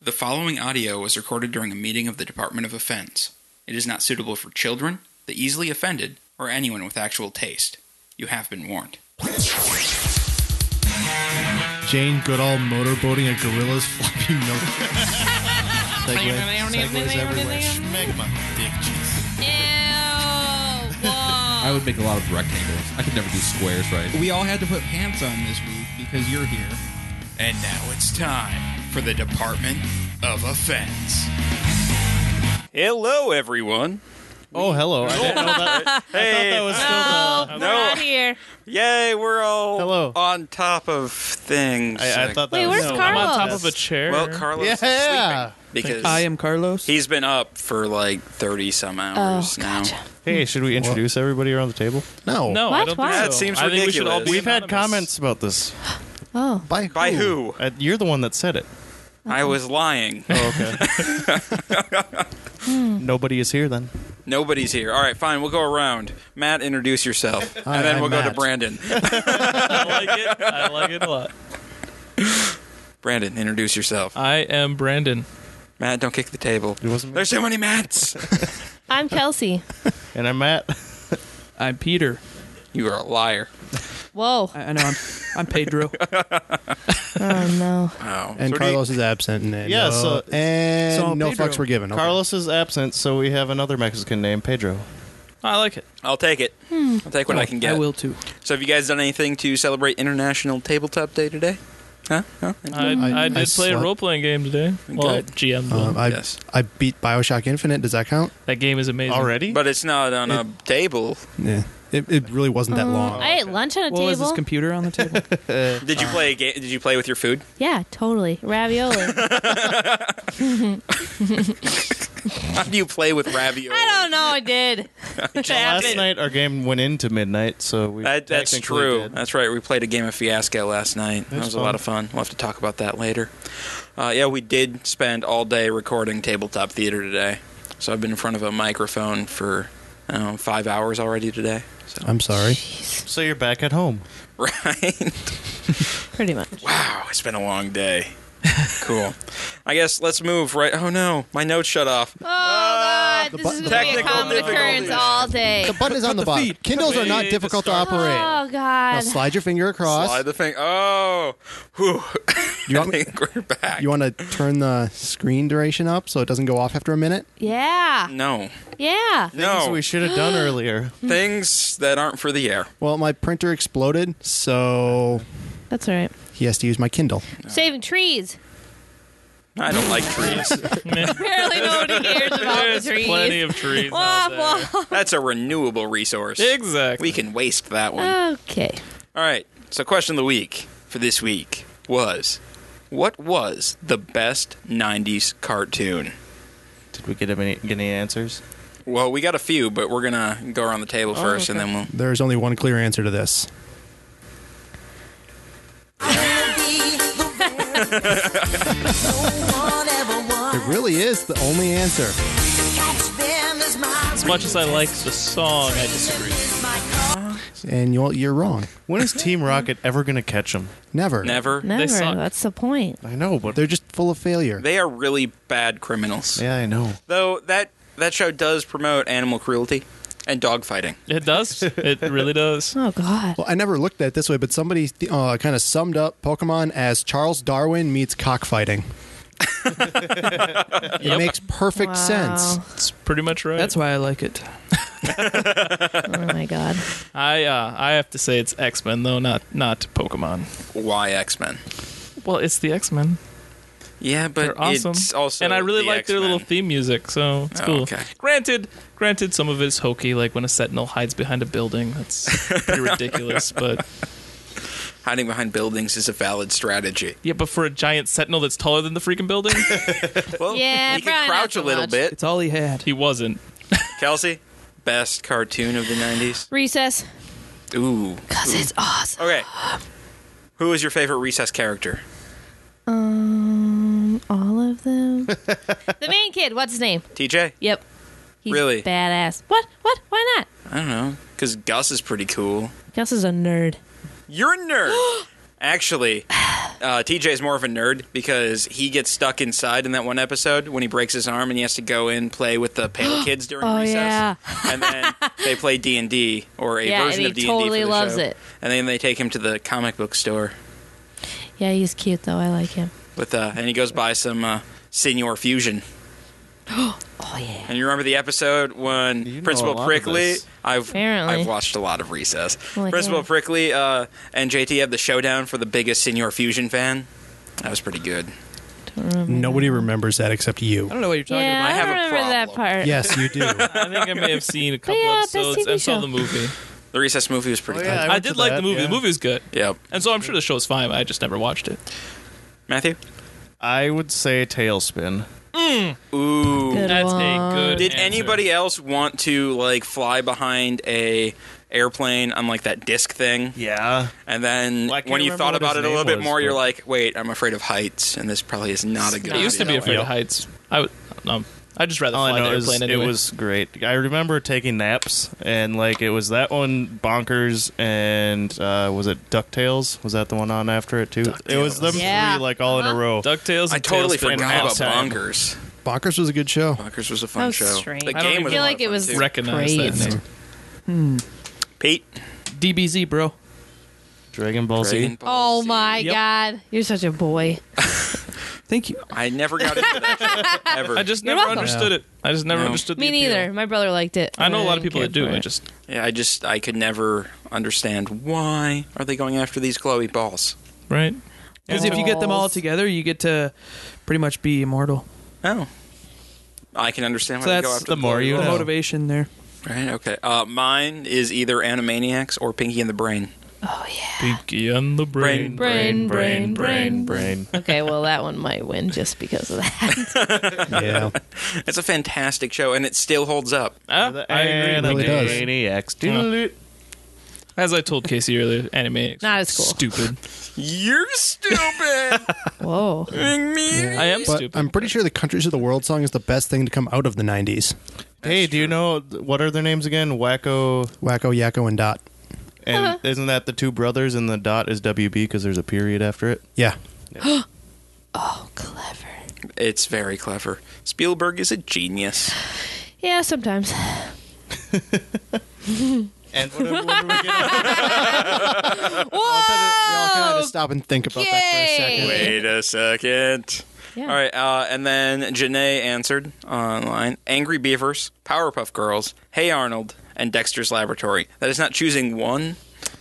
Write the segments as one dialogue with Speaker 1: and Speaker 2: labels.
Speaker 1: The following audio was recorded during a meeting of the Department of Offense. It is not suitable for children, the easily offended, or anyone with actual taste. You have been warned.
Speaker 2: Jane Goodall motorboating a gorilla's floppy milk. Segway- segways everywhere.
Speaker 3: Megma. Dick cheese.
Speaker 4: I would make a lot of rectangles. I could never do squares, right?
Speaker 5: We all had to put pants on this week because you're here.
Speaker 1: And now it's time for the Department of Offense. Hello, everyone.
Speaker 2: Oh, hello. I didn't know that.
Speaker 6: Hey,
Speaker 2: That was still the.
Speaker 6: no, yay, we're all
Speaker 2: Hello.
Speaker 6: on top of things.
Speaker 2: I, I thought that
Speaker 4: Wait,
Speaker 2: was
Speaker 4: where's
Speaker 2: still-
Speaker 4: Carlos?
Speaker 7: I'm on top of a chair.
Speaker 6: well, Carlos is
Speaker 2: Yeah.
Speaker 6: sleeping because
Speaker 7: I am Carlos.
Speaker 6: he's been up for like thirty some hours now.
Speaker 8: Hey, should we introduce everybody around the table?
Speaker 2: No.
Speaker 7: no, I
Speaker 4: What?
Speaker 7: don't
Speaker 4: Why?
Speaker 7: think so.
Speaker 4: That
Speaker 6: seems
Speaker 7: I think we should all
Speaker 6: ridiculous.
Speaker 7: be
Speaker 8: We've had
Speaker 7: anonymous.
Speaker 8: comments about this.
Speaker 4: Oh,
Speaker 2: By
Speaker 6: By who?
Speaker 8: Uh, you're the one that said it.
Speaker 6: I was lying.
Speaker 8: Oh, okay.
Speaker 7: Mm.
Speaker 8: Nobody is here then.
Speaker 6: Nobody's here. All right, fine. We'll go around. Matt, introduce yourself,
Speaker 2: Hi,
Speaker 6: and then
Speaker 2: I'm
Speaker 6: we'll go to
Speaker 2: Matt.
Speaker 6: Brandon.
Speaker 7: I like it. I like it a lot.
Speaker 6: Brandon, introduce yourself.
Speaker 7: I am Brandon.
Speaker 6: Matt, don't kick the table.
Speaker 8: It wasn't me.
Speaker 6: There's so many Matts.
Speaker 4: I'm Kelsey.
Speaker 8: And I'm Matt.
Speaker 7: I'm Peter.
Speaker 6: you are a liar.
Speaker 4: Whoa.
Speaker 7: I, I know. I'm, I'm Pedro.
Speaker 4: Oh no.
Speaker 6: Oh, so
Speaker 2: And
Speaker 6: do you-
Speaker 2: Carlos is absent. And
Speaker 8: Yeah,
Speaker 2: no,
Speaker 8: so-
Speaker 2: and
Speaker 7: so
Speaker 2: no
Speaker 7: Pedro-
Speaker 2: fucks were given. Okay.
Speaker 8: Carlos is absent, so we have another Mexican named Pedro.
Speaker 7: I like it.
Speaker 6: I'll take it. I'll take what I can get.
Speaker 7: Oh, I will too.
Speaker 6: So, have you guys done anything to celebrate International Tabletop Day today? Huh? Huh?
Speaker 7: I,
Speaker 2: I-
Speaker 7: I,
Speaker 2: I
Speaker 7: did play a
Speaker 2: slept.
Speaker 7: role playing game today. Well,
Speaker 6: Good.
Speaker 7: GM.
Speaker 2: Um, I
Speaker 6: Yes.
Speaker 2: I beat Bioshock Infinite. Does that count?
Speaker 7: that game is amazing.
Speaker 8: Already?
Speaker 6: But it's not on a table.
Speaker 2: Yeah. It, it really wasn't that
Speaker 6: Oh,
Speaker 2: long.
Speaker 4: I ate lunch on a
Speaker 9: What was this
Speaker 4: table.
Speaker 9: computer on the table?
Speaker 6: Did you play a game? Did you play with your food?
Speaker 4: yeah, totally. Ravioli. I
Speaker 6: How do you play with ravioli?
Speaker 4: don't know. I did.
Speaker 6: Just
Speaker 8: Last
Speaker 6: did.
Speaker 8: night our game went into midnight, so we
Speaker 6: That, that's
Speaker 8: technically
Speaker 6: true.
Speaker 8: did.
Speaker 6: That's right. We played a game of Fiasco last night. That
Speaker 8: That's
Speaker 6: was a lot
Speaker 8: fun.
Speaker 6: of fun. We'll have to talk about that later. Uh, yeah, we did spend all day recording tabletop theater today. So I've been in front of a microphone for I don't know, five hours already today. So
Speaker 2: I'm sorry.
Speaker 8: So you're back at home.
Speaker 6: right.
Speaker 4: Pretty much.
Speaker 6: Wow, Oh, it's been a long day. cool. I guess let's move right. Oh no, my notes shut off.
Speaker 4: Oh god,
Speaker 2: the
Speaker 4: this is
Speaker 2: bu-
Speaker 4: gonna be a
Speaker 6: Technical
Speaker 4: common occurrence
Speaker 6: difficulties.
Speaker 4: all day.
Speaker 2: The button is on the, bottom. Kindles are not
Speaker 7: Wait,
Speaker 2: difficult to
Speaker 7: stop.
Speaker 2: operate.
Speaker 4: Oh
Speaker 2: Now
Speaker 4: god.
Speaker 2: slide your finger across.
Speaker 6: Slide the thing. Oh, whew.
Speaker 2: You
Speaker 6: I
Speaker 2: want me-
Speaker 6: think we're back.
Speaker 2: You want to turn the screen duration up so it doesn't go off after a minute?
Speaker 4: Yeah.
Speaker 6: no,
Speaker 4: Yeah.
Speaker 8: Things
Speaker 6: no
Speaker 8: we should have done earlier.
Speaker 6: things that aren't for the air.
Speaker 2: Well, my printer exploded, so
Speaker 4: That's all right.
Speaker 2: he has to use my Kindle.
Speaker 4: Saving trees.
Speaker 6: I don't like trees.
Speaker 4: Apparently nobody cares about
Speaker 7: There's
Speaker 4: the trees.
Speaker 7: plenty of trees. out
Speaker 4: Wah,
Speaker 7: there.
Speaker 4: wah.
Speaker 6: That's a renewable resource.
Speaker 7: Exactly.
Speaker 6: We can waste that one.
Speaker 4: Okay.
Speaker 6: All right. So, question of the week for this week was, what was the best '90s cartoon?
Speaker 8: Did we get any, get any answers?
Speaker 6: Well, we got a few, but we're gonna go around the table
Speaker 7: Oh,
Speaker 6: first, and then we'll.
Speaker 2: There's only one clear answer to this. It really is the only answer.
Speaker 7: As much as I like the song, I disagree.
Speaker 2: And you'll, you're wrong.
Speaker 8: When is Team Rocket ever going to catch him?
Speaker 2: Never.
Speaker 6: Never.
Speaker 4: Never.
Speaker 7: suck.
Speaker 4: That's the point.
Speaker 8: I know, but
Speaker 2: They're just full of failure.
Speaker 6: They are really bad criminals.
Speaker 8: yeah, I know.
Speaker 6: Though that that show does promote animal cruelty and dogfighting.
Speaker 7: It does. It really does.
Speaker 4: Oh god.
Speaker 2: well, I never looked at it this way, but somebody uh, kind of summed up Pokemon as Charles Darwin meets cockfighting. it makes perfect sense.
Speaker 4: Wow.
Speaker 7: It's pretty much right.
Speaker 9: That's why I like it.
Speaker 4: Oh my god.
Speaker 7: I uh, I have to say it's X Men though, not not Pokemon.
Speaker 6: Why X Men?
Speaker 7: Well, it's the X Men.
Speaker 6: Yeah, but
Speaker 7: They're awesome.
Speaker 6: it's also
Speaker 7: and I really
Speaker 6: the
Speaker 7: like their little
Speaker 6: X-Men.
Speaker 7: theme music, so it's
Speaker 6: Oh,
Speaker 7: cool.
Speaker 6: okay.
Speaker 7: Granted, granted, some of it's hokey, like when a sentinel hides behind a building. That's pretty ridiculous, but
Speaker 6: Hiding behind buildings is a valid strategy.
Speaker 7: yeah. But for a giant sentinel that's taller than the freaking building,
Speaker 6: Well,
Speaker 4: Yeah,
Speaker 6: you
Speaker 4: probably
Speaker 6: can
Speaker 4: not
Speaker 6: crouch
Speaker 4: so
Speaker 6: a little
Speaker 4: much.
Speaker 6: bit.
Speaker 9: It's all he had.
Speaker 7: he wasn't.
Speaker 6: Kelsey, best cartoon of the '90s.
Speaker 4: Recess.
Speaker 6: Ooh.
Speaker 4: Cause it's awesome.
Speaker 6: Okay. Who is your favorite recess character?
Speaker 4: Um, all of them. the main kid. What's his name?
Speaker 6: TJ.
Speaker 4: Yep. He's
Speaker 6: Really?
Speaker 4: badass. What? What? Why not?
Speaker 6: I don't know, because Gus is pretty cool.
Speaker 4: Gus is a nerd.
Speaker 6: You're a nerd. Actually, uh, TJ's more of a nerd because he gets stuck inside in that one episode when he breaks his arm and he has to go in play with the pale kids during
Speaker 4: Oh,
Speaker 6: recess.
Speaker 4: yeah.
Speaker 6: And then they play D and D or a
Speaker 4: Yeah, and
Speaker 6: version
Speaker 4: he
Speaker 6: of D and D.
Speaker 4: totally
Speaker 6: for the
Speaker 4: loves
Speaker 6: show.
Speaker 4: it.
Speaker 6: And then they take him to the comic book store
Speaker 4: Yeah, he's cute though. I like him.
Speaker 6: with uh, and he goes buy some uh, Senior Fusion.
Speaker 4: Oh yeah.
Speaker 6: And you remember the episode when
Speaker 8: You know a
Speaker 6: Principal
Speaker 8: lot of
Speaker 6: Prickly?
Speaker 8: this.
Speaker 6: I've
Speaker 4: Apparently.
Speaker 6: I've watched a lot of Recess.
Speaker 4: Well,
Speaker 6: Principal
Speaker 4: yeah.
Speaker 6: Prickly uh, and JT have the showdown for the biggest Senior Fusion fan. That was pretty good.
Speaker 2: Nobody remembers that except you.
Speaker 7: I don't know what you're talking
Speaker 4: Yeah,
Speaker 6: I
Speaker 4: I,
Speaker 6: have a
Speaker 4: don't remember that
Speaker 6: problem.
Speaker 4: part.
Speaker 2: Yes, you do.
Speaker 7: about. I think I may have seen a couple
Speaker 4: yeah, best
Speaker 7: episodes
Speaker 4: TV
Speaker 7: and saw
Speaker 4: show.
Speaker 7: the movie.
Speaker 6: The Recess movie was pretty
Speaker 8: Oh, yeah,
Speaker 6: good.
Speaker 8: I
Speaker 7: I,
Speaker 8: went
Speaker 7: did
Speaker 8: to
Speaker 7: like
Speaker 8: that,
Speaker 7: the movie.
Speaker 8: yeah.
Speaker 7: The movie was good.
Speaker 6: Yep.
Speaker 7: And so I'm sure the show is fine. I just never watched it.
Speaker 6: Matthew?
Speaker 8: I would say Tailspin.
Speaker 6: Ooh.
Speaker 4: Good
Speaker 7: That's a
Speaker 4: one.
Speaker 7: good.
Speaker 6: Did
Speaker 7: answer.
Speaker 6: anybody else want to like fly behind a airplane on like that disc thing?
Speaker 8: Yeah.
Speaker 6: And then
Speaker 8: Well, I can't
Speaker 6: when you
Speaker 8: remember
Speaker 6: thought
Speaker 8: what
Speaker 6: about
Speaker 8: his
Speaker 6: it a little
Speaker 8: name
Speaker 6: bit
Speaker 8: was,
Speaker 6: more, you're
Speaker 8: but-
Speaker 6: like, wait, I'm afraid of heights, and this probably is not a good.
Speaker 7: I used to be
Speaker 6: idea.
Speaker 7: afraid of heights. I would. No, I just rather
Speaker 8: All
Speaker 7: fly
Speaker 8: Oh, I
Speaker 7: an
Speaker 8: know
Speaker 7: airplane
Speaker 8: is
Speaker 7: anyway.
Speaker 8: it was great. I remember taking naps, and like it was that one, Bonkers, and uh, was it Ducktales? Was that the one on after it too? It was them
Speaker 4: Yeah.
Speaker 8: three, like all in a row.
Speaker 7: Ducktales.
Speaker 6: I
Speaker 7: and
Speaker 6: totally
Speaker 7: Tailspin
Speaker 6: forgot about
Speaker 7: outside.
Speaker 6: bonkers.
Speaker 2: Bonkers was a good show.
Speaker 6: Bonkers was a fun
Speaker 4: was
Speaker 6: show.
Speaker 4: strange.
Speaker 6: The
Speaker 4: I
Speaker 7: don't
Speaker 6: game
Speaker 7: even
Speaker 6: was a
Speaker 4: feel
Speaker 6: lot
Speaker 4: like
Speaker 6: of
Speaker 4: it
Speaker 6: fun,
Speaker 4: was-
Speaker 6: too.
Speaker 7: Recognize that
Speaker 4: Praised.
Speaker 7: name.
Speaker 6: Pete.
Speaker 7: DBZ, bro.
Speaker 8: Dragon Ball Z.
Speaker 6: Dragon Ball
Speaker 4: Oh my
Speaker 7: Yep.
Speaker 4: god, you're such a boy.
Speaker 7: Thank you.
Speaker 6: Z. I never got into that show, ever.
Speaker 7: I just
Speaker 4: You're
Speaker 7: never
Speaker 4: welcome.
Speaker 7: understood it. I just never
Speaker 6: No.
Speaker 7: understood. the
Speaker 4: Me
Speaker 7: appeal.
Speaker 4: neither. My brother liked it.
Speaker 7: I know a lot of
Speaker 4: didn't
Speaker 7: people that
Speaker 4: care
Speaker 7: do.
Speaker 4: for
Speaker 7: I
Speaker 4: it.
Speaker 7: just
Speaker 6: yeah, I just I could never understand why are they going after these glowy balls.
Speaker 7: right.
Speaker 9: Because if you get them all
Speaker 4: Balls.
Speaker 9: together, you get to pretty much be immortal.
Speaker 6: Oh. I can understand why
Speaker 9: So
Speaker 6: they go
Speaker 9: that's
Speaker 6: after
Speaker 8: the more
Speaker 6: glowy
Speaker 8: you
Speaker 9: The
Speaker 8: know.
Speaker 9: motivation there.
Speaker 6: balls. Right, okay. Uh, mine is either Animaniacs or Pinky and the Brain.
Speaker 4: Oh,
Speaker 7: Pinky and the brain.
Speaker 4: Brain, brain, brain,
Speaker 8: brain.
Speaker 4: Okay, well that one might win just because of that.
Speaker 2: Yeah.
Speaker 6: It's a fantastic show and it still holds up.
Speaker 7: Ah,
Speaker 8: The
Speaker 7: I agree.
Speaker 2: really does.
Speaker 8: Animaniacs.
Speaker 7: Yeah. As I told Casey earlier, anime.
Speaker 4: Not as cool.
Speaker 7: Stupid.
Speaker 6: You're stupid.
Speaker 4: Whoa.
Speaker 7: I am
Speaker 2: But
Speaker 7: stupid.
Speaker 2: I'm pretty sure the Countries of the World song is the best thing to come out of the 90s.
Speaker 8: Hey, do you know th- what are their names again? Wacko,
Speaker 2: Wacko, Yakko, and Dot.
Speaker 8: and isn't that the two brothers? And the dot is WB because there's a period after it.
Speaker 2: Yeah.
Speaker 4: Oh, clever.
Speaker 6: it's very clever. Spielberg is a genius.
Speaker 4: Yeah, sometimes.
Speaker 8: And whatever, whatever we get
Speaker 2: We all kind
Speaker 4: Whoa!
Speaker 2: of stop and think about that for a second.
Speaker 4: Oh, Yay!
Speaker 6: Wait a second.
Speaker 4: Yeah.
Speaker 6: All right, uh, and then Janae answered online: Angry Beavers, Powerpuff Girls, Hey Arnold, and Dexter's Laboratory. That is not choosing one,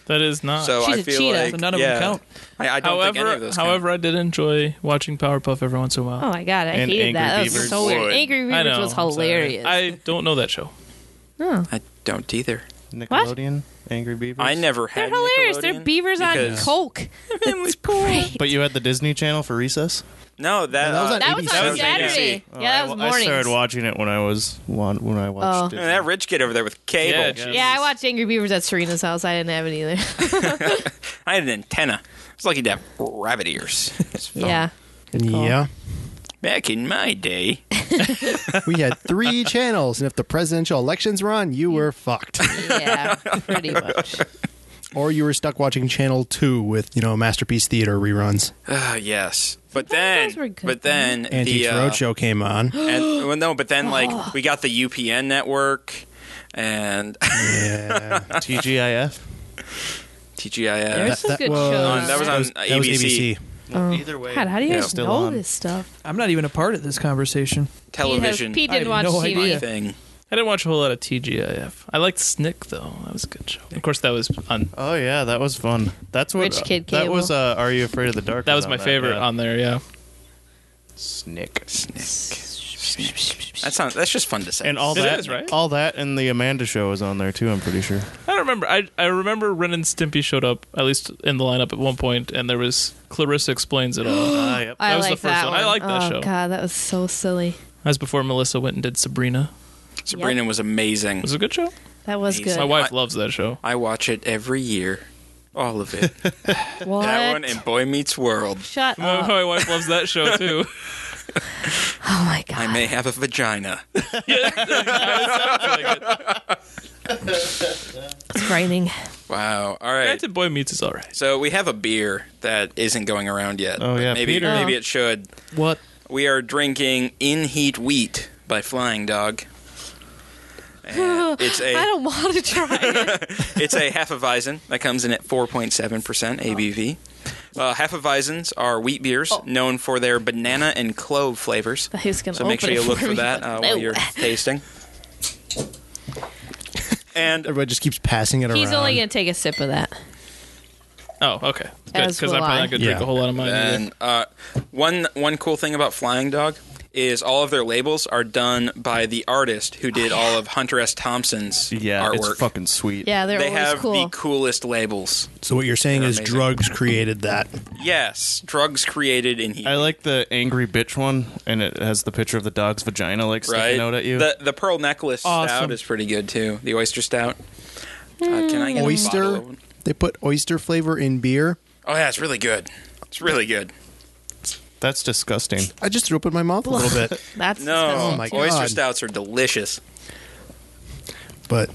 Speaker 7: that is not.
Speaker 6: so
Speaker 4: Ah, She's
Speaker 6: I
Speaker 4: a
Speaker 6: feel
Speaker 4: cheetah,
Speaker 6: like
Speaker 9: so none of
Speaker 6: yeah,
Speaker 9: them count.
Speaker 6: I, I don't think any
Speaker 7: however,
Speaker 6: of those. count.
Speaker 7: however, I did enjoy watching Powerpuff every once in a while.
Speaker 4: Oh my god, I
Speaker 8: And
Speaker 4: hated that. That
Speaker 8: Angry
Speaker 4: was
Speaker 8: Beavers.
Speaker 4: so weird.
Speaker 6: Would.
Speaker 4: Angry
Speaker 7: I
Speaker 4: Beavers
Speaker 7: know.
Speaker 4: was
Speaker 7: I'm sorry.
Speaker 4: hilarious.
Speaker 7: I don't know that show.
Speaker 4: Oh.
Speaker 6: I don't either.
Speaker 8: Nickelodeon, Angry Beavers.
Speaker 6: I never had.
Speaker 4: They're hilarious. They're
Speaker 6: Nickelodeon
Speaker 4: beavers on
Speaker 6: because-
Speaker 4: coke. That's great.
Speaker 8: But you had the Disney Channel for recess.
Speaker 6: No, that,
Speaker 2: that was
Speaker 6: uh,
Speaker 2: on
Speaker 4: that was
Speaker 2: ABC.
Speaker 6: That
Speaker 4: on
Speaker 6: was
Speaker 4: Saturday.
Speaker 6: ABC.
Speaker 4: Yeah, that
Speaker 8: I,
Speaker 4: was
Speaker 8: I
Speaker 4: morning.
Speaker 8: started watching it when I was one, when I watched
Speaker 4: Oh.
Speaker 8: it.
Speaker 6: Man, that rich kid over there with cable.
Speaker 7: Yeah, Jesus.
Speaker 4: Yeah, I watched Angry Beavers at Serena's house. I didn't have it either.
Speaker 6: I had an antenna. I was lucky to have rabbit ears. It's fun.
Speaker 4: yeah.
Speaker 2: Yeah.
Speaker 6: Back in my day,
Speaker 2: We had three channels, and if the presidential elections were on, you were fucked.
Speaker 4: Yeah, pretty much.
Speaker 2: Or you were stuck watching Channel 2 with, you know, Masterpiece Theater reruns.
Speaker 6: Ah, yes. But
Speaker 4: Sometimes
Speaker 6: then,
Speaker 4: those were good
Speaker 6: but then the
Speaker 2: Antiques
Speaker 6: uh,
Speaker 2: Roadshow came on.
Speaker 6: and well, no, but then
Speaker 4: Oh.
Speaker 6: like we got the UPN network and
Speaker 2: Yeah.
Speaker 8: TGIF.
Speaker 4: There
Speaker 6: TGIF.
Speaker 4: was- Some good shows.
Speaker 6: That was on
Speaker 2: that was
Speaker 6: ABC.
Speaker 2: ABC.
Speaker 8: Either way,
Speaker 4: God, how do you
Speaker 6: Yeah.
Speaker 4: guys
Speaker 8: Still
Speaker 4: know
Speaker 8: on.
Speaker 4: this stuff?
Speaker 9: I'm not even a part of this conversation.
Speaker 6: television.
Speaker 4: Pete,
Speaker 9: I
Speaker 4: didn't watch
Speaker 9: have no
Speaker 4: TV.
Speaker 9: idea.
Speaker 6: thing.
Speaker 7: I didn't watch a whole lot of TGIF. I liked Snick though. That was a good show. Of course, that was on.
Speaker 8: Oh yeah, that was fun. That's what
Speaker 4: Rich Kid
Speaker 8: that
Speaker 4: Cable.
Speaker 8: was. Uh, Are you afraid of the dark?
Speaker 7: That was
Speaker 8: on
Speaker 7: my favorite
Speaker 8: yeah.
Speaker 7: on there. Yeah.
Speaker 8: Snick.
Speaker 6: That sounds. That's just fun to say.
Speaker 8: And all
Speaker 7: It
Speaker 8: that,
Speaker 7: is, right?
Speaker 8: all that, and the Amanda Show was on there too. I'm pretty sure.
Speaker 7: I don't remember. I I remember Ren and Stimpy showed up at least in the lineup at one point, and there was Clarissa explains it all. that
Speaker 6: Ah,
Speaker 8: Uh, yep.
Speaker 4: I
Speaker 7: That was the
Speaker 4: like
Speaker 7: first
Speaker 4: that
Speaker 7: one. I liked that
Speaker 4: oh,
Speaker 7: show.
Speaker 4: God, that was so silly.
Speaker 7: was before Melissa went and did Sabrina.
Speaker 6: Sabrina was amazing.
Speaker 7: It was a good show.
Speaker 4: That was
Speaker 6: Amazing.
Speaker 4: good.
Speaker 7: My wife
Speaker 6: I-
Speaker 7: loves that show.
Speaker 6: I watch it every year, all of it.
Speaker 4: What?
Speaker 6: that one and Boy Meets World.
Speaker 4: Shut
Speaker 7: My,
Speaker 4: up.
Speaker 7: my wife loves that show too.
Speaker 4: Oh
Speaker 6: I
Speaker 4: my God.
Speaker 6: may have a vagina.
Speaker 7: Yeah, it sounds like it.
Speaker 4: That's grinding.
Speaker 6: Wow. All right.
Speaker 7: Granted, Boy Meets is all right.
Speaker 6: So we have a beer that isn't going around yet.
Speaker 8: Oh,
Speaker 6: but
Speaker 8: yeah,
Speaker 6: Maybe
Speaker 8: Peter.
Speaker 6: maybe it should.
Speaker 9: What?
Speaker 6: We are drinking In Heat Wheat by Flying Dog. And it's
Speaker 4: I
Speaker 6: a
Speaker 4: don't want to try it.
Speaker 6: it's a Hefeweizen that comes in at 4.7% ABV. Uh, Hefeweizens are wheat beers
Speaker 4: Oh.
Speaker 6: known for their banana and clove flavors.
Speaker 4: He's gonna
Speaker 6: So make sure
Speaker 4: open
Speaker 6: you
Speaker 4: it
Speaker 6: look for
Speaker 4: me.
Speaker 6: that uh, while
Speaker 4: No.
Speaker 6: you're tasting. And
Speaker 2: Everybody just keeps passing it
Speaker 4: He's
Speaker 2: around.
Speaker 4: only gonna take a sip of that.
Speaker 7: Oh, okay. Good,
Speaker 4: As
Speaker 7: because
Speaker 4: will
Speaker 7: I'm probably
Speaker 4: I.
Speaker 7: not going to drink
Speaker 2: Yeah.
Speaker 7: a whole lot of mine. either.
Speaker 6: And uh, one one cool thing about Flying Dog is all of their labels are done by the artist who
Speaker 4: Oh,
Speaker 6: did all of Hunter S. Thompson's
Speaker 8: Yeah,
Speaker 6: artwork.
Speaker 8: it's fucking sweet.
Speaker 4: Yeah, they're
Speaker 6: they
Speaker 4: always
Speaker 6: have
Speaker 4: cool.
Speaker 6: the coolest labels.
Speaker 2: so what you're saying
Speaker 6: They're
Speaker 2: is
Speaker 6: amazing.
Speaker 2: drugs created that.
Speaker 6: Yes, drugs created in heat.
Speaker 8: I like the angry bitch one, and it has the picture of the dog's vagina like sticking
Speaker 6: right?
Speaker 8: out at you.
Speaker 6: The the pearl necklace stout
Speaker 9: Awesome.
Speaker 6: is pretty good too. The oyster stout. Uh, can I get a bottle
Speaker 2: Oyster.
Speaker 6: of one?
Speaker 2: They put oyster flavor in beer.
Speaker 6: Oh yeah, it's really good. It's really good.
Speaker 8: That's disgusting.
Speaker 2: I just threw up in my mouth a little bit,
Speaker 4: That's
Speaker 6: No,
Speaker 2: Oh my
Speaker 6: oyster
Speaker 2: God.
Speaker 6: stouts are delicious.
Speaker 2: but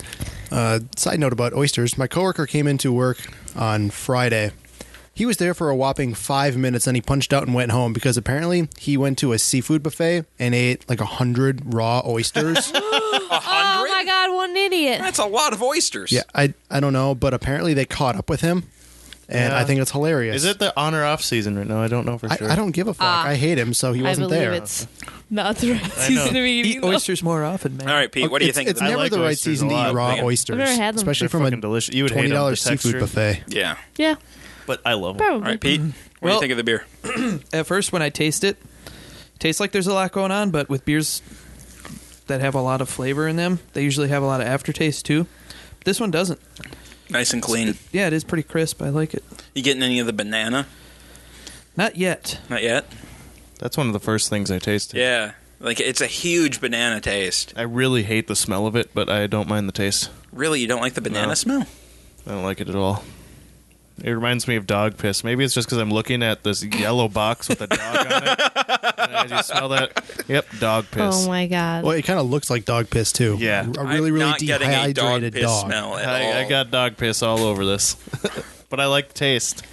Speaker 2: uh, side note about oysters. My coworker came into work on Friday. He was there for a whopping five minutes, and he punched out and went home because apparently he went to a seafood buffet and ate like a hundred raw oysters.
Speaker 4: Oh my god, what an idiot!
Speaker 6: That's a lot of oysters.
Speaker 2: yeah, I I don't know, but apparently they caught up with him, and I
Speaker 8: Yeah.
Speaker 2: think it's hilarious.
Speaker 8: Is it the on or off season right now? I don't know for
Speaker 2: I,
Speaker 8: sure.
Speaker 2: I don't give a fuck. I hate him, so he
Speaker 4: Ah. I
Speaker 2: wasn't
Speaker 4: believe
Speaker 2: there.
Speaker 4: it's not the right
Speaker 8: know.
Speaker 4: season to be
Speaker 9: Eat
Speaker 4: eating. those.
Speaker 9: oysters more often, man.
Speaker 6: All right, Pete. What do you
Speaker 2: it's,
Speaker 6: think? of
Speaker 2: It's
Speaker 6: that?
Speaker 2: never
Speaker 8: like
Speaker 2: the right
Speaker 8: oysters
Speaker 2: season
Speaker 8: a
Speaker 2: to
Speaker 8: lot,
Speaker 2: eat raw
Speaker 8: man.
Speaker 2: oysters,
Speaker 4: I've never had them.
Speaker 2: especially
Speaker 8: They're
Speaker 2: from a
Speaker 8: fucking delicious. You would hate
Speaker 2: twenty
Speaker 8: 'em, the
Speaker 2: dollars seafood
Speaker 8: texture.
Speaker 2: buffet.
Speaker 6: yeah.
Speaker 4: Yeah,
Speaker 8: but I love 'em.
Speaker 2: Oh,
Speaker 4: probably.
Speaker 6: All right, Pete.
Speaker 2: Mm-hmm.
Speaker 6: What do you
Speaker 9: Well-
Speaker 6: think of the beer?
Speaker 9: At first, when I taste it, tastes like there's a lot going on, but with beers that have a lot of flavor in them, they usually have a lot of aftertaste too. This one doesn't.
Speaker 6: Nice and clean.
Speaker 9: Yeah, it is pretty crisp. I like it.
Speaker 6: You getting any of the banana?
Speaker 9: Not yet.
Speaker 6: Not yet.
Speaker 8: That's one of the first things I tasted.
Speaker 6: Yeah. Like it's a huge banana taste.
Speaker 8: I really hate the smell of it, but I don't mind the taste.
Speaker 6: Really, you don't like the banana
Speaker 8: No.
Speaker 6: smell?
Speaker 8: I don't like it at all. It reminds me of dog piss. Maybe it's just because I'm looking at this yellow box with a dog on it. And I just smell that. Yep, dog piss.
Speaker 4: Oh my god.
Speaker 2: Well, it kind of looks like dog piss too.
Speaker 8: Yeah.
Speaker 2: a really
Speaker 6: I'm
Speaker 2: really
Speaker 6: not getting a
Speaker 2: dehydrated
Speaker 6: dog piss smell at all.
Speaker 8: I, I got dog piss all over this, but I like the taste.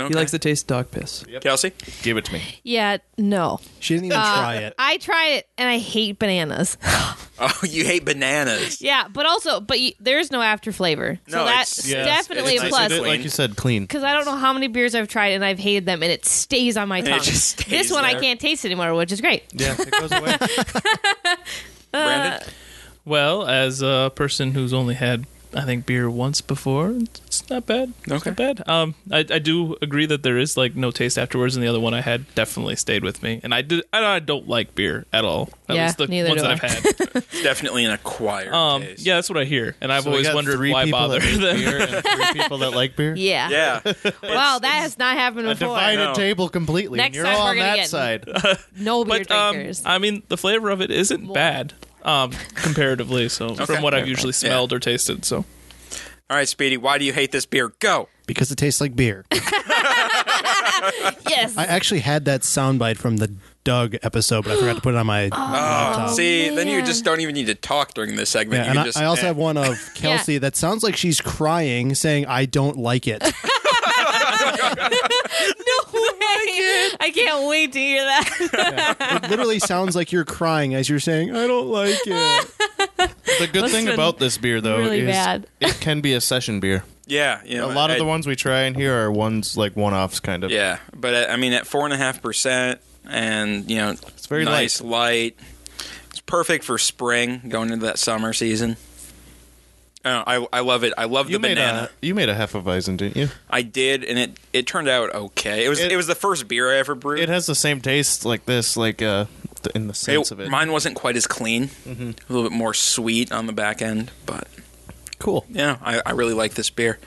Speaker 6: Okay.
Speaker 9: He likes the taste of dog piss.
Speaker 6: Kelsey.
Speaker 8: Give it to me.
Speaker 4: Yeah, no.
Speaker 2: She didn't even
Speaker 4: Uh.
Speaker 2: try it.
Speaker 4: I tried it and I hate bananas.
Speaker 6: Oh, you hate bananas.
Speaker 4: yeah, but also, but y there's no after flavor, so
Speaker 6: No,
Speaker 4: that's
Speaker 6: it's- yeah,
Speaker 8: it's-
Speaker 4: definitely
Speaker 6: it's
Speaker 4: a
Speaker 6: nice
Speaker 4: plus.
Speaker 6: and
Speaker 8: It- like you said, clean.
Speaker 4: Because I don't know how many beers I've tried and I've hated them, and it stays on my
Speaker 6: it
Speaker 4: tongue.
Speaker 6: just stays
Speaker 4: this one I
Speaker 6: there.
Speaker 4: can't taste anymore, which is great.
Speaker 8: Yeah, it goes away.
Speaker 6: Brandon.
Speaker 7: Well, as a person who's only had, I think, beer once before, it's not bad. It's
Speaker 6: Okay.
Speaker 7: not bad. Um, I, I do agree that there is like no taste afterwards, and the other one I had definitely stayed with me. And I did. I, I don't like beer at all. At
Speaker 4: Yeah,
Speaker 7: least the
Speaker 4: neither
Speaker 7: ones
Speaker 4: do
Speaker 7: that I've
Speaker 4: I.
Speaker 7: had.
Speaker 6: It's definitely an acquired
Speaker 7: Um,
Speaker 6: taste.
Speaker 7: yeah, that's what I hear, and I've
Speaker 8: So we
Speaker 7: always
Speaker 8: got
Speaker 7: wondered
Speaker 8: three
Speaker 7: why
Speaker 8: people
Speaker 7: bother
Speaker 8: that hate
Speaker 7: them.
Speaker 8: beer and three people that like beer.
Speaker 4: Yeah.
Speaker 6: Yeah.
Speaker 4: Wow, that has not happened
Speaker 8: A
Speaker 4: before.
Speaker 8: divided
Speaker 6: No.
Speaker 8: table completely.
Speaker 4: Next
Speaker 8: and you're
Speaker 4: time
Speaker 8: all
Speaker 4: we're
Speaker 8: on
Speaker 4: gonna
Speaker 8: that
Speaker 4: get-
Speaker 8: side.
Speaker 4: No beer
Speaker 7: but um,
Speaker 4: drinkers.
Speaker 7: I mean, the flavor of it isn't bad. Um, comparatively, so from what I've usually smelled or tasted, so
Speaker 6: all right, Speedy. Why do you hate this beer? Go.
Speaker 2: because it tastes like beer.
Speaker 4: yes.
Speaker 2: I actually had that soundbite from the Doug episode, but I forgot to put it on my laptop.
Speaker 6: See, then you
Speaker 4: man.
Speaker 6: just don't even need to talk during this segment. Oh,
Speaker 2: Yeah,
Speaker 6: you
Speaker 2: and
Speaker 6: can
Speaker 2: I,
Speaker 6: just,
Speaker 2: I also
Speaker 6: eh.
Speaker 2: have one of Kelsey that sounds like she's crying, saying, "I don't like it."
Speaker 4: no way. I can't wait to hear that.
Speaker 2: it literally sounds like you're crying as you're saying, "I don't like it."
Speaker 8: The good thing
Speaker 4: been
Speaker 8: about this beer, though,
Speaker 4: really
Speaker 8: is
Speaker 4: bad.
Speaker 8: it can be a session beer.
Speaker 6: Yeah, you know,
Speaker 8: A lot
Speaker 6: I-
Speaker 8: of the ones we try in here are ones like one-offs, kind of.
Speaker 6: Yeah, but uh, I mean, at four and a half percent, and you know, it's
Speaker 8: very
Speaker 6: nice, light. It's perfect for spring, going into that summer season. I don't know, I I love it. I love
Speaker 8: You
Speaker 6: the
Speaker 8: made
Speaker 6: banana.
Speaker 8: a you made a hefeweizen, didn't you?
Speaker 6: I did, and it it turned out okay. It was it,
Speaker 8: It-
Speaker 6: was the first beer I ever brewed.
Speaker 8: It has the same taste like this, like uh, th- in the sense
Speaker 6: It-
Speaker 8: of it.
Speaker 6: Mine wasn't quite as clean. A little bit more sweet on the back end, but
Speaker 2: Cool.
Speaker 6: yeah, I, I really like this beer.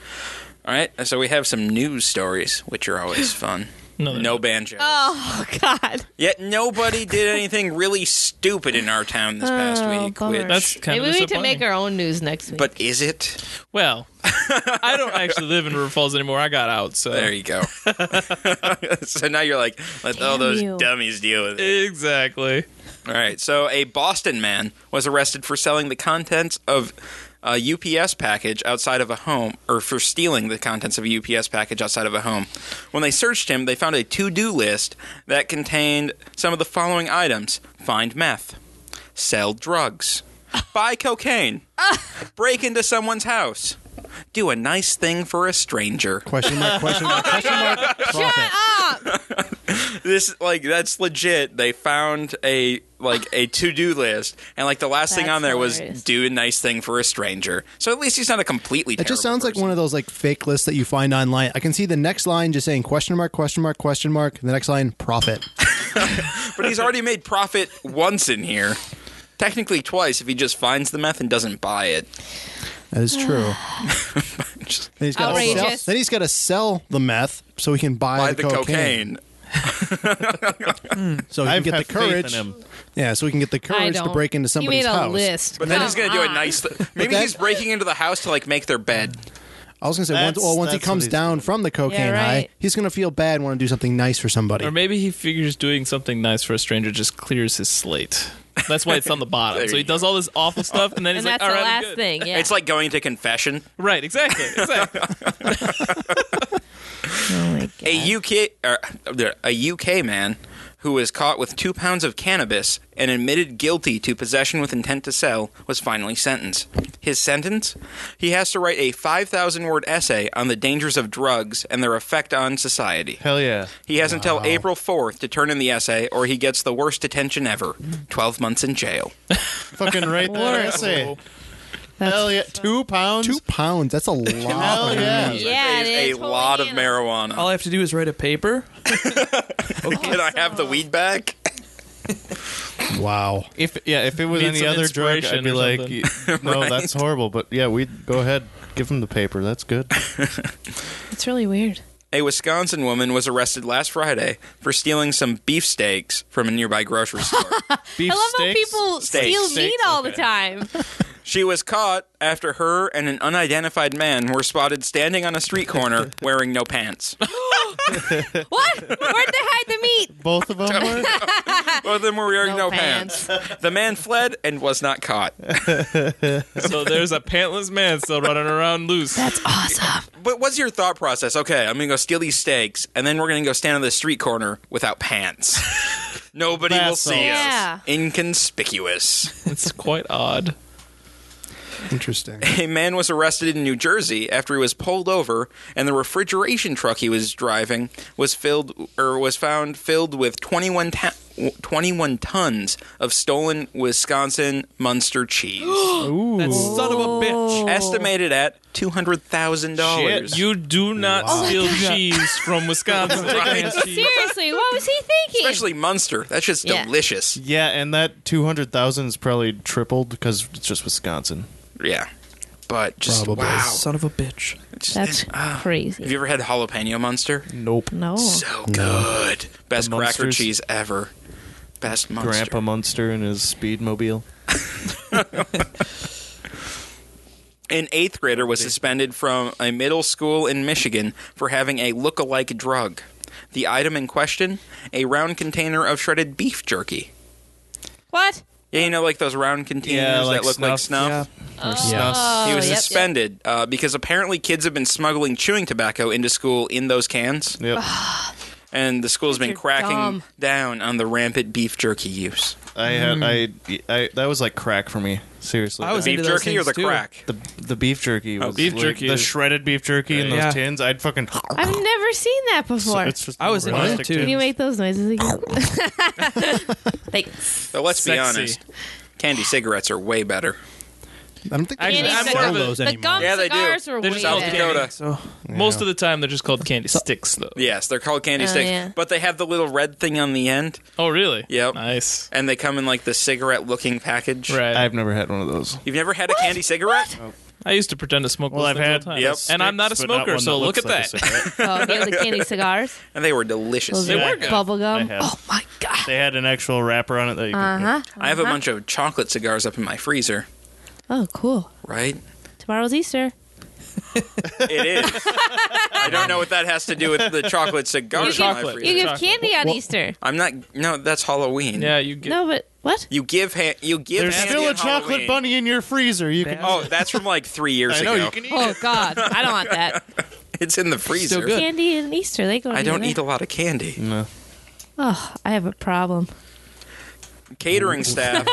Speaker 6: All right, so we have some news stories, which are always fun.
Speaker 7: No, they're
Speaker 6: no banjos.
Speaker 4: Oh, God.
Speaker 6: Yet nobody did anything really stupid in our town this past
Speaker 4: Oh,
Speaker 6: week.
Speaker 4: bummer.
Speaker 6: Which,
Speaker 7: that's
Speaker 4: Maybe
Speaker 7: kind of
Speaker 4: we need to
Speaker 7: disappointing.
Speaker 4: make our own news next week.
Speaker 6: but is it?
Speaker 7: Well, I don't actually live in River Falls anymore. I got out, so
Speaker 6: There you go. so now you're like, let all those
Speaker 4: you.
Speaker 6: dummies deal with it.
Speaker 7: exactly.
Speaker 6: All right. So a Boston man was arrested for selling the contents of a UPS package outside of a home, or for stealing the contents of a UPS package outside of a home. When they searched him, they found a to do list that contained some of the following items find meth, sell drugs, buy cocaine, break into someone's house, do a nice thing for a stranger.
Speaker 2: Question mark, question mark, question mark. Profit.
Speaker 6: this like that's legit. They found a like a to do list, and like the last thing
Speaker 4: That's
Speaker 6: on there
Speaker 4: hilarious.
Speaker 6: was do a nice thing for a stranger. So at least he's not a completely.
Speaker 2: That just sounds like one of those like fake lists that you find online. I can see the next line just saying question mark, question mark, question mark. The next line, profit.
Speaker 6: But he's already made profit once in here. Technically twice if he just finds the meth and doesn't buy it.
Speaker 2: That is true. then, he's gotta
Speaker 4: Outrageous.
Speaker 2: sell, then he's got to sell the meth so he can buy,
Speaker 6: Buy the cocaine.
Speaker 2: So he can
Speaker 8: I've
Speaker 2: get
Speaker 8: had
Speaker 2: the
Speaker 8: faith in
Speaker 2: courage.
Speaker 8: him.
Speaker 2: Yeah, so he can get the
Speaker 4: I
Speaker 2: courage to
Speaker 4: don't.
Speaker 2: break into somebody's
Speaker 4: he made a
Speaker 2: house.
Speaker 4: list.
Speaker 6: But then
Speaker 4: Come
Speaker 6: he's gonna do a
Speaker 4: on.
Speaker 6: nice. Th- Maybe
Speaker 2: that-
Speaker 6: he's breaking into the house to like make their bed.
Speaker 2: I was gonna say once,
Speaker 8: That's-
Speaker 2: well, once he
Speaker 8: that's what
Speaker 2: comes
Speaker 8: he's
Speaker 2: down from the cocaine high,
Speaker 4: right.
Speaker 2: he's gonna feel bad, and want to do something nice for somebody.
Speaker 7: Or maybe he figures doing something nice for a stranger just clears his slate. That's why it's on the bottom.
Speaker 6: There
Speaker 7: so he
Speaker 6: you
Speaker 7: does all this awful stuff, and then he's
Speaker 4: And
Speaker 7: like,
Speaker 4: that's
Speaker 7: "All
Speaker 4: the
Speaker 7: right, I'm
Speaker 4: last
Speaker 7: good."
Speaker 4: thing. Yeah.
Speaker 6: It's like going to confession.
Speaker 7: Right? Exactly. Exactly.
Speaker 4: oh my god.
Speaker 6: A UK or, uh, a UK man who was caught with two pounds of cannabis and admitted guilty to possession with intent to sell was finally sentenced. His sentence? He has to write a 5,000 word essay on the dangers of drugs and their effect on society.
Speaker 8: Hell yeah.
Speaker 6: He has until April 4th to turn in the essay or he gets the worst detention ever 12 months in jail.
Speaker 8: Fucking right there. essay. Hell yeah. Two pounds?
Speaker 2: two pounds. That's a
Speaker 8: Hell
Speaker 2: lot.
Speaker 4: Oh, yeah,
Speaker 8: yeah.
Speaker 6: That
Speaker 4: it
Speaker 6: is
Speaker 4: is.
Speaker 6: a
Speaker 4: Holy
Speaker 6: lot of
Speaker 4: Hannah.
Speaker 6: marijuana.
Speaker 9: Oh, All I have to do is write a paper.
Speaker 6: Can I have the weed back?
Speaker 2: wow.
Speaker 8: If yeah, if it was
Speaker 7: Need
Speaker 8: any
Speaker 7: some
Speaker 8: other drug,
Speaker 7: inspiration
Speaker 8: I'd be
Speaker 7: or
Speaker 8: like,
Speaker 7: something.
Speaker 8: y- no, that's horrible. But yeah, we go ahead, give him the paper. That's good.
Speaker 4: It's really weird.
Speaker 6: A Wisconsin woman was arrested last Friday for stealing some beefsteaks from a nearby grocery store.
Speaker 8: Beef
Speaker 4: I love
Speaker 8: steaks?
Speaker 4: how people
Speaker 6: Steaks.
Speaker 4: steal
Speaker 6: Steaks,
Speaker 4: meat all the time.
Speaker 6: she was caught after her and an unidentified man were spotted standing on a street corner wearing no pants.
Speaker 4: what? Where'd they hide the meat?
Speaker 8: Both of them. were?
Speaker 6: Both of them were wearing no, pants. The man fled and was not caught.
Speaker 7: so there's a pantless man still running around loose.
Speaker 4: That's awesome.
Speaker 6: But what's your thought process? Okay, I'm gonna go steal these steaks, and then we're gonna go stand on the street corner without pants. Nobody will
Speaker 8: That's
Speaker 6: see
Speaker 4: awesome. Yeah.
Speaker 6: us. Inconspicuous.
Speaker 7: It's quite odd.
Speaker 2: Interesting.
Speaker 6: A man was arrested in New Jersey after he was pulled over, and the refrigeration truck he was driving was filled or was found filled with 21, ta- 21 tons of stolen Wisconsin Munster cheese,
Speaker 9: That son of a bitch.
Speaker 6: estimated at two hundred thousand dollars.
Speaker 7: You do not steal
Speaker 8: Oh
Speaker 7: cheese from Wisconsin.
Speaker 4: Seriously, what was he thinking?
Speaker 6: Especially Munster. That's just
Speaker 4: Yeah.
Speaker 6: delicious.
Speaker 8: Yeah, and that two hundred thousand is probably tripled because it's just Wisconsin.
Speaker 6: Yeah. But just
Speaker 2: Probably.
Speaker 6: wow.
Speaker 9: Son of a bitch.
Speaker 6: Just-
Speaker 4: That's
Speaker 6: have
Speaker 4: crazy.
Speaker 6: you ever had jalapeno monster?
Speaker 8: Nope.
Speaker 4: No.
Speaker 6: So good. Best
Speaker 8: The
Speaker 6: cracker
Speaker 8: Munsters?
Speaker 6: cheese ever. Best monster.
Speaker 8: Grandpa Munster and his speedmobile.
Speaker 6: An eighth grader was suspended from a middle school in Michigan for having a look-alike drug. The item in question, a round container of shredded beef jerky.
Speaker 4: What?
Speaker 6: Yeah, you know, like those round containers that look like snuff.
Speaker 4: Oh,
Speaker 6: He was
Speaker 4: yep, yep.
Speaker 6: suspended uh, because apparently kids have been smuggling chewing tobacco into school in those cans.
Speaker 8: Yep.
Speaker 6: and the school's been
Speaker 4: Kids are
Speaker 6: cracking
Speaker 4: dumb.
Speaker 6: down on the rampant beef jerky use.
Speaker 8: I had I, I that was like crack for me. Seriously.
Speaker 9: Mm. I was
Speaker 6: beef
Speaker 9: into those
Speaker 6: jerky or
Speaker 9: things,
Speaker 6: the
Speaker 9: too.
Speaker 6: crack?
Speaker 8: the the Oh, beef jerky was
Speaker 7: beef
Speaker 8: like,
Speaker 7: jerky
Speaker 8: the
Speaker 7: is-
Speaker 8: shredded beef jerky in those
Speaker 9: Yeah.
Speaker 8: tins. I'd fucking.
Speaker 4: I've never seen that before.
Speaker 8: It's just
Speaker 9: I was into
Speaker 8: plastic
Speaker 9: it, too.
Speaker 8: tin.
Speaker 4: Can you make those noises again? Thanks.
Speaker 6: But let's be
Speaker 7: Sexy.
Speaker 6: honest, candy cigarettes are way better.
Speaker 2: I don't think they
Speaker 7: Actually,
Speaker 2: even
Speaker 7: I'm more
Speaker 2: sell
Speaker 7: of a-
Speaker 2: those
Speaker 4: the
Speaker 2: anymore.
Speaker 4: gum
Speaker 6: Yeah, they do.
Speaker 4: cigars were
Speaker 7: They're
Speaker 4: way
Speaker 7: just
Speaker 6: South
Speaker 7: Yeah.
Speaker 4: better.
Speaker 6: Dakota,
Speaker 9: So
Speaker 7: Most of the time, they're just called candy sticks, though.
Speaker 6: yes, they're called candy
Speaker 4: Oh,
Speaker 6: sticks,
Speaker 4: yeah.
Speaker 6: but they have the little red thing on the end,
Speaker 7: Oh, really?
Speaker 6: Yep.
Speaker 7: Nice.
Speaker 6: and they come in like the cigarette-looking package.
Speaker 7: Right.
Speaker 8: I've never had one of those.
Speaker 6: You've never had a candy cigarette?
Speaker 7: I used to pretend to smoke.
Speaker 8: Well,
Speaker 7: those
Speaker 8: I've
Speaker 7: things all
Speaker 8: had.
Speaker 7: the time.
Speaker 6: Yep.
Speaker 7: and I'm not a
Speaker 8: sticks, but
Speaker 7: smoker,
Speaker 8: one
Speaker 7: so look
Speaker 8: looks
Speaker 7: at
Speaker 8: like a
Speaker 7: that.
Speaker 8: cigarette.
Speaker 4: Oh, you know, the candy cigars.
Speaker 6: And they were delicious.
Speaker 4: Those are
Speaker 8: were
Speaker 4: like
Speaker 8: good.
Speaker 4: bubble gum.
Speaker 8: I have.
Speaker 4: Oh my god.
Speaker 8: they had an actual wrapper on it that you
Speaker 4: Uh
Speaker 9: Uh-huh.
Speaker 8: could
Speaker 4: huh.
Speaker 6: I have a bunch of chocolate cigars up in my freezer,
Speaker 4: Oh, cool.
Speaker 6: right?
Speaker 4: Tomorrow's Easter.
Speaker 6: It is. I don't know what that has to do with the Oh, chocolate cigar.
Speaker 4: You
Speaker 6: in my
Speaker 7: Chocolate.
Speaker 6: freezer.
Speaker 4: You give
Speaker 7: Chocolate.
Speaker 4: candy on Easter.
Speaker 6: I'm not. No, that's Halloween.
Speaker 7: Yeah, you get.
Speaker 4: No, but what?
Speaker 6: You give ha- you give.
Speaker 8: There's
Speaker 6: candy
Speaker 8: still a
Speaker 6: on
Speaker 8: chocolate
Speaker 6: Halloween.
Speaker 8: bunny in your freezer. You can.
Speaker 6: Oh, that's from like three years
Speaker 8: I know
Speaker 6: ago.
Speaker 8: you can eat.
Speaker 4: Oh God, I don't want that.
Speaker 6: It's in the freezer.
Speaker 9: good.
Speaker 4: Candy and Easter, they go.
Speaker 6: I don't eat
Speaker 4: together.
Speaker 6: a lot of candy.
Speaker 8: No.
Speaker 4: Oh, I have a problem.
Speaker 6: Catering staff,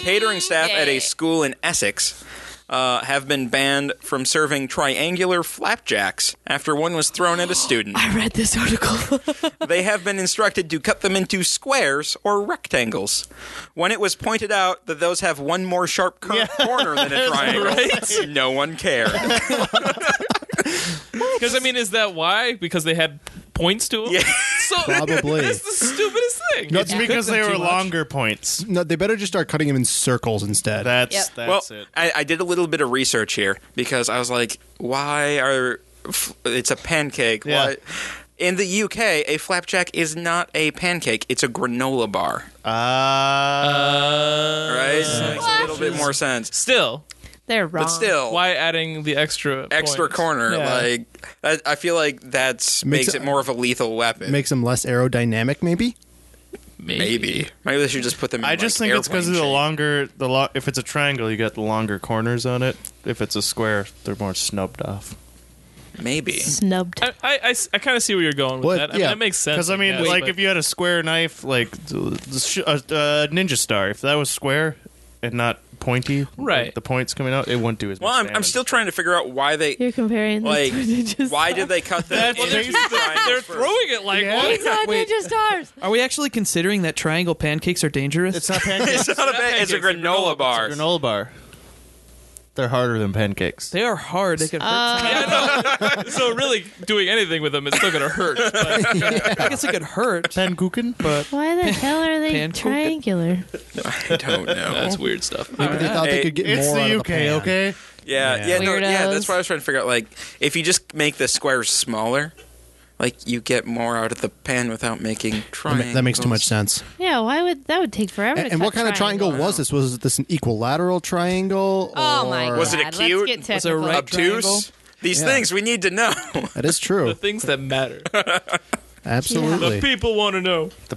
Speaker 6: catering staff at a school in Essex, uh, have been banned from serving triangular flapjacks after one was thrown at a student.
Speaker 4: I read this article.
Speaker 6: they have been instructed to cut them into squares or rectangles. When it was pointed out that those have one more sharp cor- corner than a triangle, no one cared.
Speaker 7: Because I mean, is that why? Because they had points to them.
Speaker 6: Yeah.
Speaker 7: So
Speaker 2: Probably.
Speaker 7: that's the stupidest thing.
Speaker 8: That's because they were
Speaker 9: too much.
Speaker 8: longer points.
Speaker 2: No, they better just start cutting them in circles instead.
Speaker 8: That's
Speaker 4: Yep.
Speaker 8: that's
Speaker 6: well,
Speaker 8: it.
Speaker 6: I, I did a little bit of research here because I was like, why are f- it's a pancake?
Speaker 8: Yeah.
Speaker 6: Why? In the UK, a flapjack is not a pancake; it's a granola bar.
Speaker 8: Uh,
Speaker 6: Right? Makes a little bit more sense.
Speaker 7: Still,
Speaker 4: They're wrong.
Speaker 6: But still,
Speaker 7: why adding the extra
Speaker 6: extra
Speaker 7: points?
Speaker 6: corner?
Speaker 7: Yeah.
Speaker 6: Like, I, I feel like that's
Speaker 2: Makes
Speaker 6: makes,
Speaker 2: it-
Speaker 6: it more of a lethal weapon.
Speaker 2: Makes them less aerodynamic, maybe.
Speaker 6: maybe, maybe they should just put them. In,
Speaker 8: I just
Speaker 6: like,
Speaker 8: think it's because of
Speaker 6: airplane
Speaker 8: the
Speaker 6: shape.
Speaker 8: longer the lo- if it's a triangle, you got the longer corners on it. If it's a square, they're more snubbed off.
Speaker 6: Maybe
Speaker 4: Snubbed.
Speaker 7: I, I, I, kind of see where you're going with
Speaker 2: What?
Speaker 7: that. I mean,
Speaker 2: Yeah.
Speaker 7: that makes sense.
Speaker 8: Because I mean,
Speaker 7: guess,
Speaker 8: like
Speaker 7: but-
Speaker 8: if you had a square knife, like the- the sh- uh, uh, ninja star, if that was square and not pointy,
Speaker 7: Right.
Speaker 8: like, the points coming out, it wouldn't do as
Speaker 6: Well,
Speaker 8: much.
Speaker 6: I'm, I'm
Speaker 8: damage.
Speaker 6: still trying to figure out why they
Speaker 4: You're comparing this
Speaker 6: like.
Speaker 4: to ninja
Speaker 6: Why
Speaker 4: stars.
Speaker 6: did they cut that?
Speaker 7: Well, they're, they're throwing it like what?
Speaker 4: He's on
Speaker 9: Wait.
Speaker 4: ninja stars.
Speaker 9: Are we actually considering that triangle pancakes are dangerous?
Speaker 8: It's not pancakes.
Speaker 6: It's not a bag. It's a granola bar.
Speaker 8: granola bar. They're harder than pancakes.
Speaker 9: they are hard. They could hurt.
Speaker 4: Uh,
Speaker 9: someone.
Speaker 7: So really, doing anything with them is still gonna hurt. But
Speaker 9: I guess it could
Speaker 8: Uh.
Speaker 9: hurt.
Speaker 8: Pankuchen, but
Speaker 4: Why the hell are they
Speaker 9: Pan cook it.
Speaker 4: triangular?
Speaker 6: I don't know.
Speaker 7: that's weird stuff.
Speaker 2: Maybe they thought they
Speaker 6: Hey,
Speaker 2: could get
Speaker 8: it's
Speaker 2: more out
Speaker 8: the
Speaker 2: of
Speaker 8: UK,
Speaker 2: pan.
Speaker 8: okay?
Speaker 6: Yeah, yeah, no,
Speaker 4: Weirdos.
Speaker 6: yeah. That's why I was trying to figure out. Like, if you just make the squares smaller, like you get more out of the pan without making
Speaker 2: That ma-
Speaker 6: triangles.
Speaker 2: That makes too much sense.
Speaker 4: Yeah, why would that would take forever?
Speaker 2: And,
Speaker 4: to
Speaker 2: and
Speaker 4: cut
Speaker 2: what kind of triangle
Speaker 4: triangles.
Speaker 2: was this? Was this an equilateral triangle?
Speaker 4: Oh my
Speaker 2: or-
Speaker 4: god!
Speaker 6: Was it a cute-
Speaker 4: Let's get
Speaker 9: Was it a
Speaker 4: technical.
Speaker 9: right
Speaker 6: Obtuse.
Speaker 9: triangle?
Speaker 6: These
Speaker 2: Yeah.
Speaker 6: things we need to know.
Speaker 2: That is true.
Speaker 7: The things that matter.
Speaker 2: Absolutely.
Speaker 7: The people want to know.
Speaker 8: The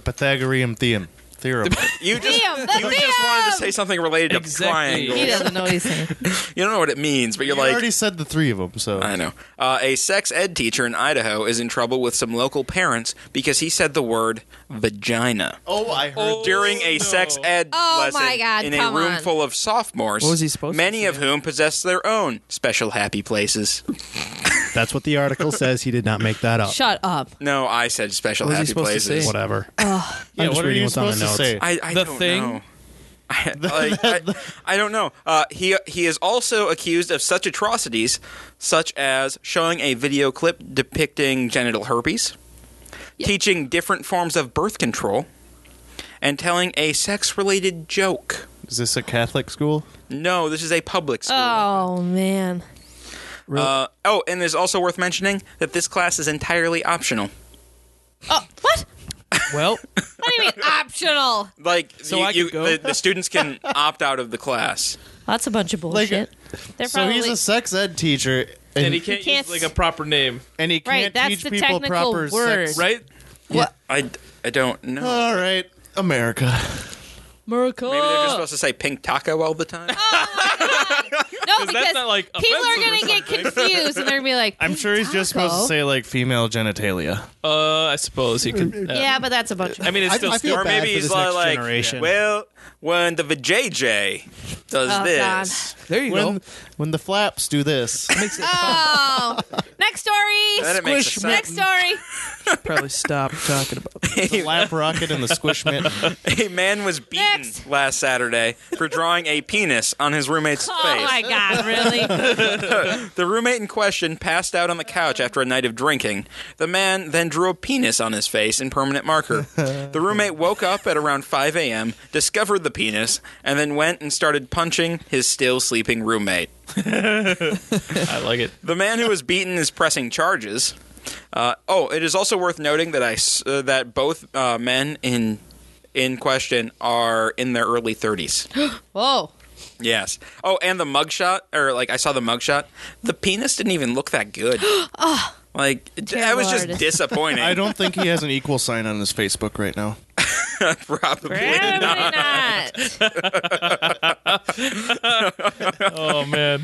Speaker 8: Pythagorean theorem. Theorem.
Speaker 6: You just
Speaker 4: Damn, that's
Speaker 6: you just wanted to
Speaker 4: damn.
Speaker 6: say something related
Speaker 7: Exactly.
Speaker 6: to
Speaker 4: He
Speaker 6: triangles.
Speaker 4: doesn't know what he's saying.
Speaker 6: You don't know what it means, but you're
Speaker 8: you
Speaker 6: like.
Speaker 8: already said the three of them, so
Speaker 6: I know. Uh, a sex ed teacher in Idaho is in trouble with some local parents because he said the word vagina
Speaker 8: Oh, I heard.
Speaker 6: during a sex ed
Speaker 4: Oh,
Speaker 6: lesson
Speaker 4: my God,
Speaker 6: in
Speaker 4: come
Speaker 6: a room
Speaker 4: on.
Speaker 6: full of sophomores.
Speaker 9: What was he supposed to
Speaker 6: Many
Speaker 9: say?
Speaker 6: of whom possess their own special happy places.
Speaker 2: That's what the article says. He did not make that up.
Speaker 4: Shut up.
Speaker 6: No, I said special
Speaker 9: What was he
Speaker 6: happy
Speaker 9: supposed to
Speaker 6: places.
Speaker 9: say?
Speaker 2: Whatever.
Speaker 8: Yeah,
Speaker 2: I'm just
Speaker 8: what are
Speaker 2: reading
Speaker 8: you
Speaker 2: what's on the
Speaker 8: supposed to
Speaker 2: notes.
Speaker 8: say?
Speaker 6: I, I
Speaker 9: The
Speaker 6: don't
Speaker 9: thing?
Speaker 6: know. I, like, I, I don't know. Uh, he he is also accused of such atrocities, such as showing a video clip depicting genital herpes, teaching different forms of birth control, and telling a sex-related joke.
Speaker 8: Is this a Catholic school?
Speaker 6: No, this is a public school.
Speaker 4: Oh man.
Speaker 6: Uh, oh, and it's also worth mentioning that this class is entirely optional.
Speaker 4: Oh, what?
Speaker 9: Well,
Speaker 4: What do you mean optional?
Speaker 6: Like,
Speaker 9: So
Speaker 6: you,
Speaker 9: I could
Speaker 6: you-
Speaker 9: go?
Speaker 6: The, the students can opt out of the class.
Speaker 4: That's a bunch of bullshit. They're
Speaker 8: So
Speaker 4: probably
Speaker 8: he's a sex ed teacher, and,
Speaker 7: And he can't,
Speaker 4: can't
Speaker 7: use
Speaker 4: s-
Speaker 7: like a proper name,
Speaker 8: and he
Speaker 4: Right,
Speaker 8: can't
Speaker 4: that's
Speaker 8: teach
Speaker 4: the
Speaker 8: people
Speaker 4: technical
Speaker 8: proper
Speaker 4: word.
Speaker 8: sex.
Speaker 7: right?
Speaker 6: I, I don't know.
Speaker 8: All right, America.
Speaker 4: miracle.
Speaker 6: Maybe they're just supposed to say pink taco all the time.
Speaker 4: no,
Speaker 7: that's
Speaker 4: because
Speaker 7: not, like,
Speaker 4: people are
Speaker 7: offensive
Speaker 4: gonna
Speaker 7: or
Speaker 4: get confused and they're gonna be like,
Speaker 8: I'm sure he's just supposed to
Speaker 4: "Taco?"
Speaker 8: say like female genitalia.
Speaker 7: Uh, I suppose he could. uh,
Speaker 4: Yeah, but that's a bunch. of
Speaker 7: I mean, it's
Speaker 2: I-
Speaker 7: still
Speaker 2: I feel
Speaker 6: or
Speaker 7: stupid.
Speaker 2: bad
Speaker 6: maybe
Speaker 2: for
Speaker 6: he's
Speaker 2: this
Speaker 6: like,
Speaker 2: next generation.
Speaker 6: well, when the vajayjay does
Speaker 4: Oh,
Speaker 6: this,
Speaker 9: there you
Speaker 8: When
Speaker 9: go.
Speaker 8: when the flaps do this,
Speaker 4: Oh, next
Speaker 6: then
Speaker 4: story.
Speaker 6: it makes a
Speaker 4: Next
Speaker 6: sense.
Speaker 4: story.
Speaker 9: Probably stop talking about. That.
Speaker 8: the lap rocket and the squish mitten.
Speaker 6: A man was beaten
Speaker 4: Next.
Speaker 6: last Saturday for drawing a penis on his roommate's
Speaker 4: Oh
Speaker 6: face.
Speaker 4: my god, really?
Speaker 6: The roommate in question passed out on the couch after a night of drinking. The man then drew a penis on his face in permanent marker. The roommate woke up at around 5 a.m., discovered the penis, and then went and started punching his still sleeping roommate.
Speaker 7: I like it.
Speaker 6: The man who was beaten is pressing charges. Uh, oh, it is also worth noting that I s- uh, that both uh, men in in question are in their early 30s.
Speaker 4: Whoa.
Speaker 6: Yes. Oh, and the mugshot, or like I saw the mugshot. The penis didn't even look that good. like I was just
Speaker 4: Lord.
Speaker 6: disappointed.
Speaker 8: I don't think he has an equal sign on his Facebook right now.
Speaker 6: probably.
Speaker 4: Probably not.
Speaker 7: Oh man.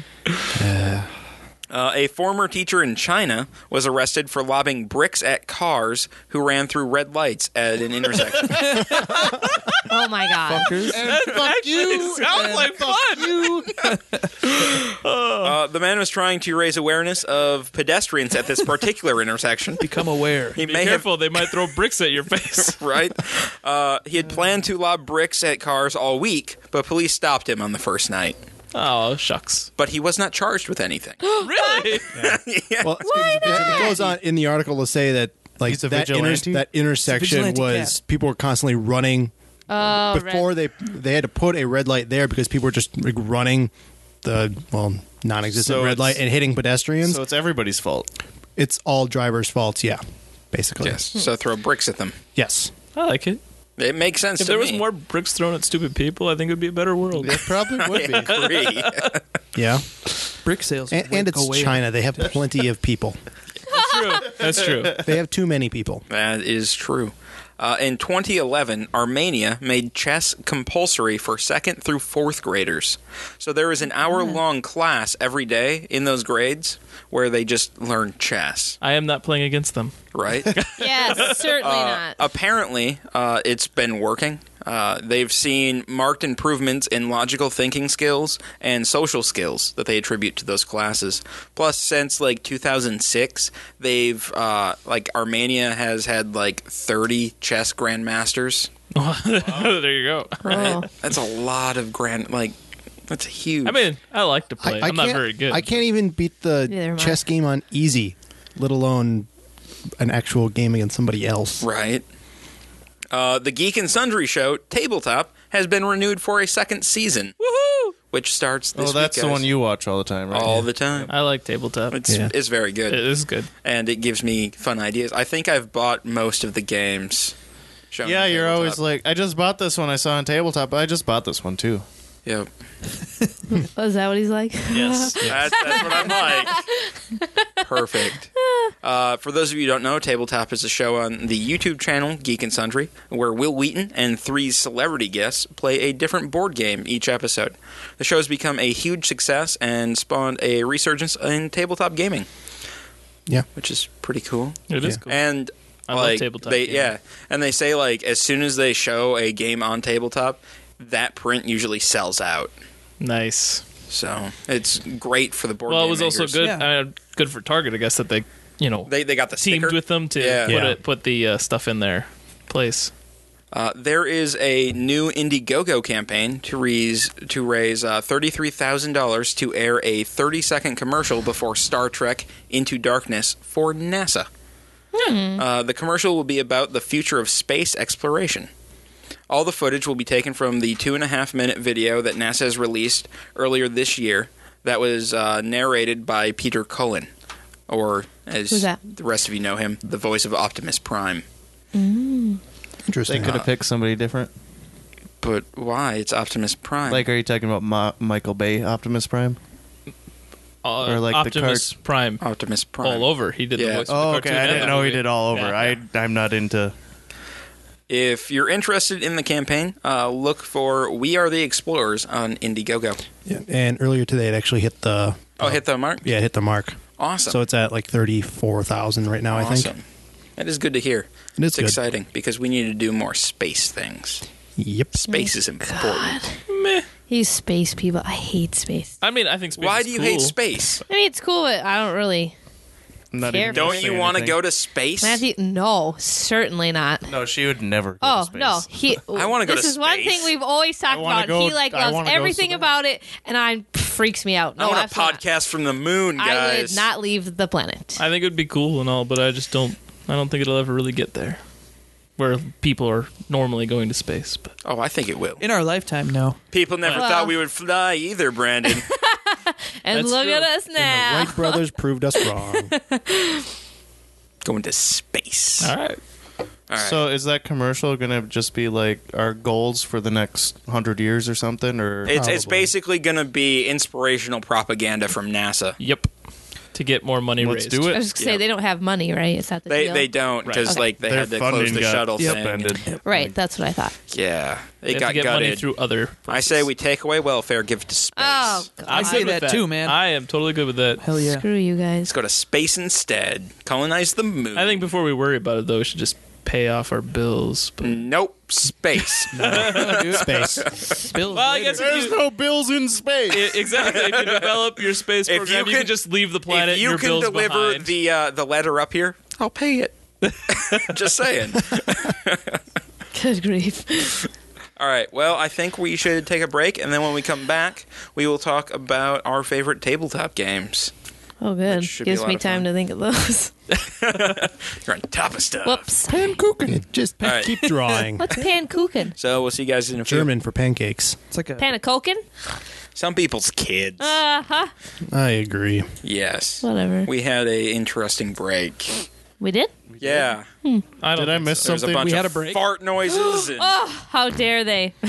Speaker 6: Uh, a former teacher in China was arrested for lobbing bricks at cars who ran through red lights at an intersection.
Speaker 4: Oh my god.
Speaker 7: It sounds like fun. Oh.
Speaker 6: uh, the man was trying to raise awareness of pedestrians at this particular intersection.
Speaker 9: Become aware.
Speaker 6: He
Speaker 7: Be
Speaker 6: may have
Speaker 7: careful, they might throw bricks at your face.
Speaker 6: right? Uh, he had planned to lob bricks at cars all week, but police stopped him on the first night.
Speaker 7: oh shucks.
Speaker 6: But he was not charged with anything.
Speaker 7: Really?
Speaker 2: Well, it goes on in the article to say that like
Speaker 8: He's a
Speaker 2: that,
Speaker 8: vigilante?
Speaker 2: that intersection
Speaker 9: vigilante
Speaker 2: was
Speaker 9: cat.
Speaker 2: people were constantly running
Speaker 4: Oh,
Speaker 2: before
Speaker 4: red.
Speaker 2: they they had to put a red light there because people were just like, running the well non-existent
Speaker 8: So
Speaker 2: red light
Speaker 8: it's-
Speaker 2: and hitting pedestrians.
Speaker 8: So it's everybody's fault.
Speaker 2: it's all drivers' faults. Yeah, basically.
Speaker 6: Yes. So throw bricks at them.
Speaker 2: Yes.
Speaker 7: I like it.
Speaker 6: It makes sense.
Speaker 7: If
Speaker 6: to
Speaker 7: there was
Speaker 6: me.
Speaker 7: more bricks thrown at stupid people, I think it would be a better world.
Speaker 2: probably
Speaker 6: I agree.
Speaker 2: Yeah,
Speaker 9: Brick sales.
Speaker 2: and,
Speaker 9: would
Speaker 2: and
Speaker 9: go
Speaker 2: it's
Speaker 9: way
Speaker 2: China. They have plenty of people.
Speaker 7: true. That's true.
Speaker 2: They have too many people.
Speaker 6: that is true. Uh, in 2011, Armenia made chess compulsory for second through fourth graders. So there is an hour long class every day in those grades where they just learn chess,
Speaker 7: I am not playing against them.
Speaker 6: right?
Speaker 4: Yes, certainly
Speaker 6: Uh,
Speaker 4: not.
Speaker 6: apparently, uh, it's been working. Uh, they've seen marked improvements in logical thinking skills and social skills that they attribute to those classes. Plus, since like 2006, they've uh, like Armenia has had like 30 chess grandmasters.
Speaker 7: there you go.
Speaker 4: Oh.
Speaker 6: That's a lot of grand. Like that's huge.
Speaker 7: I mean, I like to play. I, am not
Speaker 2: can't-
Speaker 7: very good.
Speaker 2: I can't even beat
Speaker 4: Neither
Speaker 2: the
Speaker 4: am I.
Speaker 2: chess game on easy, let alone an actual game against somebody else.
Speaker 6: Right. Uh, the Geek and Sundry show Tabletop has been renewed for a second season,
Speaker 7: Woohoo!
Speaker 6: which starts. This
Speaker 8: oh, that's
Speaker 6: week,
Speaker 8: the
Speaker 6: guys.
Speaker 8: one you watch all the time, right?
Speaker 6: all the time.
Speaker 7: I like tabletop.
Speaker 6: It's
Speaker 2: Yeah.
Speaker 6: it's very good.
Speaker 7: it is good.
Speaker 6: and it gives me fun ideas. I think I've bought most of the games. shown
Speaker 8: yeah,
Speaker 6: on
Speaker 8: you're
Speaker 6: Tabletop.
Speaker 8: always like, I just bought this one. I saw on tabletop, but I just bought this one too.
Speaker 6: Yep.
Speaker 4: Oh, is that what he's like?
Speaker 7: Yes.
Speaker 6: That's, that's what I'm like. Perfect.
Speaker 8: Ah.
Speaker 6: Uh, for those of you who don't know, Tabletop is a show on the YouTube channel Geek and Sundry, where Will Wheaton and three celebrity guests play a different board game each episode. The show's become a huge success and spawned a resurgence in tabletop gaming,
Speaker 2: Yeah.
Speaker 6: which is pretty cool.
Speaker 7: It is cool.
Speaker 6: And
Speaker 7: I love
Speaker 6: like,
Speaker 7: tabletop
Speaker 6: They,
Speaker 7: gaming.
Speaker 6: yeah, and they say like as soon as they show a game on tabletop, that print usually sells out.
Speaker 7: nice.
Speaker 6: So it's great for the board.
Speaker 7: Well, it
Speaker 6: game
Speaker 7: was also
Speaker 6: makers.
Speaker 7: good.
Speaker 9: Yeah.
Speaker 7: I mean, good for Target, I guess, that they, you know,
Speaker 6: They they got the
Speaker 7: teamed
Speaker 6: sticker.
Speaker 7: with them to
Speaker 6: Yeah.
Speaker 7: put
Speaker 2: Yeah.
Speaker 7: it, put the uh, stuff in their place.
Speaker 6: Uh, there is a new Indiegogo campaign to raise to raise uh, thirty three thousand dollars to air a thirty second commercial before Star Trek Into Darkness for NASA.
Speaker 4: Hmm.
Speaker 6: Uh, the commercial will be about the future of space exploration. All the footage will be taken from the two and a half minute video that NASA has released earlier this year. That was uh, narrated by Peter Cullen, or as
Speaker 4: Who's that?
Speaker 6: the rest of you know him, the voice of Optimus Prime.
Speaker 8: They
Speaker 2: Interesting. Uh,
Speaker 8: could have picked somebody different.
Speaker 6: But why? It's Optimus Prime.
Speaker 8: Like, are you talking about Ma- Michael Bay Optimus Prime?
Speaker 7: Uh,
Speaker 8: Or like the
Speaker 7: Optimus Prime
Speaker 6: Optimus Oh, Prime.
Speaker 7: all over. He did the
Speaker 6: Yeah.
Speaker 7: voice. for
Speaker 8: Oh,
Speaker 7: the
Speaker 8: okay.
Speaker 7: cartoon
Speaker 8: I
Speaker 7: and
Speaker 8: didn't
Speaker 7: the
Speaker 8: know he
Speaker 7: movie.
Speaker 8: did all over.
Speaker 7: Yeah.
Speaker 8: I I'm not into.
Speaker 6: If you're interested in the campaign, uh, look for We Are the Explorers on Indiegogo.
Speaker 2: Yeah. And earlier today, it actually hit the
Speaker 6: Oh, hit the mark.
Speaker 2: yeah it hit the mark.
Speaker 6: Awesome.
Speaker 2: So it's at like thirty four thousand right now. I think.
Speaker 6: Awesome. That is good to hear.
Speaker 2: It is
Speaker 6: it's
Speaker 2: good.
Speaker 6: exciting because we need to do more space things.
Speaker 2: Yep.
Speaker 6: Space is important.
Speaker 4: He's space people. I hate space.
Speaker 7: I mean, I think. Space
Speaker 6: Why
Speaker 7: is
Speaker 6: do you
Speaker 7: cool.
Speaker 6: hate space?
Speaker 4: I mean, it's cool, but I don't really.
Speaker 8: Not
Speaker 4: Care
Speaker 8: even
Speaker 4: for
Speaker 8: gonna
Speaker 6: Don't
Speaker 8: say
Speaker 6: you want to
Speaker 8: anything.
Speaker 6: go to space?
Speaker 4: Matthew, no, certainly not.
Speaker 8: No, she would never. Go
Speaker 4: Oh
Speaker 8: to space.
Speaker 4: no, he.
Speaker 6: I wanna go
Speaker 4: This
Speaker 6: to
Speaker 4: is one
Speaker 6: space.
Speaker 4: thing we've always talked
Speaker 8: wanna
Speaker 4: about. he
Speaker 8: go-
Speaker 4: like
Speaker 8: I
Speaker 4: loves
Speaker 8: wanna go
Speaker 4: everything
Speaker 8: so
Speaker 4: about it, and I freaks me out.
Speaker 6: I
Speaker 4: No,
Speaker 6: want a
Speaker 4: absolutely
Speaker 6: podcast from the moon,
Speaker 4: not. I
Speaker 6: guys.
Speaker 4: would not leave the planet.
Speaker 7: I think it would be cool and all, but I just don't. I don't think it'll ever really get there, where people are normally going to space. But
Speaker 6: Oh, I think it will.
Speaker 9: In our lifetime, no.
Speaker 6: People never
Speaker 4: Well-
Speaker 6: thought we would fly either, Brandon.
Speaker 4: and
Speaker 7: that's
Speaker 4: look
Speaker 7: true.
Speaker 4: at us now.
Speaker 2: Wright brothers proved us wrong.
Speaker 6: Going to space.
Speaker 7: all right,
Speaker 6: All right.
Speaker 8: So is that commercial gonna just be like our goals for the next hundred years or something? Or
Speaker 6: it's it's
Speaker 2: Probably.
Speaker 6: basically going to be inspirational propaganda from NASA.
Speaker 7: Yep. To get more money
Speaker 8: let's
Speaker 7: raised.
Speaker 8: do
Speaker 4: I
Speaker 8: it.
Speaker 4: was just gonna
Speaker 6: Yeah.
Speaker 4: say they don't have money, right? Is that the
Speaker 6: They
Speaker 4: deal?
Speaker 6: they don't
Speaker 7: Right.
Speaker 6: because
Speaker 4: Okay.
Speaker 6: like they
Speaker 8: Their
Speaker 6: had to
Speaker 8: funding
Speaker 6: close the
Speaker 8: got
Speaker 6: shuttle thing.
Speaker 8: upended.
Speaker 4: right, that's what I thought.
Speaker 6: Yeah, it
Speaker 7: They have
Speaker 6: got
Speaker 7: to get
Speaker 6: gutted.
Speaker 7: money through other.
Speaker 6: I say we take away welfare, give it to space.
Speaker 4: Oh, God.
Speaker 7: I'm
Speaker 9: I say
Speaker 7: good with
Speaker 9: that too, man.
Speaker 7: I am totally good with that.
Speaker 9: Hell yeah.
Speaker 4: Screw you guys.
Speaker 6: Let's go to space instead. Colonize the moon.
Speaker 7: I think before we worry about it, though, we should just pay off our bills. But
Speaker 6: Nope, space.
Speaker 2: Space.
Speaker 9: Bills
Speaker 7: Well, I
Speaker 9: later.
Speaker 7: guess There's
Speaker 8: no bills in space.
Speaker 7: I- exactly, if you develop your space
Speaker 6: If you
Speaker 7: program, you,
Speaker 6: can-
Speaker 7: can just leave the planet.
Speaker 6: if you
Speaker 7: your
Speaker 6: can
Speaker 7: bills
Speaker 6: deliver
Speaker 7: behind.
Speaker 6: the uh, the letter up here, I'll pay it. Just saying.
Speaker 4: Good grief.
Speaker 6: All right. Well, I think we should take a break, and then when we come back, we will talk about our favorite tabletop games.
Speaker 4: Oh, good.
Speaker 6: That should be a
Speaker 4: Gives
Speaker 6: lot
Speaker 4: me
Speaker 6: of fun.
Speaker 4: time to think of those.
Speaker 6: You're on top of stuff.
Speaker 4: Whoops.
Speaker 2: Just
Speaker 6: All right.
Speaker 2: keep drawing.
Speaker 4: What's pankuchen?
Speaker 6: So we'll see you guys in a few.
Speaker 2: German for pancakes.
Speaker 9: It's like a
Speaker 4: Panakoken?
Speaker 6: Some people's kids.
Speaker 4: Uh huh.
Speaker 2: I agree.
Speaker 6: yes.
Speaker 4: Whatever.
Speaker 6: We had a interesting break.
Speaker 4: We did?
Speaker 6: Yeah.
Speaker 7: I don't
Speaker 8: Did I
Speaker 7: think
Speaker 8: miss
Speaker 7: so.
Speaker 6: There's a
Speaker 8: something?
Speaker 6: bunch
Speaker 9: We
Speaker 6: of
Speaker 9: had a break?
Speaker 6: fart noises. and-
Speaker 4: Oh, How dare they?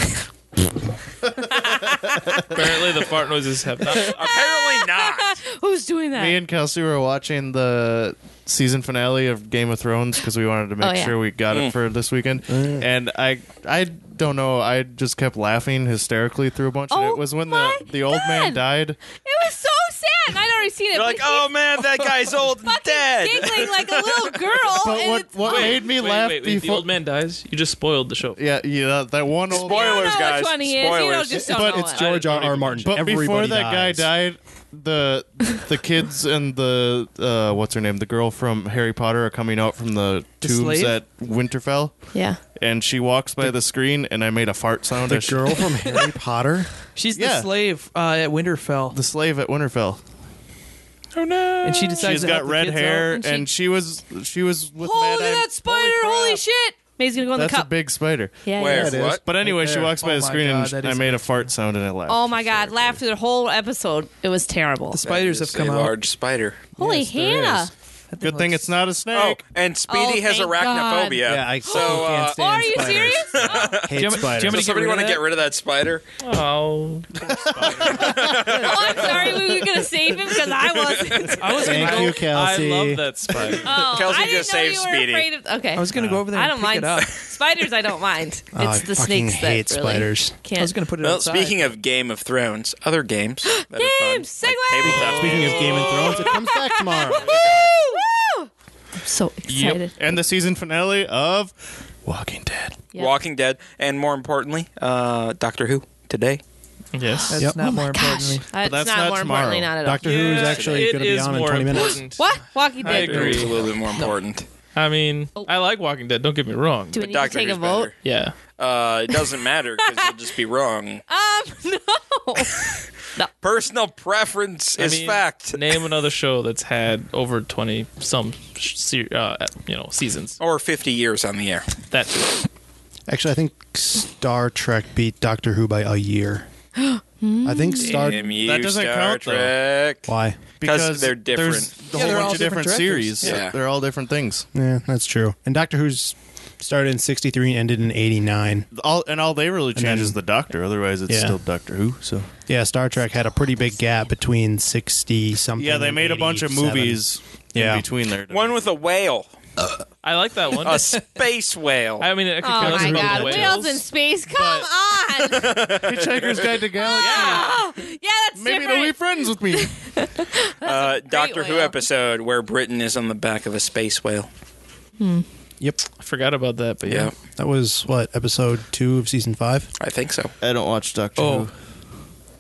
Speaker 7: Apparently, the fart noises have not.
Speaker 6: Apparently not.
Speaker 4: Who's doing that?
Speaker 8: Me and Kelsey were watching the season finale of Game of Thrones because we wanted to make
Speaker 4: Oh, yeah.
Speaker 8: sure we got
Speaker 7: Mm.
Speaker 8: it for this weekend. And I, I don't know. I just kept laughing hysterically through a bunch. and
Speaker 4: Oh
Speaker 8: it was when
Speaker 4: my
Speaker 8: the the old
Speaker 4: God.
Speaker 8: man died.
Speaker 4: it was so sad. I'd already seen it.
Speaker 6: You're
Speaker 4: but
Speaker 6: like,
Speaker 4: he's
Speaker 6: oh man, that guy's old and
Speaker 4: fucking
Speaker 6: dead.
Speaker 4: giggling like a little girl.
Speaker 8: But
Speaker 4: Oh, and
Speaker 8: what
Speaker 4: it's-
Speaker 8: what made me
Speaker 7: wait,
Speaker 8: laugh
Speaker 7: wait, wait, the
Speaker 8: before?
Speaker 7: old man dies. You just spoiled the show.
Speaker 8: yeah, yeah, that, that one old.
Speaker 4: you don't
Speaker 6: Spoilers,
Speaker 4: know
Speaker 6: guys.
Speaker 4: which one he is. You don't
Speaker 6: Spoilers.
Speaker 4: just don't
Speaker 8: But
Speaker 4: know
Speaker 2: It's
Speaker 4: it.
Speaker 2: George R. R. Martin.
Speaker 8: But
Speaker 2: Everybody
Speaker 8: before that
Speaker 2: dies.
Speaker 8: guy died, the the kids and the uh, what's her name, the girl from Harry Potter, are coming out from the,
Speaker 9: The
Speaker 8: tombs
Speaker 9: slave?
Speaker 8: at Winterfell,
Speaker 4: Yeah.
Speaker 8: and she walks by the, screen, and I made a fart sound.
Speaker 2: The
Speaker 8: as she-
Speaker 2: girl from Harry Potter.
Speaker 9: She's
Speaker 8: Yeah.
Speaker 9: the slave uh, at Winterfell,
Speaker 8: the slave at Winterfell.
Speaker 9: and she
Speaker 8: She's
Speaker 9: decides to help
Speaker 8: got
Speaker 9: the
Speaker 8: red
Speaker 9: kids
Speaker 8: hair,
Speaker 9: out.
Speaker 4: and
Speaker 8: and
Speaker 4: she-
Speaker 8: she, was she was with
Speaker 4: Holy
Speaker 8: Mad Eye-
Speaker 4: that spider!
Speaker 8: crap.
Speaker 4: Holy, shit! May's gonna go in
Speaker 8: That's
Speaker 4: the
Speaker 8: a
Speaker 4: cup.
Speaker 8: big spider.
Speaker 4: yeah,
Speaker 6: Where?
Speaker 4: yeah.
Speaker 6: What?
Speaker 8: But anyway, she
Speaker 2: there.
Speaker 8: walks by
Speaker 9: Oh
Speaker 8: the
Speaker 9: my
Speaker 8: screen,
Speaker 9: God, that
Speaker 8: and I
Speaker 9: is
Speaker 8: made a fart sound, and I laughed.
Speaker 4: Oh my god! Laughed through the whole episode. It was terrible.
Speaker 9: The spiders have
Speaker 6: It's
Speaker 9: come
Speaker 6: a
Speaker 9: out.
Speaker 6: large spider.
Speaker 4: Holy
Speaker 9: Yes, there
Speaker 4: Hannah!
Speaker 9: is.
Speaker 8: Good thing it's not a
Speaker 6: Oh,
Speaker 8: snake.
Speaker 6: and Speedy
Speaker 4: Oh,
Speaker 6: has
Speaker 4: thank
Speaker 6: arachnophobia.
Speaker 4: God.
Speaker 2: Yeah, I
Speaker 6: so
Speaker 2: fucking can't
Speaker 6: uh,
Speaker 4: Oh, are
Speaker 2: stand
Speaker 4: you
Speaker 2: spiders.
Speaker 4: serious? Oh,
Speaker 2: Hate
Speaker 7: Do you want me-
Speaker 2: spiders.
Speaker 7: do you want me
Speaker 6: does
Speaker 7: to
Speaker 6: somebody want to
Speaker 7: of
Speaker 6: get
Speaker 7: that?
Speaker 6: rid of that spider?
Speaker 7: Oh,
Speaker 4: oh, I'm sorry. We were gonna save him because I wasn't.
Speaker 7: I was
Speaker 2: Thank
Speaker 7: gonna
Speaker 2: you,
Speaker 7: go-
Speaker 2: Kelsey.
Speaker 7: I love that spider.
Speaker 4: Oh,
Speaker 6: Kelsey
Speaker 4: I didn't
Speaker 6: just
Speaker 4: know
Speaker 6: saved
Speaker 4: you were
Speaker 6: Speedy.
Speaker 4: Afraid of, okay.
Speaker 9: I was gonna go over there.
Speaker 4: I
Speaker 9: and
Speaker 4: don't
Speaker 9: pick
Speaker 4: mind
Speaker 9: it up.
Speaker 4: spiders. I don't mind. It's
Speaker 2: Oh, I fucking
Speaker 4: the snakes
Speaker 2: hate
Speaker 4: that really
Speaker 2: spiders.
Speaker 4: Can't.
Speaker 9: I was gonna put it.
Speaker 6: Well,
Speaker 9: outside.
Speaker 6: speaking of Game of Thrones, other games. that are
Speaker 4: Games!
Speaker 6: fun, like
Speaker 4: Segue!
Speaker 6: tabletop
Speaker 2: Speaking of
Speaker 6: games.
Speaker 2: Game of Thrones, it comes back tomorrow.
Speaker 4: Woo! Woo! I'm so excited.
Speaker 8: And the season finale of Walking Dead.
Speaker 4: Yeah.
Speaker 6: Walking Dead, and more importantly, uh, Doctor Who today.
Speaker 7: yes.
Speaker 9: that's
Speaker 2: Yep.
Speaker 9: not
Speaker 2: Oh
Speaker 9: more
Speaker 4: Gosh,
Speaker 9: importantly.
Speaker 4: Uh, it's
Speaker 8: that's
Speaker 4: not,
Speaker 8: not
Speaker 4: more
Speaker 8: tomorrow.
Speaker 4: importantly not at all.
Speaker 2: Doctor Who is
Speaker 7: Yeah,
Speaker 2: actually
Speaker 7: it
Speaker 2: going to be
Speaker 7: is
Speaker 2: on in
Speaker 7: more
Speaker 2: 20 minutes.
Speaker 7: important.
Speaker 4: What? Walking
Speaker 7: I
Speaker 4: Dead.
Speaker 6: Doctor Who's a
Speaker 7: agree.
Speaker 6: little bit more important.
Speaker 7: I mean,
Speaker 4: Oh.
Speaker 7: I like Walking Dead. Don't get me wrong.
Speaker 4: Do we
Speaker 6: But
Speaker 4: need
Speaker 6: Doctor
Speaker 4: to take
Speaker 6: Who's
Speaker 4: a vote?
Speaker 6: better.
Speaker 7: yeah.
Speaker 6: Uh, it doesn't matter because you'll just be wrong.
Speaker 4: Um, no.
Speaker 6: Personal preference
Speaker 7: I
Speaker 6: is
Speaker 7: mean,
Speaker 6: fact.
Speaker 7: Name another show that's had over twenty some, se- uh, you know, seasons.
Speaker 6: Or 50 years on the air.
Speaker 7: That too.
Speaker 2: Actually, I think Star Trek beat Doctor Who by a year.
Speaker 7: Hmm.
Speaker 2: I think Star.
Speaker 6: Damn you,
Speaker 8: that doesn't
Speaker 6: Star
Speaker 8: count, though.
Speaker 6: Trek.
Speaker 2: Why?
Speaker 6: Because they're different.
Speaker 8: there's a
Speaker 9: Yeah,
Speaker 8: whole
Speaker 9: they're all
Speaker 8: bunch of different,
Speaker 9: different directors.
Speaker 8: series.
Speaker 6: Yeah.
Speaker 8: They're all different things.
Speaker 2: Yeah, that's true. And Doctor Who's started in '63 and ended in '89.
Speaker 8: All and all they really change
Speaker 2: then-
Speaker 8: is the Doctor. Otherwise, it's
Speaker 2: Yeah.
Speaker 8: still Doctor Who. So
Speaker 2: Yeah, Star Trek had a pretty big gap between '60 something.
Speaker 8: yeah, they
Speaker 2: and
Speaker 8: made a bunch of
Speaker 2: 87.
Speaker 8: movies
Speaker 2: Yeah.
Speaker 8: in between there.
Speaker 6: One with a whale.
Speaker 7: I like that one.
Speaker 6: A space whale.
Speaker 7: I mean, it could
Speaker 4: Oh my god,
Speaker 7: whales.
Speaker 4: whales in space! Come on,
Speaker 8: Hitchhiker's Guide to Galaxy.
Speaker 4: yeah, that's
Speaker 8: Maybe
Speaker 4: different.
Speaker 8: they'll be friends with me.
Speaker 6: uh, Doctor Who
Speaker 4: whale.
Speaker 6: episode where Britain is on the back of a space whale.
Speaker 2: Yep,
Speaker 7: I forgot about that, but yeah.
Speaker 6: Yeah,
Speaker 2: that was what episode two of season five.
Speaker 6: I think so.
Speaker 8: I don't watch Doctor
Speaker 7: Oh.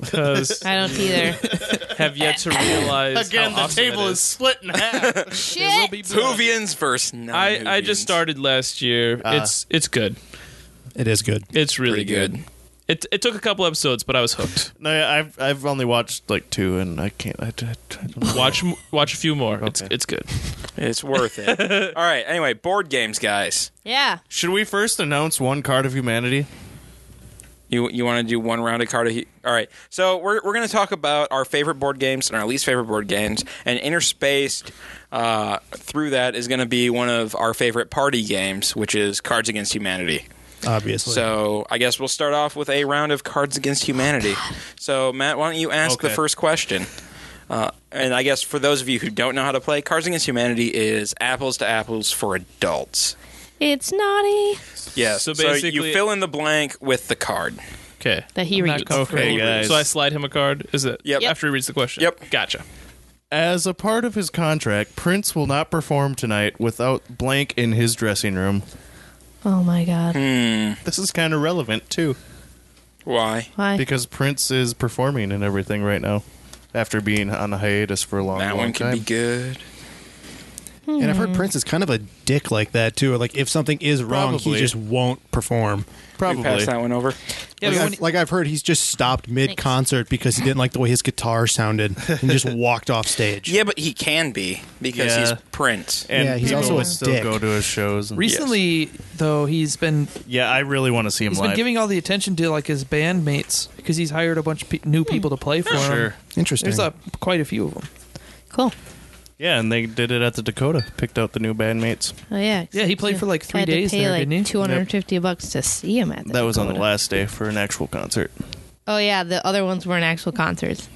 Speaker 7: Because
Speaker 4: I don't either.
Speaker 7: have yet to realize
Speaker 8: Again,
Speaker 7: how
Speaker 8: the
Speaker 7: awesome
Speaker 8: table
Speaker 7: it
Speaker 8: is split in half.
Speaker 4: Shit.
Speaker 6: Hoovians versus non
Speaker 7: I, I just started last year. it's it's good.
Speaker 2: It is good.
Speaker 7: It's really
Speaker 6: Pretty good.
Speaker 7: good. It it took a couple episodes, but I was hooked.
Speaker 8: no, yeah, I've I've only watched like two, and I can't. I, I, I don't know.
Speaker 7: Watch m- watch a few more. It's
Speaker 8: Okay.
Speaker 7: it's good.
Speaker 6: It's worth it. All right. Anyway, board games, guys.
Speaker 4: Yeah.
Speaker 8: Should we first announce one card of humanity?
Speaker 6: You you want to do one round of card? Of, all right. So we're we're going to talk about our favorite board games and our least favorite board games, and interspaced uh, through that is going to be one of our favorite party games, which is Cards Against Humanity.
Speaker 2: obviously.
Speaker 6: So I guess we'll start off with a round of Cards Against Humanity. So Matt, why don't you ask the
Speaker 8: Okay.
Speaker 6: first question? Uh, and I guess for those of you who don't know how to play, Cards Against Humanity is apples to apples for adults.
Speaker 4: It's naughty.
Speaker 6: Yes.
Speaker 7: So
Speaker 6: So
Speaker 7: basically-
Speaker 6: you fill in the blank with the card.
Speaker 7: Okay.
Speaker 4: That he
Speaker 9: I'm not
Speaker 4: reads.
Speaker 9: comfortable.
Speaker 8: Okay, guys.
Speaker 7: So I slide him a card. Is it?
Speaker 6: Yep.
Speaker 7: After he reads the question.
Speaker 6: Yep.
Speaker 7: Gotcha.
Speaker 8: As a part of his contract, Prince will not perform tonight without blank in his dressing room.
Speaker 4: Oh my god.
Speaker 8: This is kind of relevant too,
Speaker 6: Why?
Speaker 4: Why?
Speaker 8: because Prince is performing and everything right now, after being on a hiatus for a long,
Speaker 6: That
Speaker 8: long
Speaker 6: one could
Speaker 8: time.
Speaker 6: be good.
Speaker 2: and I've heard Prince is kind of a dick like that too. Like if something is wrong, he
Speaker 8: Probably.
Speaker 2: just won't perform.
Speaker 6: We
Speaker 8: Probably.
Speaker 6: pass that one over.
Speaker 9: Yeah,
Speaker 2: like,
Speaker 9: but
Speaker 2: I've,
Speaker 9: when-
Speaker 2: like I've heard, he's just stopped mid concert because he didn't like the way his guitar sounded and just walked off stage.
Speaker 6: Yeah, but he can be because
Speaker 8: Yeah.
Speaker 6: he's Prince.
Speaker 8: And
Speaker 2: Yeah, he's
Speaker 8: people
Speaker 2: also a
Speaker 8: would still
Speaker 2: dick.
Speaker 8: go to his shows. and-
Speaker 9: recently though he's been
Speaker 8: yeah, I really want to see him
Speaker 9: he's
Speaker 8: live.
Speaker 9: been giving all the attention to like his bandmates because he's hired a bunch of pe- new people to play for him.
Speaker 8: sure.
Speaker 2: Interesting.
Speaker 9: There's uh, quite a few of them.
Speaker 4: Cool.
Speaker 8: Yeah, and they did it at the Dakota. Picked out the new bandmates.
Speaker 4: Oh yeah.
Speaker 9: Yeah, he played for, like, three
Speaker 4: had
Speaker 9: days
Speaker 4: to pay
Speaker 9: there,
Speaker 4: like
Speaker 9: didn't he?
Speaker 4: Two hundred and fifty bucks to see him at the
Speaker 8: That was on the
Speaker 4: Dakota.
Speaker 8: last day for an actual concert.
Speaker 4: Oh yeah, the other ones weren't actual concerts.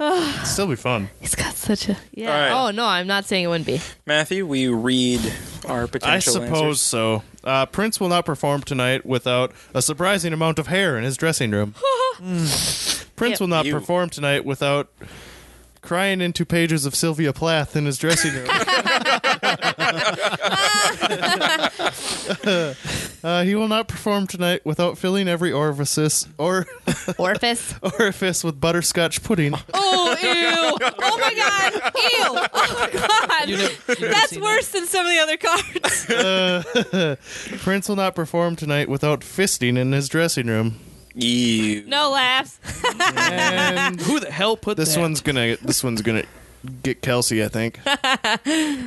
Speaker 8: It'd still be fun.
Speaker 4: He's got such a yeah.
Speaker 6: All right.
Speaker 4: Oh no, I'm not saying it wouldn't be.
Speaker 6: Matthew, will you read our potential
Speaker 8: I suppose
Speaker 6: answers?
Speaker 8: so. Uh, Prince will not perform tonight without a surprising amount of hair in his dressing room. Prince
Speaker 4: Yep.
Speaker 8: will not
Speaker 6: You-
Speaker 8: perform tonight without crying into pages of Sylvia Plath in his dressing room. uh, he will not perform tonight without filling every orifice or
Speaker 4: Orifice.
Speaker 8: orifice with butterscotch pudding.
Speaker 4: Oh, ew. Oh my god. Ew. Oh my god. That's worse than some of the other cards.
Speaker 8: Prince will not perform tonight without fisting in his dressing room.
Speaker 6: You.
Speaker 4: No laughs.
Speaker 8: And
Speaker 9: Who the hell put
Speaker 8: This
Speaker 9: that?
Speaker 8: one's gonna this one's gonna get Kelsey, I think.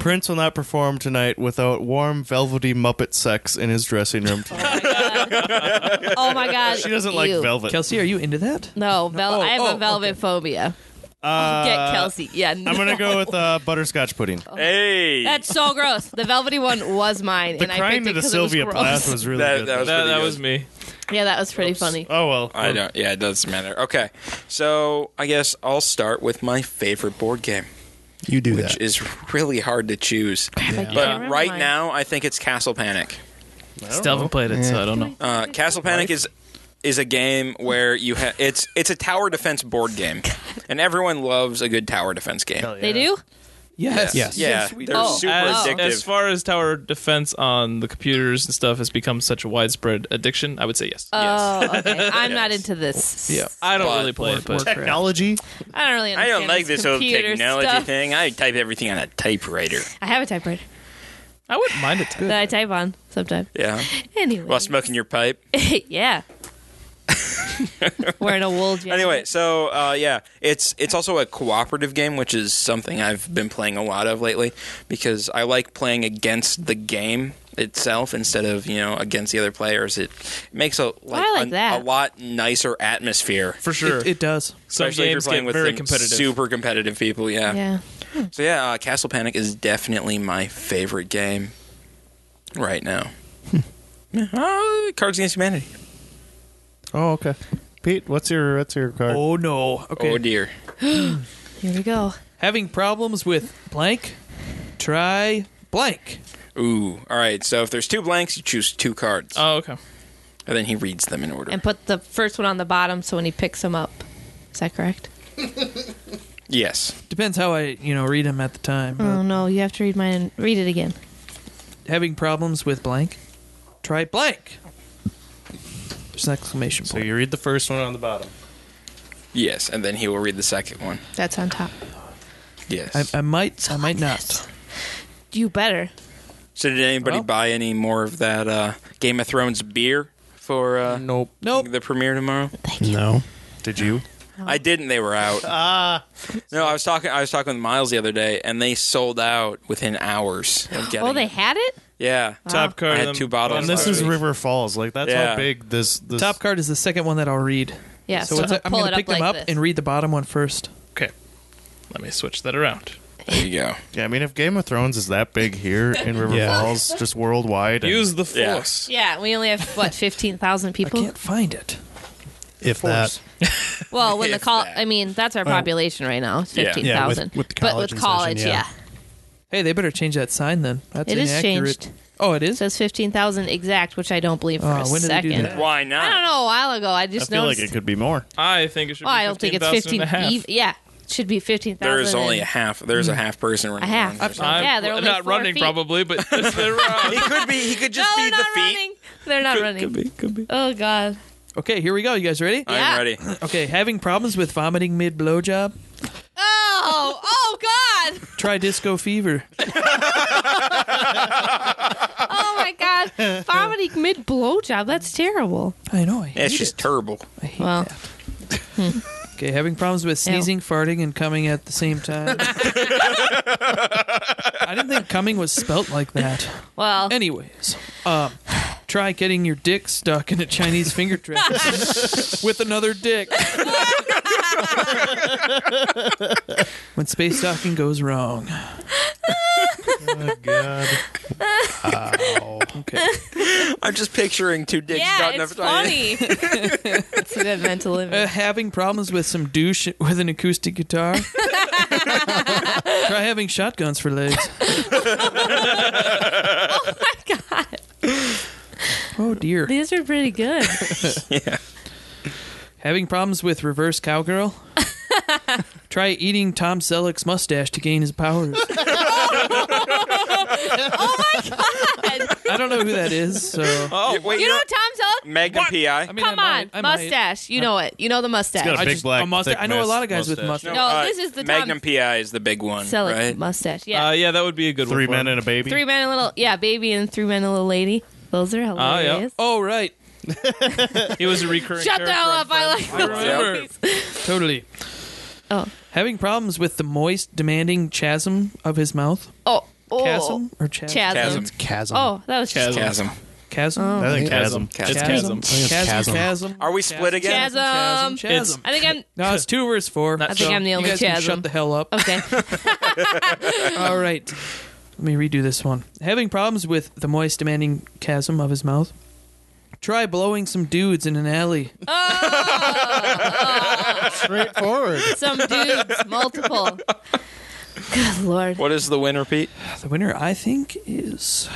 Speaker 8: Prince will not perform tonight without warm, velvety Muppet sex in his dressing room.
Speaker 4: Oh my god.
Speaker 8: she doesn't like
Speaker 4: Ew.
Speaker 8: velvet.
Speaker 9: Kelsey, are you into that?
Speaker 4: No, vel- I have
Speaker 8: oh,
Speaker 4: a velvet phobia.
Speaker 8: Uh,
Speaker 4: Get Kelsey. Yeah.
Speaker 8: I'm gonna go with uh, butterscotch pudding.
Speaker 4: Oh.
Speaker 6: Hey.
Speaker 4: That's so gross. The velvety one was mine,
Speaker 8: the
Speaker 4: and I
Speaker 8: crying
Speaker 4: picked it
Speaker 8: to the
Speaker 4: because
Speaker 8: Sylvia
Speaker 4: it was gross.
Speaker 8: Plath was really
Speaker 6: That-
Speaker 8: good.
Speaker 6: that was-
Speaker 7: That,
Speaker 6: pretty
Speaker 7: that
Speaker 6: good.
Speaker 7: was me.
Speaker 4: Yeah, that was pretty funny.
Speaker 8: oh well,
Speaker 6: I don't. Yeah, it doesn't matter. Okay, so I guess I'll start with my favorite board game,
Speaker 2: you do
Speaker 6: which
Speaker 2: that.
Speaker 6: is really hard to choose.
Speaker 4: I can't
Speaker 6: But
Speaker 4: remember
Speaker 6: right
Speaker 4: mine.
Speaker 6: now, I think it's Castle Panic.
Speaker 7: Still haven't played it, so I don't know.
Speaker 6: Uh, Castle Panic is is a game where you ha- it's it's a tower defense board game, and everyone loves a good tower defense game.
Speaker 8: Hell yeah.
Speaker 4: they do.
Speaker 9: Yes.
Speaker 2: Yes.
Speaker 6: Yeah, they're
Speaker 4: Oh,
Speaker 6: super
Speaker 7: As,
Speaker 6: addictive.
Speaker 7: as far as tower defense on the computers and stuff has become such a widespread addiction, I would say yes.
Speaker 4: Oh, okay. I'm not
Speaker 6: Yes.
Speaker 4: into this.
Speaker 9: Yeah.
Speaker 7: I don't
Speaker 6: But-
Speaker 7: really play it, but
Speaker 8: Technology.
Speaker 4: I don't really.
Speaker 6: I
Speaker 4: Understand
Speaker 6: don't like this old
Speaker 4: computer
Speaker 6: technology
Speaker 4: stuff.
Speaker 6: thing. I type everything on a typewriter.
Speaker 4: I have a typewriter
Speaker 7: I wouldn't mind it.
Speaker 4: that I type on sometimes.
Speaker 6: Yeah,
Speaker 4: Anyway.
Speaker 6: while smoking your pipe.
Speaker 4: yeah. Wearing a wool jacket.
Speaker 6: Anyway, so uh, yeah, it's it's also a cooperative game, which is something I've been playing a lot of lately because I like playing against the game itself instead of you know against the other players. It makes a like,
Speaker 4: I like
Speaker 6: a,
Speaker 4: that.
Speaker 6: a lot nicer atmosphere.
Speaker 7: For sure.
Speaker 9: It, it does.
Speaker 7: Some
Speaker 6: especially if
Speaker 7: games
Speaker 6: you're playing
Speaker 7: get
Speaker 6: with
Speaker 7: very
Speaker 6: some
Speaker 7: competitive.
Speaker 6: super competitive people. Yeah.
Speaker 4: yeah.
Speaker 6: So yeah, uh, Castle Panic is definitely my favorite game right now.
Speaker 9: Hmm.
Speaker 6: Uh, Cards Against Humanity.
Speaker 8: Oh okay. Pete, what's your what's your card?
Speaker 9: Oh no. Okay.
Speaker 6: Oh dear.
Speaker 4: Here we go.
Speaker 9: Having problems with blank. Try blank.
Speaker 6: Ooh. All right. So if there's two blanks, you choose two cards,
Speaker 9: Uh,
Speaker 7: oh, okay.
Speaker 6: and then he reads them in order.
Speaker 4: And put the first one on the bottom so when he picks them up. Is that correct?
Speaker 6: yes.
Speaker 9: Depends how I you know read them at the time. but
Speaker 4: Oh no, you have to read mine and read it again.
Speaker 9: Having problems with blank. Try blank. There's an exclamation
Speaker 8: So
Speaker 9: point.
Speaker 8: you read the first one on the bottom.
Speaker 6: Yes, and then he will read the second one.
Speaker 4: That's on top.
Speaker 6: Yes.
Speaker 9: I, I might. I might not.
Speaker 4: You better.
Speaker 6: so did anybody
Speaker 9: Well-
Speaker 6: buy any more of that uh, Game of Thrones beer for uh,
Speaker 8: Nope.
Speaker 9: Nope.
Speaker 6: the premiere tomorrow?
Speaker 2: no.
Speaker 8: Did you?
Speaker 6: I didn't. They were out. Ah. No, I was talking. I was talking with Miles the other day, and they sold out within hours of getting.
Speaker 4: Oh, they
Speaker 6: it.
Speaker 4: had it?
Speaker 6: Yeah.
Speaker 7: Top card.
Speaker 8: Ah.
Speaker 6: I had
Speaker 7: um,
Speaker 6: two bottles
Speaker 8: And this
Speaker 6: last
Speaker 8: is
Speaker 6: week.
Speaker 8: River Falls. Like that's
Speaker 6: Oh, Yeah.
Speaker 8: how big this this
Speaker 9: Top card is the second one that I'll read.
Speaker 4: Yeah,
Speaker 9: So,
Speaker 4: so
Speaker 9: it's, I'm
Speaker 4: pull
Speaker 9: going
Speaker 4: it
Speaker 9: to
Speaker 4: up
Speaker 9: pick them
Speaker 4: like
Speaker 9: up
Speaker 4: this.
Speaker 9: and read the bottom one first.
Speaker 7: Okay. Let me switch that around.
Speaker 6: There you go.
Speaker 8: Yeah, I mean if Game of Thrones is that big here in River
Speaker 2: Yeah.
Speaker 8: Falls, just worldwide. and-
Speaker 7: Use the
Speaker 6: Yeah.
Speaker 7: force.
Speaker 4: Yeah, we only have what fifteen thousand
Speaker 9: I
Speaker 4: people.
Speaker 9: can't find it.
Speaker 2: if that.
Speaker 4: Well, when the
Speaker 6: If
Speaker 4: col
Speaker 6: that.
Speaker 4: I mean, that's our population right now,
Speaker 6: Yeah. Yeah,
Speaker 4: fifteen thousand.
Speaker 2: with- with the
Speaker 4: but
Speaker 2: college
Speaker 4: with
Speaker 2: and
Speaker 4: college,
Speaker 2: session,
Speaker 4: yeah.
Speaker 2: yeah.
Speaker 9: Hey, they better change that sign then. That's
Speaker 4: It is
Speaker 9: inaccurate.
Speaker 4: changed.
Speaker 9: Oh, it
Speaker 4: It
Speaker 9: is.
Speaker 4: says fifteen thousand exact, which I don't believe for
Speaker 9: Oh,
Speaker 4: a
Speaker 9: when did they do
Speaker 4: second.
Speaker 9: that?
Speaker 6: Why
Speaker 4: I
Speaker 6: not?
Speaker 4: don't know. A while ago, I
Speaker 8: I
Speaker 4: just
Speaker 8: feel like
Speaker 4: noticed.
Speaker 8: it could be more.
Speaker 7: I think it should.
Speaker 4: well,
Speaker 7: be
Speaker 4: I don't think it's
Speaker 7: 15,000
Speaker 4: fifteen. E-
Speaker 7: and a half.
Speaker 4: ev- yeah, it should be fifteen thousand.
Speaker 6: There is only a half. There's a half person running.
Speaker 4: half.
Speaker 6: around or something.
Speaker 7: I'm
Speaker 4: Yeah, they're only
Speaker 7: not
Speaker 4: four
Speaker 7: running
Speaker 4: feet.
Speaker 7: probably, but they're around.
Speaker 6: He could be. He could
Speaker 4: No,
Speaker 6: just
Speaker 4: they're
Speaker 6: be the
Speaker 4: not
Speaker 6: feet.
Speaker 4: running. They're not running.
Speaker 6: Could be. Could be.
Speaker 4: Oh God.
Speaker 9: Okay, here we go. You guys ready?
Speaker 4: Yeah.
Speaker 6: I'm ready.
Speaker 9: Okay, having problems with vomiting mid blowjob?
Speaker 4: Oh, oh God.
Speaker 9: Try disco fever.
Speaker 4: Oh my God. Vomiting mid blowjob. That's terrible.
Speaker 9: I know. I hate
Speaker 6: It's just
Speaker 9: it.
Speaker 6: terrible.
Speaker 9: I hate
Speaker 4: Well.
Speaker 9: that. Okay, having problems with sneezing, farting, and coming at the same time. I didn't think coming was spelt like that.
Speaker 4: Well.
Speaker 9: Anyways, um, try getting your dick stuck in a Chinese finger trap with another dick. when space docking goes wrong.
Speaker 8: Oh god.
Speaker 9: Okay.
Speaker 6: I'm just picturing two dicks.
Speaker 4: yeah,
Speaker 6: gotten
Speaker 4: it's
Speaker 6: up to-
Speaker 4: funny. it's a good mental
Speaker 9: Uh,
Speaker 4: image.
Speaker 9: having problems with some douche with an acoustic guitar. try having shotguns for legs.
Speaker 4: my God.
Speaker 9: Oh dear.
Speaker 4: These are pretty good.
Speaker 9: Having problems with reverse cowgirl? Try eating Tom Selleck's mustache to gain his powers. I don't know who that is, so.
Speaker 6: Oh, wait.
Speaker 4: you know Tom Selleck?
Speaker 6: Magnum PI.
Speaker 9: I mean,
Speaker 4: Come
Speaker 9: I
Speaker 4: on,
Speaker 9: might- I might.
Speaker 4: mustache. You know it. You know the mustache.
Speaker 8: got a
Speaker 9: I
Speaker 8: Big
Speaker 9: just-
Speaker 8: black,
Speaker 9: a mustache.
Speaker 8: thick
Speaker 9: I know a lot of guys
Speaker 8: must-
Speaker 9: with
Speaker 8: mustache.
Speaker 9: mustache.
Speaker 4: No, this is the
Speaker 6: uh, Magnum
Speaker 4: Tom
Speaker 6: PI is the big one,
Speaker 4: Selleck
Speaker 6: right?
Speaker 4: mustache. Yeah.
Speaker 7: Uh, yeah, that would be a good
Speaker 8: Three
Speaker 7: one.
Speaker 8: men and a baby.
Speaker 4: three men and a little. Yeah, baby and three men and a little lady. Those are
Speaker 7: yeah.
Speaker 4: hilarious.
Speaker 9: Oh, right.
Speaker 7: He was a recurring.
Speaker 4: Shut the
Speaker 7: character
Speaker 4: hell
Speaker 7: on
Speaker 4: up! I like
Speaker 7: Friends.
Speaker 4: those
Speaker 7: remember.
Speaker 4: movies.
Speaker 9: Totally.
Speaker 4: Oh.
Speaker 9: Having problems with the moist, demanding chasm of his mouth?
Speaker 4: Oh, oh.
Speaker 9: Chasm? Or chasm?
Speaker 4: Chasm.
Speaker 6: Chasm.
Speaker 2: Chasm.
Speaker 4: Oh, that was just
Speaker 6: Chasm.
Speaker 4: oh.
Speaker 9: Chasm?
Speaker 8: I think
Speaker 2: Chasm.
Speaker 8: chasm.
Speaker 6: Chasm.
Speaker 7: It's
Speaker 9: Chasm.
Speaker 7: chasm.
Speaker 2: it's
Speaker 9: Chasm.
Speaker 2: chasm.
Speaker 9: Chasm.
Speaker 6: Are we split again?
Speaker 4: Chasm.
Speaker 9: Chasm.
Speaker 7: It's-
Speaker 9: Chasm.
Speaker 4: I think I'm.
Speaker 9: No, it's two versus four.
Speaker 7: I
Speaker 4: think
Speaker 9: so
Speaker 4: I'm the only
Speaker 9: you guys can
Speaker 4: chasm.
Speaker 9: Shut the hell up.
Speaker 4: Okay.
Speaker 9: All right. Let me redo this one. Having problems with the moist demanding chasm of his mouth? Try blowing some dudes in an alley.
Speaker 2: Straightforward.
Speaker 4: Some dudes, multiple. Good lord.
Speaker 6: What is the winner, Pete?
Speaker 9: The winner, I think, is.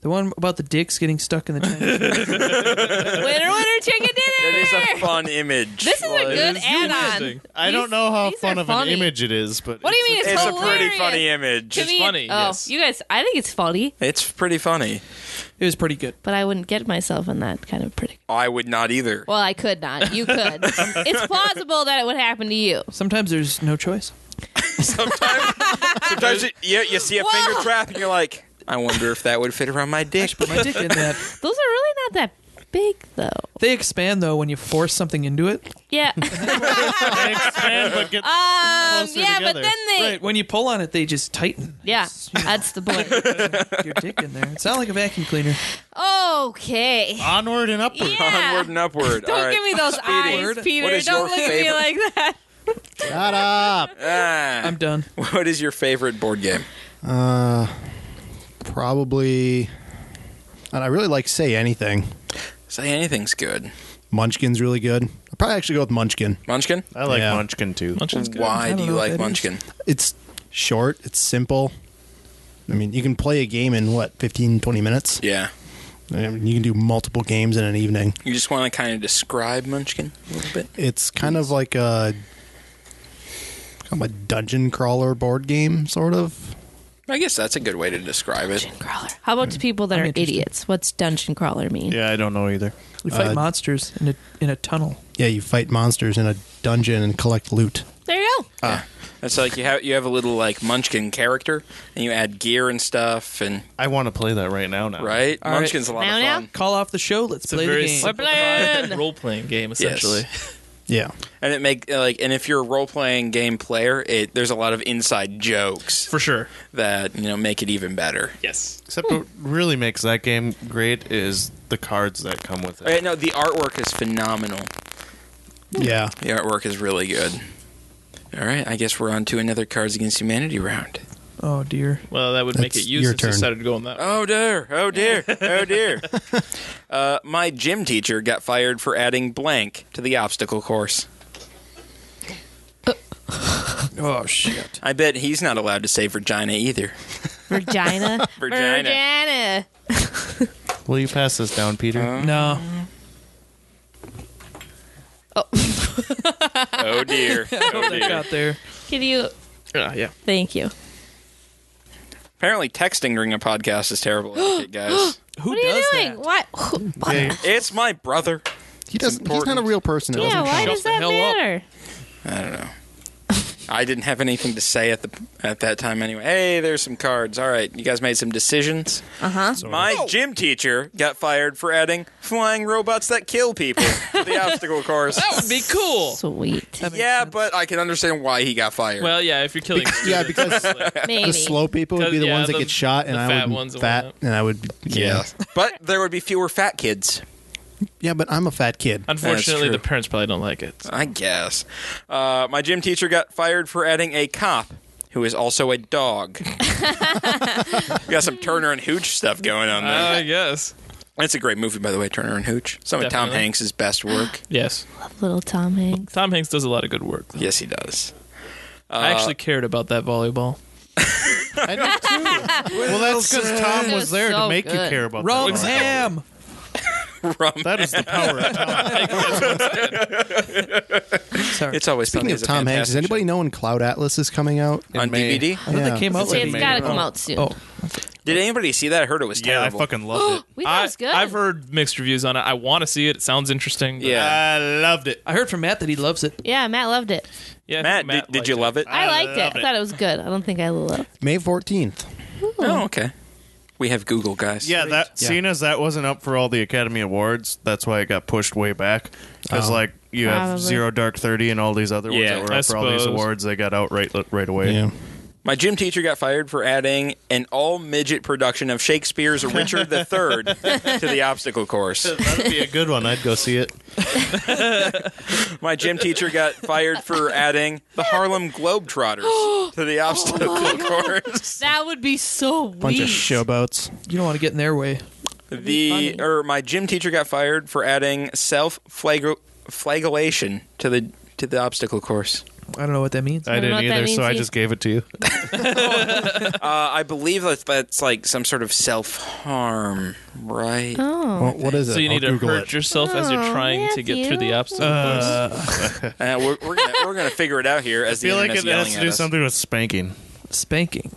Speaker 9: The one about the dicks getting stuck in the Chinese.
Speaker 4: Winner, winner, chicken
Speaker 6: It
Speaker 4: dinner.
Speaker 6: is a fun image.
Speaker 4: This is a
Speaker 6: Like,
Speaker 4: good add-on.
Speaker 7: Interesting.
Speaker 8: I
Speaker 4: These-
Speaker 8: don't know how
Speaker 4: these
Speaker 8: fun
Speaker 4: are
Speaker 8: of
Speaker 4: funny.
Speaker 8: an image it is, but
Speaker 4: What do you mean? It's,
Speaker 6: It's a
Speaker 4: hilarious.
Speaker 6: pretty funny image.
Speaker 4: To me,
Speaker 7: funny,
Speaker 4: Oh,
Speaker 7: yes.
Speaker 4: you guys, I think it's funny,
Speaker 6: It's pretty funny.
Speaker 9: It was pretty good.
Speaker 4: but I wouldn't get myself in that kind of pretty.
Speaker 6: I would not either.
Speaker 4: Well, I could not. You could. it's plausible that it would happen to you.
Speaker 9: Sometimes there's no choice.
Speaker 6: Sometimes, sometimes you, you, you see a
Speaker 4: Whoa.
Speaker 6: finger trap and you're like, I wonder if that would fit around my dick.
Speaker 9: Put my dick in that.
Speaker 4: Those are really not that big, though.
Speaker 9: They expand though when you force something into it.
Speaker 4: Yeah. um.
Speaker 8: but get
Speaker 4: Uh, Yeah,
Speaker 8: Closer
Speaker 4: but
Speaker 8: together.
Speaker 4: then they.
Speaker 9: Right. When you pull on it, they just tighten.
Speaker 4: Yeah, that's the point.
Speaker 9: Your dick in there. It's not like a vacuum cleaner.
Speaker 4: Okay.
Speaker 8: onward and upward.
Speaker 4: Yeah.
Speaker 6: Onward and upward.
Speaker 4: Don't
Speaker 6: All right.
Speaker 4: give me those eyes,
Speaker 9: Word.
Speaker 4: Peter.
Speaker 6: What is
Speaker 4: Don't
Speaker 6: your
Speaker 4: look at me
Speaker 6: favorite-
Speaker 4: like that.
Speaker 2: Shut up.
Speaker 6: Ah.
Speaker 9: I'm done.
Speaker 6: What is your favorite board game?
Speaker 2: Uh, probably. And I really like Say Anything.
Speaker 6: Say anything's good.
Speaker 2: Munchkin's really good. I'll probably actually go with Munchkin.
Speaker 6: Munchkin?
Speaker 8: I like
Speaker 2: Yeah.
Speaker 8: Munchkin too.
Speaker 7: Munchkin's good.
Speaker 6: Why
Speaker 9: don't
Speaker 6: do you
Speaker 9: know what
Speaker 6: like
Speaker 9: that is.
Speaker 6: Munchkin?
Speaker 2: It's short, it's simple. I mean, you can play a game in what, 15, 20 minutes?
Speaker 6: Yeah.
Speaker 2: I mean, you can do multiple games in an evening.
Speaker 6: You just want to kind of describe Munchkin a little bit?
Speaker 2: It's kind of like a. Kind of a dungeon crawler board game, sort of.
Speaker 6: I guess that's a good way to describe it.
Speaker 4: Dungeon crawler. How about to people that
Speaker 9: I'm
Speaker 4: are
Speaker 9: interested.
Speaker 4: idiots? What's dungeon crawler mean?
Speaker 8: Yeah, I don't know either.
Speaker 9: You fight
Speaker 2: Uh,
Speaker 9: monsters in a in a tunnel.
Speaker 2: Yeah, you fight monsters in a dungeon and collect loot.
Speaker 4: There you go.
Speaker 9: Ah.
Speaker 6: It's like you have you have a little like Munchkin character, and you add gear and stuff, and
Speaker 8: I want to play that right now. Now,
Speaker 6: right,
Speaker 9: All right.
Speaker 6: Munchkin's a lot
Speaker 4: Now,
Speaker 6: of
Speaker 4: now?
Speaker 6: fun.
Speaker 9: Call off the show. Let's
Speaker 7: It's a
Speaker 9: play the
Speaker 7: very
Speaker 9: game.
Speaker 7: simplified
Speaker 4: playing.
Speaker 7: role-playing game, essentially.
Speaker 2: Yeah.
Speaker 6: and it make like and if you're a role playing game player, it there's a lot of inside jokes
Speaker 7: for sure.
Speaker 6: that you know make it even better.
Speaker 7: Yes.
Speaker 8: Except what really makes that game great is the cards that come with
Speaker 6: Uh,
Speaker 8: it.
Speaker 6: No, the artwork is phenomenal.
Speaker 2: Yeah.
Speaker 6: The artwork is really good. All right, I guess we're on to another Cards Against Humanity round.
Speaker 9: Oh dear.
Speaker 7: Well, that would make
Speaker 2: That's
Speaker 7: it you
Speaker 2: your
Speaker 7: since
Speaker 2: turn.
Speaker 7: you started going that. way.
Speaker 6: Oh dear! Oh dear! Oh dear! uh, my gym teacher got fired for adding blank to the obstacle course.
Speaker 9: Oh shit.
Speaker 6: I bet he's not allowed to say Virginia either.
Speaker 4: Virginia.
Speaker 6: Virginia.
Speaker 4: Virginia.
Speaker 8: Will you pass this down, Peter?
Speaker 9: No.
Speaker 6: Oh dear! Oh
Speaker 9: That
Speaker 6: dear!
Speaker 9: got there.
Speaker 4: Can you?
Speaker 7: Yeah, yeah.
Speaker 4: Thank you.
Speaker 6: Apparently, texting during a podcast is terrible, etiquette, guys.
Speaker 9: Who
Speaker 4: What are you
Speaker 9: does
Speaker 4: doing?
Speaker 9: that?
Speaker 4: What? What?
Speaker 8: Hey,
Speaker 6: It's my brother.
Speaker 2: He doesn't. He's not a
Speaker 6: important.
Speaker 2: real person. It
Speaker 4: Yeah.
Speaker 2: doesn't
Speaker 4: Why
Speaker 2: count.
Speaker 4: does
Speaker 9: the
Speaker 4: that
Speaker 9: hell up.
Speaker 4: matter?
Speaker 6: I didn't have anything to say at the at that time anyway. Hey, there's some cards. All right, you guys made some decisions.
Speaker 4: Uh huh.
Speaker 6: My gym teacher got fired for adding flying robots that kill people to the obstacle course.
Speaker 7: That would be cool.
Speaker 4: Sweet.
Speaker 6: Yeah, but I can understand why he got fired.
Speaker 7: Well, yeah, if you're killing.
Speaker 2: Yeah,
Speaker 7: students,
Speaker 2: because
Speaker 4: Maybe.
Speaker 2: the slow people would be the
Speaker 7: Yeah,
Speaker 2: ones that
Speaker 7: the-
Speaker 2: get shot, and
Speaker 7: the
Speaker 2: I
Speaker 7: fat
Speaker 2: would
Speaker 7: ones and
Speaker 2: fat,
Speaker 7: whatnot.
Speaker 2: and I would. Yeah.
Speaker 6: but there would be fewer fat kids.
Speaker 2: Yeah, but I'm a fat kid.
Speaker 7: Unfortunately,
Speaker 6: true.
Speaker 7: the parents probably don't like it.
Speaker 6: I guess. Uh, my gym teacher got fired for adding a cop who is also a dog. We got some Turner and Hooch stuff going on there.
Speaker 7: I guess.
Speaker 6: It's a great movie, by the way, Turner and Hooch. Some of Tom
Speaker 7: Definitely.
Speaker 6: Hanks' best work.
Speaker 7: Yes.
Speaker 4: Little Tom Hanks.
Speaker 7: Tom Hanks does a lot of good work.
Speaker 6: yes, he does.
Speaker 7: I actually cared about that volleyball.
Speaker 8: I do too. well, that's because Tom
Speaker 4: It
Speaker 8: was
Speaker 4: was
Speaker 8: there
Speaker 4: so
Speaker 8: to make you
Speaker 4: good.
Speaker 8: care about
Speaker 9: Rum
Speaker 8: that.
Speaker 9: Oh, ham.
Speaker 6: Rum.
Speaker 8: That is the power of Tom.
Speaker 9: Sorry.
Speaker 6: It's always
Speaker 2: Speaking
Speaker 6: fun.
Speaker 2: of
Speaker 6: It's a
Speaker 2: Tom Hanks, does
Speaker 6: fantastic
Speaker 2: anybody know when Cloud Atlas is coming out?
Speaker 6: show. on
Speaker 8: In May.
Speaker 6: DVD?
Speaker 9: I thought
Speaker 2: Yeah.
Speaker 9: that came out
Speaker 4: See,
Speaker 9: like
Speaker 4: it's
Speaker 8: Wait,
Speaker 4: gotta
Speaker 8: no.
Speaker 4: come out soon.
Speaker 9: Oh,
Speaker 6: Did anybody see that? I heard it was
Speaker 8: Yeah, I
Speaker 6: terrible.
Speaker 8: fucking loved it.
Speaker 4: we thought it
Speaker 7: I,
Speaker 4: was good.
Speaker 7: I've heard mixed reviews on it. I want to see it. It sounds interesting. but-
Speaker 6: Yeah.
Speaker 8: I loved it.
Speaker 9: I heard from Matt that he loves it.
Speaker 4: Yeah, Matt loved it.
Speaker 7: yeah. I
Speaker 6: Matt,
Speaker 7: think
Speaker 6: did, did you
Speaker 7: liked
Speaker 6: love it?
Speaker 4: I, liked it. I thought it was good. I don't think I loved.
Speaker 2: May 14th.
Speaker 6: Oh, okay. We have Google, guys.
Speaker 8: Yeah, that
Speaker 2: Yeah.
Speaker 8: seeing as that wasn't up for all the Academy Awards, that's why it got pushed way back. Because
Speaker 2: Oh.
Speaker 8: like you have
Speaker 4: Probably.
Speaker 8: Zero Dark Thirty and all these other ones
Speaker 6: Yeah,
Speaker 8: that were
Speaker 7: I
Speaker 8: up for all these
Speaker 7: suppose.
Speaker 8: awards, they got out right uh, right away.
Speaker 6: My gym teacher got fired for adding an all midget production of Shakespeare's Richard III to the obstacle course.
Speaker 8: That'd be a good one. I'd go see it.
Speaker 6: My gym teacher got fired for adding the Harlem Globetrotters to the obstacle course.
Speaker 4: That would be so weird.
Speaker 2: Bunch of showboats.
Speaker 9: You don't want to get in their way.
Speaker 6: The or my gym teacher got fired for adding self flagellation to the to the obstacle course.
Speaker 9: I don't know what that means.
Speaker 8: I
Speaker 4: don't know
Speaker 8: didn't
Speaker 4: what that
Speaker 8: either,
Speaker 4: means
Speaker 8: so I
Speaker 4: either.
Speaker 8: just gave it to you.
Speaker 6: Uh, I believe that that's like some sort of self harm, right?
Speaker 4: Oh.
Speaker 2: Well, what is it?
Speaker 7: So you need
Speaker 2: I'll
Speaker 7: to
Speaker 2: Google
Speaker 7: hurt
Speaker 2: it.
Speaker 7: yourself as you're
Speaker 4: Oh,
Speaker 7: trying to get through the
Speaker 4: Matthew.
Speaker 7: obstacle
Speaker 8: Uh,
Speaker 7: course.
Speaker 6: Uh, we're we're gonna, we're gonna figure it out here as
Speaker 8: I feel
Speaker 6: the
Speaker 8: like
Speaker 6: internet's
Speaker 8: it has
Speaker 6: yelling
Speaker 8: to
Speaker 6: at
Speaker 8: do
Speaker 6: us.
Speaker 8: something with spanking.
Speaker 9: Spanking.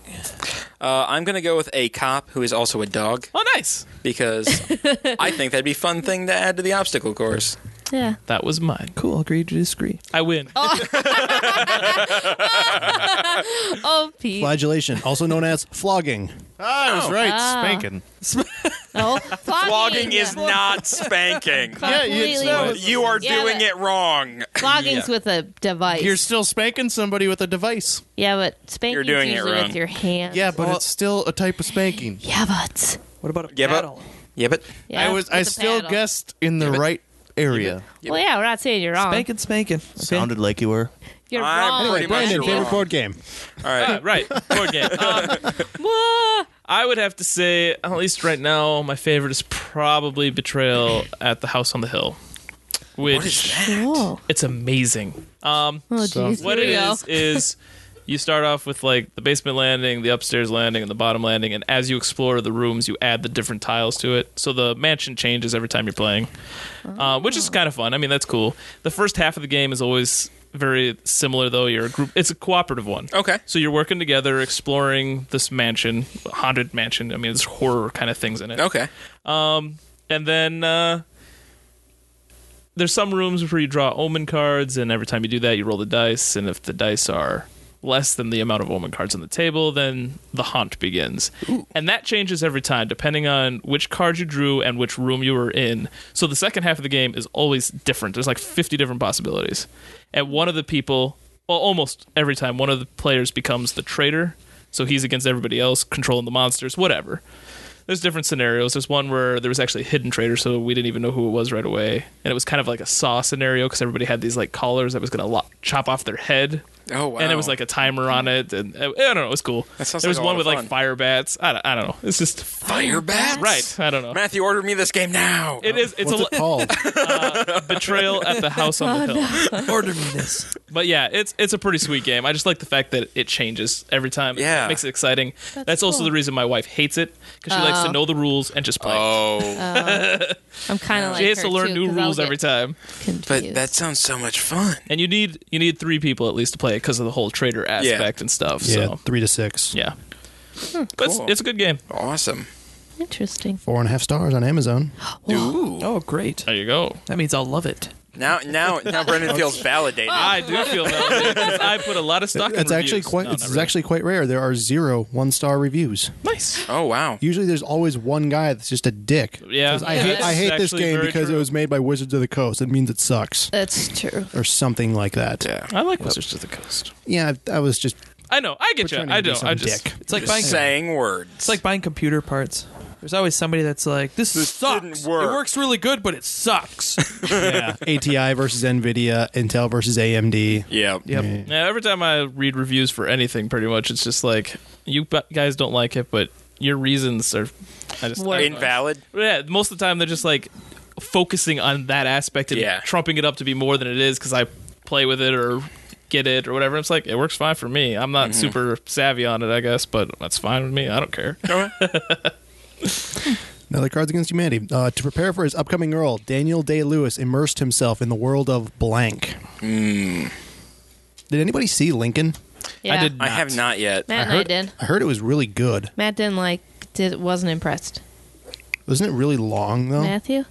Speaker 6: Uh, I'm gonna go with a cop who is also a dog
Speaker 7: Oh, nice.
Speaker 6: because I think that'd be a fun thing to add to the obstacle course.
Speaker 4: Yeah.
Speaker 7: That was mine.
Speaker 9: Cool. Agree to disagree.
Speaker 7: I win.
Speaker 4: Oh, Pete.
Speaker 2: Flagellation, also known as flogging.
Speaker 8: Ah, I was right.
Speaker 4: Ah.
Speaker 8: Spanking.
Speaker 4: No.
Speaker 6: Flogging is not spanking.
Speaker 4: Completely.
Speaker 6: You are
Speaker 4: Yeah,
Speaker 6: doing
Speaker 4: but-
Speaker 6: it wrong.
Speaker 4: Flogging's with a device.
Speaker 8: You're still spanking somebody with a device.
Speaker 4: yeah, but spanking's
Speaker 6: You're doing it
Speaker 4: usually
Speaker 6: wrong.
Speaker 4: with your hand.
Speaker 8: Yeah, but
Speaker 9: Well-
Speaker 8: it's still a type of spanking.
Speaker 4: Yeah, but.
Speaker 9: What about a
Speaker 6: Yeah, but-
Speaker 9: paddle?
Speaker 6: Yeah, but
Speaker 4: Yeah,
Speaker 8: I was.
Speaker 4: with
Speaker 8: I
Speaker 4: a
Speaker 8: still
Speaker 4: paddle.
Speaker 8: guessed in the right area.
Speaker 4: Well, yeah, we're not saying you're wrong.
Speaker 9: Spanking, spanking. Okay.
Speaker 8: like you were.
Speaker 4: You're
Speaker 6: I'm
Speaker 4: wrong.
Speaker 6: pretty much
Speaker 2: Brandon,
Speaker 6: wrong.
Speaker 2: favorite board game.
Speaker 6: all right.
Speaker 7: Ah, right. Board game. Um,
Speaker 4: Whoa.
Speaker 7: I would have to say, at least right now, my favorite is probably Betrayal at the House on the Hill, which
Speaker 4: Cool.
Speaker 7: it's amazing. Um,
Speaker 4: Oh, jeez.
Speaker 7: what
Speaker 4: Oh, Here
Speaker 7: it
Speaker 4: we go.
Speaker 7: is is you start off with like the basement landing, the upstairs landing, and the bottom landing, and as you explore the rooms, you add the different tiles to it. So the mansion changes every time you're playing, uh, which is kind of fun. I mean, that's cool. The first half of the game is always very similar, though. You're a group. It's a cooperative one.
Speaker 6: Okay.
Speaker 7: So you're working together, exploring this mansion, haunted mansion. I mean, there's horror kind of things in it.
Speaker 6: Okay.
Speaker 7: And then uh, there's some rooms where you draw omen cards, and every time you do that, you roll the dice, and if the dice are less than the amount of omen cards on the table, then the hunt begins. And that changes every time depending on which card you drew and which room you were in. So the second half of the game is always different. There's like 50 different possibilities. And one of the people, well, almost every time, one of the players becomes the traitor. So he's against everybody else, controlling the monsters, whatever there's different scenarios. There's one where there was actually a hidden traitor, so we didn't even know who it was right away, and it was kind of like a saw scenario because everybody had these like collars that was gonna lo- chop off their head.
Speaker 6: Oh, wow.
Speaker 7: And it was like a timer on it, and uh, I don't know, it was cool.
Speaker 6: That sounds
Speaker 7: there was
Speaker 6: like a
Speaker 7: one
Speaker 6: lot of
Speaker 7: with like
Speaker 6: fun.
Speaker 7: fire bats. I don't, I don't know. It's just
Speaker 6: Fire bats.
Speaker 7: right. I don't know.
Speaker 6: Matthew, order me this game now.
Speaker 7: It is. It's
Speaker 2: What's it
Speaker 7: a li-
Speaker 2: called?
Speaker 7: betrayal at the house on the hill.
Speaker 9: Order me this.
Speaker 7: But yeah, it's it's a pretty sweet game. I just like the fact that it changes every time.
Speaker 6: Yeah.
Speaker 7: it makes it exciting. That's, also
Speaker 4: cool. Oh.
Speaker 7: the reason my wife hates it because she likes to know the rules and just play. it.
Speaker 6: Oh,
Speaker 4: I'm kind of like
Speaker 7: she has to
Speaker 4: her,
Speaker 7: learn
Speaker 4: too,
Speaker 7: new
Speaker 4: 'cause I'll
Speaker 7: rules
Speaker 4: get
Speaker 7: every time.
Speaker 4: Confused.
Speaker 6: but that sounds so much fun.
Speaker 7: and you need you need three people at least to play it because of the whole trader aspect and stuff.
Speaker 2: yeah,
Speaker 7: So
Speaker 2: three to six.
Speaker 7: yeah, but it's,
Speaker 6: cool.
Speaker 7: it's a good game.
Speaker 6: Awesome.
Speaker 4: interesting.
Speaker 2: Four and a half stars on Amazon.
Speaker 6: Ooh.
Speaker 9: Oh, great.
Speaker 7: There you go.
Speaker 9: That means I'll love it.
Speaker 6: Now, now, now, Brendan feels validated.
Speaker 7: I do feel validated 'cause I put a lot of stock. in
Speaker 2: It's actually
Speaker 7: reviews.
Speaker 2: quite.
Speaker 7: No,
Speaker 2: it's
Speaker 7: not really.
Speaker 2: actually quite rare. There are zero one star reviews.
Speaker 7: nice.
Speaker 6: Oh wow.
Speaker 2: Usually, there's always one guy that's just a dick.
Speaker 7: Yeah,
Speaker 2: I hate, I
Speaker 7: That's
Speaker 2: hate this
Speaker 7: actually
Speaker 2: game
Speaker 7: very
Speaker 2: because
Speaker 7: true.
Speaker 2: it was made by Wizards of the Coast. It means it sucks
Speaker 4: That's true.
Speaker 2: or something like that.
Speaker 6: Yeah.
Speaker 7: I like Wizards of the Coast.
Speaker 2: Yeah, I, I was just
Speaker 7: I know. I get you.
Speaker 2: trying to
Speaker 7: I
Speaker 2: be
Speaker 7: do.
Speaker 2: some
Speaker 7: I just
Speaker 2: dick.
Speaker 9: It's like buying
Speaker 6: Saying words.
Speaker 9: it's like buying computer parts. There's always somebody that's like, "This, sucks.
Speaker 6: didn't work."
Speaker 9: It works really good, but it sucks."
Speaker 2: ATI versus Nvidia, Intel versus AMD.
Speaker 6: yeah.
Speaker 9: yep.
Speaker 7: Yeah, every time I read reviews for anything, pretty much, it's just like you bu- guys don't like it, but your reasons are. I just
Speaker 4: Work.
Speaker 6: Invalid.
Speaker 7: yeah. Most of the time, they're just like focusing on that aspect and
Speaker 6: Yeah.
Speaker 7: trumping it up to be more than it is because I play with it or get it or whatever. It's like it works fine for me. I'm not super savvy on it, I guess, but that's fine with me. I don't care.
Speaker 6: Uh-huh.
Speaker 2: Another Cards Against Humanity. Uh, to prepare for his upcoming role, Daniel Day Lewis immersed himself in the world of blank. Did anybody see Lincoln?
Speaker 4: Yeah.
Speaker 7: I did.
Speaker 6: I have not yet.
Speaker 4: Matt and I
Speaker 2: heard,
Speaker 4: did.
Speaker 2: I heard it was really good.
Speaker 4: Matt didn't like. Did wasn't impressed.
Speaker 2: Wasn't it really long though?
Speaker 4: Matthew.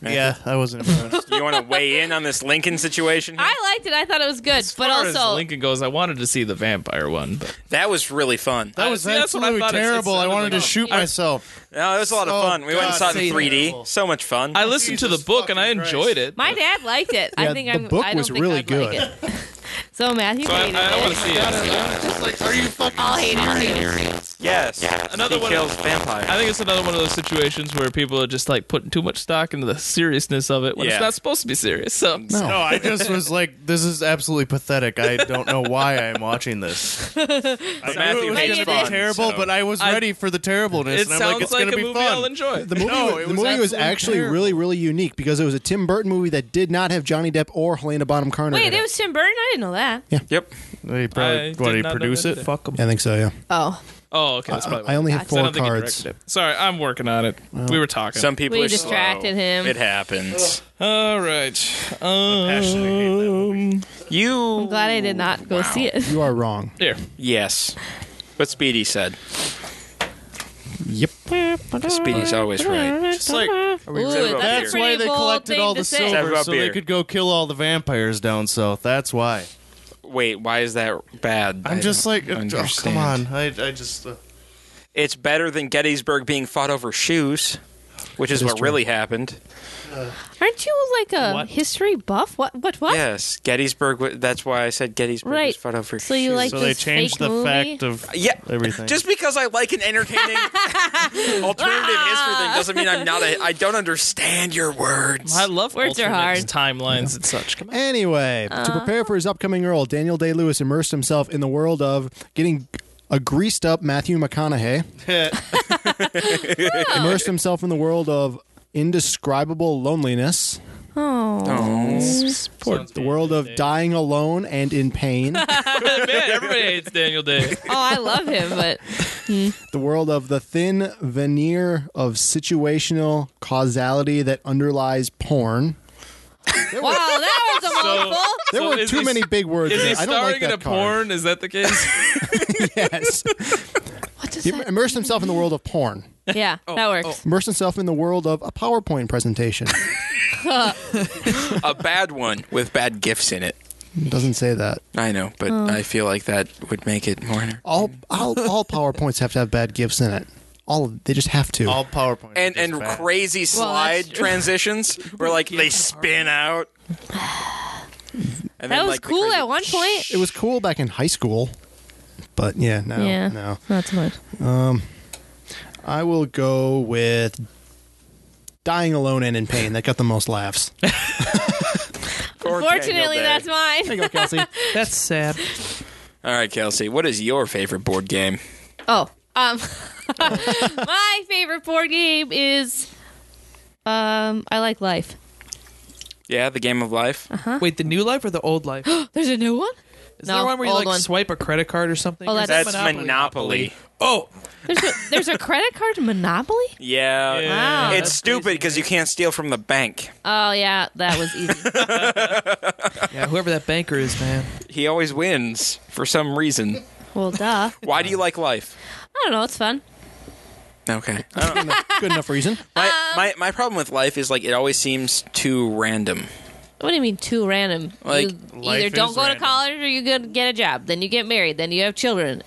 Speaker 8: Yeah, I wasn't impressed.
Speaker 6: you want to weigh in on this Lincoln situation? here?
Speaker 4: I liked it. I thought it was good, but
Speaker 7: As far
Speaker 4: also
Speaker 7: as Lincoln goes, I wanted to see the vampire one, but
Speaker 6: that was really fun.
Speaker 8: That was
Speaker 7: See, that's what I
Speaker 8: absolutely
Speaker 7: thought. It's-
Speaker 8: terrible.
Speaker 7: it's-
Speaker 8: I wanted to
Speaker 7: it's-
Speaker 8: shoot myself.
Speaker 6: No, it was a lot of
Speaker 8: Oh,
Speaker 6: fun. We went and
Speaker 8: God,
Speaker 6: saw it
Speaker 8: say
Speaker 6: in 3D.
Speaker 8: terrible.
Speaker 6: So much fun.
Speaker 7: I listened to the
Speaker 8: Jesus
Speaker 7: book and I
Speaker 8: fucking Christ.
Speaker 7: enjoyed it.
Speaker 4: my dad liked it.
Speaker 2: Yeah,
Speaker 4: I think
Speaker 2: the
Speaker 4: I'm,
Speaker 2: book
Speaker 4: I don't
Speaker 2: was
Speaker 4: think
Speaker 2: really
Speaker 4: I'd like
Speaker 2: good.
Speaker 4: it. so Matthew
Speaker 7: so I,
Speaker 4: hated
Speaker 7: I, want
Speaker 4: it.
Speaker 7: to see it.
Speaker 4: All hated it.
Speaker 6: yes.
Speaker 7: Another
Speaker 6: he
Speaker 7: one-
Speaker 6: kills vampire.
Speaker 7: I think it's another one of those situations where people are just like putting too much stock into the seriousness of it when
Speaker 6: Yeah.
Speaker 7: it's not supposed to be serious. So
Speaker 2: No.
Speaker 8: No, I just was like, this is absolutely pathetic. I don't know why I'm watching this.
Speaker 6: but
Speaker 8: I knew it
Speaker 6: Matthew
Speaker 8: was
Speaker 4: hated
Speaker 8: gonna
Speaker 6: hates
Speaker 4: it.
Speaker 8: be
Speaker 6: fun.
Speaker 8: terrible,
Speaker 6: so-
Speaker 8: but I was
Speaker 7: I-
Speaker 8: ready for the terribleness.
Speaker 7: it
Speaker 8: and I'm
Speaker 7: sounds
Speaker 8: like, it's
Speaker 7: like,
Speaker 8: gonna
Speaker 7: a
Speaker 8: be
Speaker 7: movie
Speaker 8: fun.
Speaker 7: I'll enjoy.
Speaker 2: The movie,
Speaker 8: No,
Speaker 2: was,
Speaker 8: it
Speaker 2: the
Speaker 8: was
Speaker 2: movie was
Speaker 8: absolutely
Speaker 2: actually
Speaker 8: terrible.
Speaker 2: really, really unique because it was a Tim Burton movie that did not have Johnny Depp or Helena Bonham Carter.
Speaker 4: Wait,
Speaker 2: in
Speaker 4: it was Tim Burton. I didn't know that.
Speaker 6: Yep.
Speaker 8: They
Speaker 7: I
Speaker 8: probably
Speaker 7: did
Speaker 8: what did
Speaker 7: not
Speaker 8: he
Speaker 7: know
Speaker 8: produce
Speaker 7: that
Speaker 8: it?
Speaker 7: either.
Speaker 8: Fuck them.
Speaker 2: I think so. Yeah.
Speaker 4: Oh,
Speaker 7: Oh, okay. That's probably
Speaker 2: I only have
Speaker 4: So
Speaker 7: I
Speaker 2: four
Speaker 7: don't think he
Speaker 2: cards.
Speaker 7: directed it. Sorry, I'm working on it. we were talking.
Speaker 6: Some people
Speaker 4: We
Speaker 6: are
Speaker 4: distracted
Speaker 6: slow.
Speaker 4: him.
Speaker 6: It happens.
Speaker 7: All right. Um,
Speaker 8: passionately
Speaker 6: You.
Speaker 4: I'm glad I did not go see it.
Speaker 2: You are wrong.
Speaker 7: here.
Speaker 6: Yes. What Speedy said.
Speaker 2: Yep.
Speaker 6: Speedy's always right.
Speaker 8: Just like
Speaker 4: Ooh,
Speaker 6: really about beer?
Speaker 4: that's
Speaker 8: that's why they collected all the
Speaker 6: Have
Speaker 8: silver
Speaker 6: about
Speaker 8: so
Speaker 6: beer.
Speaker 8: they could go kill all the vampires down south. That's why.
Speaker 6: Wait, why is that bad?
Speaker 8: I'm
Speaker 6: I
Speaker 8: just
Speaker 6: don't
Speaker 8: like, oh,
Speaker 6: understand.
Speaker 8: come on. I, I just. Uh,
Speaker 6: It's better than Gettysburg being fought over shoes, which is
Speaker 2: That is
Speaker 6: what
Speaker 2: true.
Speaker 6: really happened.
Speaker 4: Aren't you like a
Speaker 7: What?
Speaker 4: history buff? What? What? What?
Speaker 6: Yes, Gettysburg. wa- That's why I said Gettysburg was
Speaker 4: Right.
Speaker 6: fought over
Speaker 4: So
Speaker 6: shoes.
Speaker 4: you like
Speaker 8: so they
Speaker 4: this
Speaker 8: changed
Speaker 4: fake
Speaker 8: the
Speaker 4: movie?
Speaker 8: fact of
Speaker 6: Yeah,
Speaker 8: everything.
Speaker 6: Just because I like an entertaining alternative history thing doesn't mean I'm not a. I don't understand your words.
Speaker 7: I love
Speaker 4: Words are
Speaker 7: alternate
Speaker 4: hard.
Speaker 7: timelines and such. Come on.
Speaker 2: Anyway, to
Speaker 7: Uh-huh.
Speaker 2: prepare for his upcoming role, Daniel Day Lewis immersed himself in the world of getting a greased up Matthew McConaughey, immersed himself in the world of indescribable loneliness,
Speaker 4: Oh,
Speaker 2: the world of dying alone and in pain, the
Speaker 7: Man, everybody hates Daniel Day.
Speaker 4: oh, I love him, but
Speaker 2: world of the thin veneer of situational causality that underlies porn.
Speaker 4: wow, that was a mouthful.
Speaker 2: There
Speaker 7: So
Speaker 2: were
Speaker 7: is
Speaker 2: too
Speaker 7: he-
Speaker 2: many big words.
Speaker 7: Is
Speaker 2: there.
Speaker 7: he
Speaker 2: I don't
Speaker 7: starring
Speaker 2: like that
Speaker 7: in a
Speaker 2: card.
Speaker 7: porn? Is that the case?
Speaker 2: Yes,
Speaker 4: What does
Speaker 2: he
Speaker 4: that?
Speaker 2: immersed himself in the world of porn.
Speaker 4: Yeah,
Speaker 6: Oh,
Speaker 4: that works.
Speaker 2: Immersed himself in the world of a PowerPoint presentation.
Speaker 6: a bad one with bad gifts in it.
Speaker 2: It doesn't say that.
Speaker 6: I know, but I feel like that would make it more. enter-
Speaker 2: All all, all PowerPoints have to have bad gifs in it. All of- they just have to.
Speaker 8: All PowerPoint.
Speaker 6: And and crazy
Speaker 4: Well, that's
Speaker 6: slide
Speaker 4: true.
Speaker 6: transitions where like they spin out. And
Speaker 4: That
Speaker 6: then,
Speaker 4: was
Speaker 6: like, the
Speaker 4: cool
Speaker 6: crazy-
Speaker 4: at one point.
Speaker 2: it was cool back in high school, but yeah, no,
Speaker 4: yeah.
Speaker 2: no.
Speaker 4: Not so much.
Speaker 2: I will go with dying alone and in pain. That got the most laughs.
Speaker 6: Poor Daniel
Speaker 4: Fortunately,
Speaker 6: Day.
Speaker 4: that's mine.
Speaker 2: There you go, Kelsey.
Speaker 9: That's sad.
Speaker 6: All right, Kelsey. What is your favorite board game?
Speaker 4: Oh, um, my favorite board game is, um, I like Life.
Speaker 6: Yeah, the game of life.
Speaker 9: Wait, the new life or the old life? Is
Speaker 4: There's a new one. no,
Speaker 9: there one where you
Speaker 4: old
Speaker 9: like swipe a credit card or something?
Speaker 4: Oh,
Speaker 9: Or is
Speaker 4: that's-
Speaker 6: That's
Speaker 9: that
Speaker 6: Monopoly.
Speaker 9: Oh,
Speaker 4: There's a, there's a credit card to Monopoly.
Speaker 6: Yeah.
Speaker 4: Wow.
Speaker 6: It's stupid because you can't steal from the bank.
Speaker 4: Oh yeah, that was easy.
Speaker 9: yeah. Whoever that banker is, man.
Speaker 6: He always wins for some reason.
Speaker 4: well, duh.
Speaker 6: Why do you like life?
Speaker 4: I don't know. It's fun.
Speaker 6: Okay. I don't-
Speaker 2: Good enough reason.
Speaker 4: Um,
Speaker 6: my, my my problem with life is like it always seems too random.
Speaker 4: What do you mean too random?
Speaker 6: Like,
Speaker 4: you
Speaker 8: life
Speaker 4: either don't
Speaker 8: is
Speaker 4: go to
Speaker 8: random.
Speaker 4: college or you go get a job, then you get married, then you have children.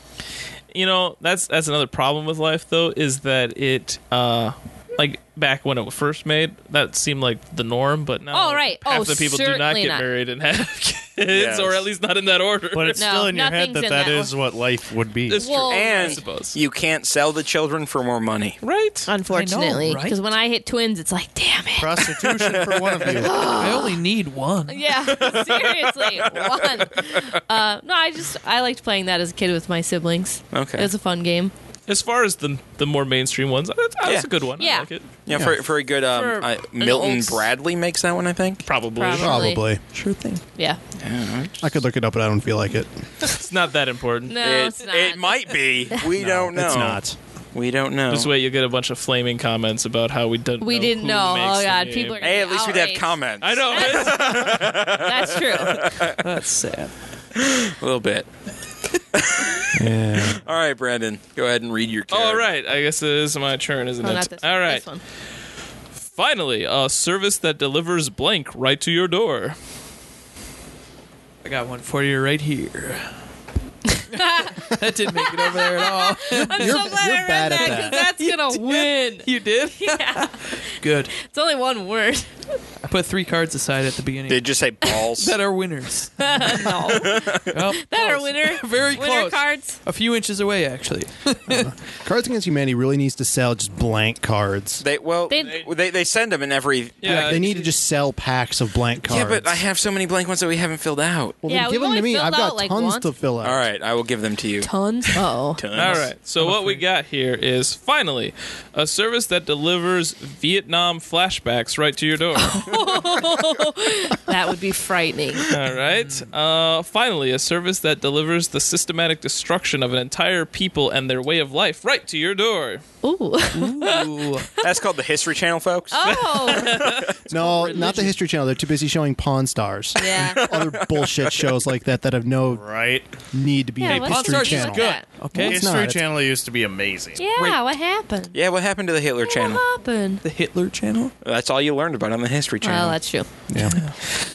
Speaker 7: you know that's that's another problem with life though is that it uh like back when it was first made that seemed like the norm but now
Speaker 4: Oh, right.
Speaker 7: half
Speaker 4: Oh,
Speaker 7: the people do not
Speaker 4: certainly
Speaker 7: get
Speaker 4: not.
Speaker 7: married and have kids
Speaker 6: Yes.
Speaker 7: or at least not in that order
Speaker 8: But it's
Speaker 4: No,
Speaker 8: still in your head
Speaker 4: nothing's
Speaker 8: that
Speaker 4: in
Speaker 8: that
Speaker 4: that
Speaker 8: is what life would be.
Speaker 7: it's
Speaker 4: Well,
Speaker 7: true
Speaker 6: and
Speaker 7: I suppose.
Speaker 6: you can't sell the children for more money.
Speaker 7: right
Speaker 4: Unfortunately,
Speaker 9: I know, right?
Speaker 4: because when I hit twins, it's like, damn it.
Speaker 8: Prostitution for one of you.
Speaker 9: I only need one.
Speaker 4: Yeah, seriously, one. Uh, no, I just I liked playing that as a kid with my siblings.
Speaker 6: Okay.
Speaker 4: it was a fun game.
Speaker 7: as far as the the more mainstream ones that's, that's
Speaker 6: Yeah.
Speaker 7: a good one I
Speaker 4: Yeah.
Speaker 7: like it
Speaker 6: Yeah, for for a good um,
Speaker 4: For
Speaker 6: I,
Speaker 4: an
Speaker 6: Milton
Speaker 4: old-
Speaker 6: Bradley makes that one, I think.
Speaker 7: probably
Speaker 4: Probably.
Speaker 2: Probably.
Speaker 9: Sure thing.
Speaker 4: Yeah,
Speaker 2: I could look it up, but I don't feel like it.
Speaker 7: it's not that important
Speaker 4: no,
Speaker 6: it,
Speaker 4: it's not.
Speaker 6: it might be. We don't know.
Speaker 2: It's not.
Speaker 6: We don't know.
Speaker 7: this way you'll get a bunch of flaming comments about how we didn't
Speaker 4: We
Speaker 7: know
Speaker 4: didn't
Speaker 7: who
Speaker 4: know.
Speaker 7: makes
Speaker 4: Oh
Speaker 7: the
Speaker 4: god,
Speaker 7: game.
Speaker 4: people are. gonna
Speaker 6: Hey, at
Speaker 4: be
Speaker 6: least we'd have
Speaker 4: outraged.
Speaker 6: comments.
Speaker 7: I know right?
Speaker 4: That's true.
Speaker 9: That's sad.
Speaker 6: A little bit.
Speaker 2: Yeah.
Speaker 6: All right, Brandon, go ahead and read your card.
Speaker 7: all right I guess it is my turn isn't
Speaker 4: No,
Speaker 7: it
Speaker 4: not this.
Speaker 7: all right
Speaker 4: This one.
Speaker 7: Finally, a service that delivers blank right to your door.
Speaker 9: I got one for you right here. that didn't make it over there at all.
Speaker 4: I'm
Speaker 2: You're-
Speaker 4: so glad
Speaker 2: you're
Speaker 4: I read
Speaker 2: bad at
Speaker 4: that
Speaker 2: that.
Speaker 4: because that's gonna win.
Speaker 9: You did?
Speaker 4: Yeah.
Speaker 9: Good.
Speaker 4: It's only one word.
Speaker 9: I put three cards aside at the beginning
Speaker 6: Did you say balls?
Speaker 9: that are winners.
Speaker 4: no,
Speaker 9: Well,
Speaker 4: that are
Speaker 9: close.
Speaker 4: winner.
Speaker 9: Very
Speaker 4: winner
Speaker 9: close.
Speaker 4: cards.
Speaker 9: A few inches away, actually.
Speaker 2: Cards Against Humanity really needs to sell just blank cards.
Speaker 6: they well they
Speaker 4: They-
Speaker 6: they, send them in every.
Speaker 7: Yeah,
Speaker 2: they need to just sell packs of blank cards.
Speaker 6: Yeah, but I have so many blank ones that we haven't filled out.
Speaker 2: Well,
Speaker 4: Yeah,
Speaker 2: then
Speaker 4: we've
Speaker 2: give them to
Speaker 4: only
Speaker 2: me.
Speaker 4: filled
Speaker 2: I've got
Speaker 4: out, like,
Speaker 2: tons
Speaker 4: once.
Speaker 2: to fill out.
Speaker 6: All right, I will give them to you.
Speaker 4: Tons. Oh,
Speaker 7: All right. So what we got here is finally a service that delivers Vietnam flashbacks right to your door.
Speaker 4: that would be frightening.
Speaker 7: All right. Uh, finally, a service that delivers the systematic destruction of an entire people and their way of life right to your door.
Speaker 4: Ooh.
Speaker 9: Ooh.
Speaker 6: That's called the History Channel, folks.
Speaker 4: Oh.
Speaker 2: No, not the History Channel. They're too busy showing Pawn Stars.
Speaker 4: Yeah.
Speaker 2: Other bullshit shows like that that have no
Speaker 8: Right?
Speaker 2: need to be
Speaker 4: Yeah,
Speaker 2: on
Speaker 4: what's
Speaker 2: History
Speaker 4: the deal
Speaker 2: Channel.
Speaker 4: with that?
Speaker 9: Okay.
Speaker 2: It's
Speaker 8: History
Speaker 2: not.
Speaker 8: Channel used to be amazing.
Speaker 4: Yeah. What happened?
Speaker 6: Yeah, what happened to the Hitler Channel?
Speaker 4: What happened?
Speaker 9: the Hitler channel?
Speaker 6: That's all you learned about on the History Channel.
Speaker 4: Well, that's true.
Speaker 2: Yeah.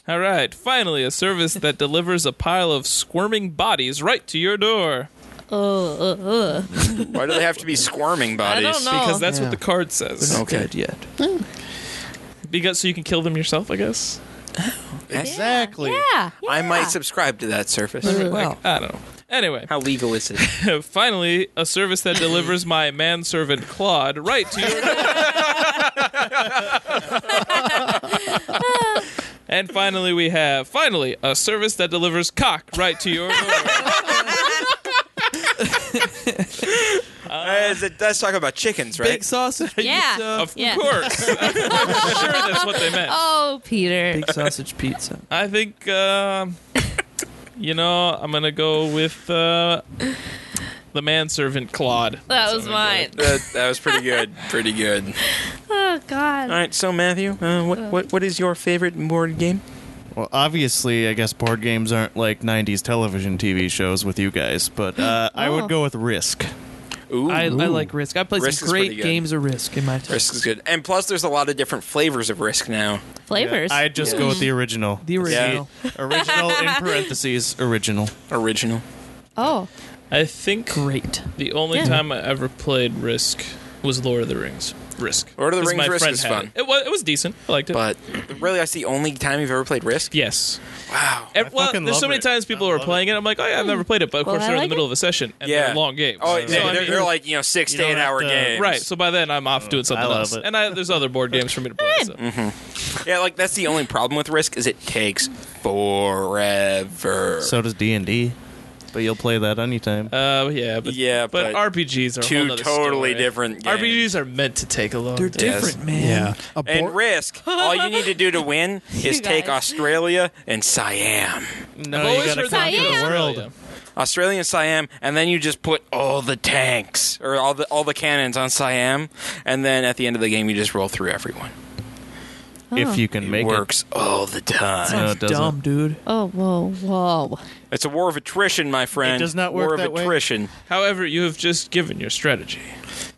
Speaker 7: All right. Finally, a service that delivers a pile of squirming bodies right to your door.
Speaker 4: Oh, uh, uh.
Speaker 6: Why do they have to be squirming
Speaker 4: I
Speaker 6: bodies?
Speaker 4: don't know.
Speaker 7: Because that's
Speaker 2: Yeah.
Speaker 7: what the card says.
Speaker 6: Okay.
Speaker 9: Dead yet.
Speaker 7: Because so you can kill them yourself, I guess.
Speaker 2: Exactly.
Speaker 4: yeah, yeah.
Speaker 6: I might subscribe to that service.
Speaker 9: Well,
Speaker 7: I don't know. Anyway,
Speaker 6: How legal is it?
Speaker 7: finally, a service that delivers my manservant Claude right to your door. and finally, we have finally a service that delivers cock right to your door.
Speaker 6: As Uh, it- let's talk about chickens, right?
Speaker 9: big sausage pizza.
Speaker 4: Yeah.
Speaker 7: Of
Speaker 4: Yeah.
Speaker 7: course, I'm sure that's what they meant.
Speaker 4: Oh, Peter.
Speaker 9: Big sausage pizza.
Speaker 7: I think, um you know, I'm gonna go with uh, the manservant Claude.
Speaker 4: That was mine.
Speaker 6: that, Uh, that was pretty good. Pretty good.
Speaker 4: Oh God.
Speaker 6: All right, so Matthew, uh, what, what what is your favorite board game?
Speaker 8: Well, obviously, I guess board games aren't like 90s television TV shows with you guys, but uh, I would go with Risk.
Speaker 6: Ooh.
Speaker 9: I, I like Risk. I played
Speaker 6: Risk
Speaker 9: some
Speaker 6: is
Speaker 9: great
Speaker 6: pretty good.
Speaker 9: games of Risk in my time.
Speaker 6: Risk is good, and plus there's a lot of different flavors of Risk now.
Speaker 4: Flavors.
Speaker 8: I just go with the original.
Speaker 9: The original.
Speaker 8: original in parentheses, original.
Speaker 6: Original.
Speaker 4: oh,
Speaker 7: I think
Speaker 9: Great.
Speaker 7: the only
Speaker 4: Yeah.
Speaker 7: time I ever played Risk was Lord of the Rings. Risk.
Speaker 6: Lord of the
Speaker 7: 'Cause
Speaker 6: Rings
Speaker 7: my
Speaker 6: Risk
Speaker 7: friend
Speaker 6: is
Speaker 7: had
Speaker 6: fun.
Speaker 7: It. It, was, it was decent. I liked it.
Speaker 6: But really, that's the only time you've ever played Risk.
Speaker 7: yes.
Speaker 6: Wow.
Speaker 7: And, well,
Speaker 8: fucking
Speaker 7: there's so
Speaker 8: love
Speaker 7: many
Speaker 8: it.
Speaker 7: times people
Speaker 8: I
Speaker 7: are
Speaker 8: love Mm.
Speaker 7: playing it. I'm like, oh yeah, I've never played it, but of
Speaker 4: Well,
Speaker 7: course
Speaker 4: I
Speaker 7: they're in
Speaker 4: like
Speaker 7: the middle of a session and
Speaker 6: Yeah.
Speaker 7: they're long games.
Speaker 6: Oh,
Speaker 7: So,
Speaker 6: they,
Speaker 7: I
Speaker 6: they're,
Speaker 7: mean-
Speaker 6: they're like you know six
Speaker 8: You
Speaker 6: to
Speaker 8: don't
Speaker 6: eight hour
Speaker 8: have to-
Speaker 6: games.
Speaker 7: right. So by then I'm off doing something
Speaker 8: Oh, love
Speaker 7: else,
Speaker 8: it.
Speaker 7: and I, there's other board games for me to play. So.
Speaker 6: Yeah, like that's the only problem with Risk is it takes forever.
Speaker 8: So does D and D, but you'll play that anytime.
Speaker 7: Uh, yeah, but
Speaker 6: Yeah,
Speaker 7: but,
Speaker 6: but
Speaker 7: RPGs are a
Speaker 6: two
Speaker 7: whole nother
Speaker 6: totally
Speaker 7: story.
Speaker 6: different games.
Speaker 7: RPGs are meant to take a long.
Speaker 9: They're
Speaker 7: time.
Speaker 6: Yes.
Speaker 9: different, man.
Speaker 2: Yeah. A
Speaker 6: and
Speaker 2: board-
Speaker 6: Risk, all you need to do to win is take
Speaker 4: guys.
Speaker 6: Australia and Siam.
Speaker 8: no,
Speaker 7: I've always heard that
Speaker 4: conquer the
Speaker 7: about
Speaker 8: world.
Speaker 7: Australia.
Speaker 6: Australia and Siam, and then you just put all the tanks or all the all the cannons on Siam, and then at the end of the game you just roll through everyone.
Speaker 8: if you can
Speaker 6: It
Speaker 8: make
Speaker 6: works all the time.
Speaker 8: No,
Speaker 9: Sounds
Speaker 8: it doesn't.
Speaker 9: dumb, dude.
Speaker 4: oh, whoa, whoa.
Speaker 6: It's a war of attrition, my friend.
Speaker 8: does not
Speaker 6: war
Speaker 8: work
Speaker 6: of
Speaker 8: that way.
Speaker 6: attrition.
Speaker 7: However, you have just given your strategy.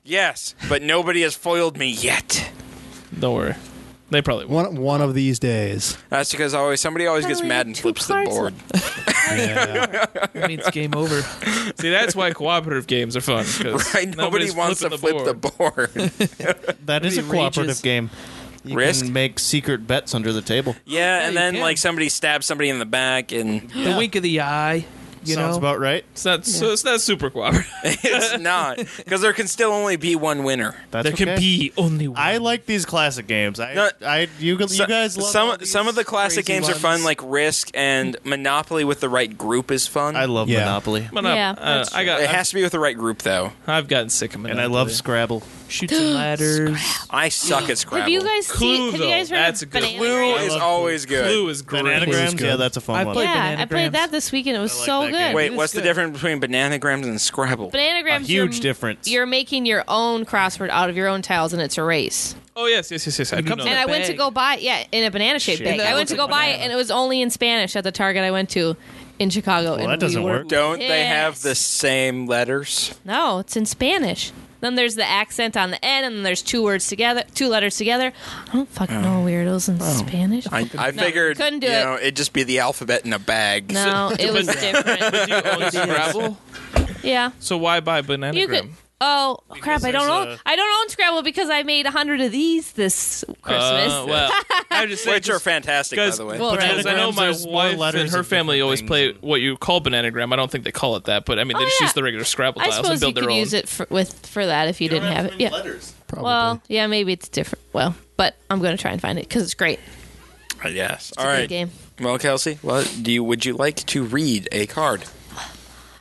Speaker 6: Yes, but nobody has foiled me yet.
Speaker 7: Don't worry, they probably won't.
Speaker 2: One, one of these days.
Speaker 6: That's because always somebody always gets
Speaker 4: Only
Speaker 6: mad and
Speaker 4: two
Speaker 6: flips the
Speaker 4: parts
Speaker 6: board.
Speaker 9: That means game over.
Speaker 7: See, that's why cooperative games are fun. 'cause
Speaker 6: Right? Nobody
Speaker 7: nobody's
Speaker 6: wants to
Speaker 7: flipping
Speaker 6: flip the board.
Speaker 8: it. That is a
Speaker 9: Rages.
Speaker 8: cooperative game. You
Speaker 6: Risk?
Speaker 8: can make secret bets under the table.
Speaker 6: yeah, and
Speaker 9: you
Speaker 6: then
Speaker 9: can.
Speaker 6: like somebody stabs somebody in the back, and
Speaker 9: The wink of the eye. You
Speaker 8: Sounds
Speaker 9: know,
Speaker 8: about right.
Speaker 7: It's not. So it's not super cooperative.
Speaker 6: it's not because there can still only be one winner.
Speaker 8: That's
Speaker 7: there can
Speaker 8: okay.
Speaker 7: be only one.
Speaker 8: I like these classic games. I,
Speaker 6: No,
Speaker 8: I, you, you
Speaker 6: So-
Speaker 8: guys love
Speaker 6: some
Speaker 8: all these
Speaker 6: some of the classic
Speaker 8: crazy
Speaker 6: games are
Speaker 8: ones.
Speaker 6: fun, like Risk and Monopoly with the right group is fun.
Speaker 8: I love
Speaker 2: Yeah.
Speaker 8: Monopoly,
Speaker 7: But not-
Speaker 4: Yeah,
Speaker 7: uh,
Speaker 4: that's
Speaker 7: I got.
Speaker 6: it has to be with the right group, though.
Speaker 7: I've, I've gotten sick of it.
Speaker 8: and I love Scrabble.
Speaker 9: shoots and ladders.
Speaker 6: I suck at Scrabble.
Speaker 4: Have you guys seen?
Speaker 7: Clue,
Speaker 4: Have you guys
Speaker 7: though.
Speaker 4: heard of
Speaker 7: That's a good-
Speaker 4: Banana
Speaker 6: Clue
Speaker 4: Rabbit?
Speaker 6: is
Speaker 8: love
Speaker 6: always good.
Speaker 7: Clue is great.
Speaker 8: Anagrams,
Speaker 2: good.
Speaker 8: yeah, that's a fun
Speaker 9: I
Speaker 8: one.
Speaker 9: played
Speaker 4: yeah, I
Speaker 9: Bananagrams.
Speaker 4: played that this week and it was
Speaker 8: like
Speaker 4: so
Speaker 8: that
Speaker 4: good.
Speaker 8: game.
Speaker 6: Wait,
Speaker 9: It
Speaker 6: what's the
Speaker 9: is good.
Speaker 6: difference between bananagrams and Scrabble?
Speaker 8: a
Speaker 4: Bananagrams,
Speaker 8: huge
Speaker 4: you're,
Speaker 8: difference.
Speaker 4: You're making your own crossword out of your own tiles, and it's a race.
Speaker 7: Oh yes, yes, yes, yes. I do know
Speaker 9: comes in
Speaker 4: and
Speaker 7: that.
Speaker 9: a
Speaker 4: I went to
Speaker 9: bag.
Speaker 4: go buy yeah in a banana shaped bag.
Speaker 9: that
Speaker 4: I went
Speaker 9: looks
Speaker 4: to
Speaker 9: like
Speaker 4: go
Speaker 9: a
Speaker 4: buy it,
Speaker 9: banana.
Speaker 4: and it was only in Spanish at the Target I went to in Chicago.
Speaker 8: Well,
Speaker 4: and
Speaker 8: that doesn't
Speaker 4: we were-
Speaker 8: work.
Speaker 6: Don't they have
Speaker 4: Yes.
Speaker 6: the same letters?
Speaker 4: No, it's in Spanish. Then there's the accent on the end, and then there's two words together, two letters together. I don't fucking
Speaker 8: Oh.
Speaker 4: know weirdos in Spanish.
Speaker 6: I, I figured
Speaker 4: couldn't do
Speaker 6: you
Speaker 4: it.
Speaker 6: know it'd just be the alphabet in a bag.
Speaker 4: no, it was different.
Speaker 7: Do you own Scrabble?
Speaker 4: Yeah,
Speaker 7: So why buy Bananagram?
Speaker 4: you could. Oh crap! I don't
Speaker 8: there's
Speaker 4: own.
Speaker 8: a-
Speaker 4: I don't own Scrabble because I made a hundred of these this Christmas.
Speaker 7: Uh, well, I would just say
Speaker 6: Which are
Speaker 7: just-
Speaker 6: fantastic, by
Speaker 7: Guys,
Speaker 6: the way.
Speaker 4: Well, right.
Speaker 7: Because I know
Speaker 8: Bananagrams,
Speaker 7: my
Speaker 8: there's more
Speaker 7: wife
Speaker 8: letters
Speaker 7: and her
Speaker 8: of
Speaker 7: family
Speaker 8: different
Speaker 7: always
Speaker 8: things
Speaker 7: play
Speaker 8: and-
Speaker 7: what you call bananagram. I don't think they call it that, but I mean they
Speaker 4: Oh,
Speaker 7: just
Speaker 4: yeah.
Speaker 7: use the regular Scrabble
Speaker 4: I
Speaker 7: tiles and
Speaker 4: suppose you
Speaker 7: build
Speaker 4: could
Speaker 7: their own.
Speaker 4: use it for, with for that if you, didn't have it. Yeah.
Speaker 2: Probably.
Speaker 4: Well, yeah, maybe it's different. Well, but I'm going to try and find it because it's great.
Speaker 6: Uh, yes.
Speaker 4: It's
Speaker 6: All
Speaker 4: a good
Speaker 6: right.
Speaker 4: game.
Speaker 6: Well, Kelsey, what do you? Would you like to read a card?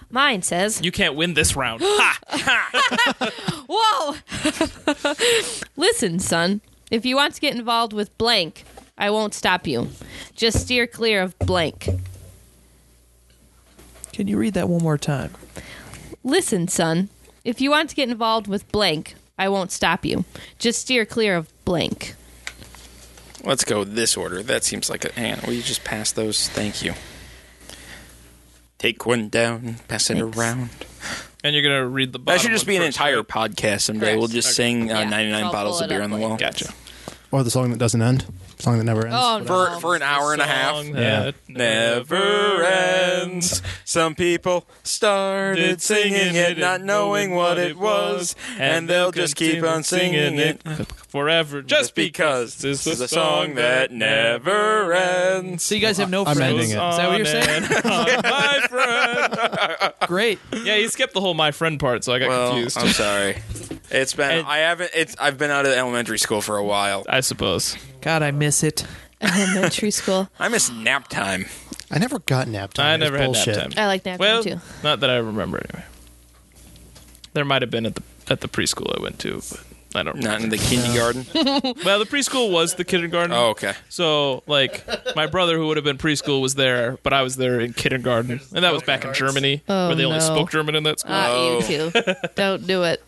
Speaker 4: Mine says,
Speaker 7: You can't win this round. ha!
Speaker 4: Whoa! Listen, son, if you want to get involved with blank, I won't stop you. Just steer clear of blank.
Speaker 9: Can you read that one more time?
Speaker 4: Listen, son, if you want to get involved with blank, I won't stop you. Just steer clear of blank.
Speaker 6: Let's go this order. That seems like a. Hang on, will you just pass those? Thank you. Take one down, pass it
Speaker 4: Thanks.
Speaker 6: around.
Speaker 7: And you're gonna read the.
Speaker 6: That
Speaker 7: bottom
Speaker 6: should just
Speaker 7: one
Speaker 6: be an
Speaker 7: first,
Speaker 6: entire
Speaker 7: right?
Speaker 6: podcast someday. We'll just sing uh,
Speaker 4: Yeah,
Speaker 6: 99
Speaker 4: I'll
Speaker 6: bottles
Speaker 4: pull
Speaker 6: of
Speaker 4: it
Speaker 6: beer
Speaker 4: up
Speaker 6: on the
Speaker 4: later.
Speaker 6: wall.
Speaker 7: Gotcha.
Speaker 2: Or the song that doesn't end. Song that never ends.
Speaker 4: Oh,
Speaker 6: For,
Speaker 4: no.
Speaker 6: for an hour and a half.
Speaker 7: Song that
Speaker 6: Never ends. Some people started singing it, not knowing what it was, and they'll just keep on singing it
Speaker 7: forever,
Speaker 6: just because this is a song that never ends.
Speaker 9: So you guys have no
Speaker 2: I'm
Speaker 9: friends.
Speaker 2: ending it.
Speaker 9: Is that what you're saying?
Speaker 7: my friend.
Speaker 9: Great.
Speaker 7: Yeah, he skipped the whole my friend part, so I got
Speaker 6: Well,
Speaker 7: confused.
Speaker 6: I'm sorry. It's been
Speaker 7: And-
Speaker 6: I haven't it's I've been out of elementary school for a while.
Speaker 7: I suppose.
Speaker 9: God, I miss it.
Speaker 4: Elementary school.
Speaker 6: I miss nap time.
Speaker 2: I never got nap time.
Speaker 7: I
Speaker 2: It's
Speaker 7: never had nap
Speaker 2: bullshit.
Speaker 7: time.
Speaker 4: I like that
Speaker 7: Well,
Speaker 4: one too.
Speaker 7: not that I remember anyway. There might have been at the at the preschool I went to, but I don't.
Speaker 6: Not
Speaker 7: Remember.
Speaker 6: in the kindergarten.
Speaker 7: Well, the preschool was the kindergarten.
Speaker 6: Oh, okay.
Speaker 7: So like my brother who would have been preschool was there, but I was there in kindergarten, and that was back in Germany
Speaker 4: Oh,
Speaker 7: where they only
Speaker 4: no. Uh,
Speaker 7: spoke German in that school.
Speaker 4: Not you too. Don't do it.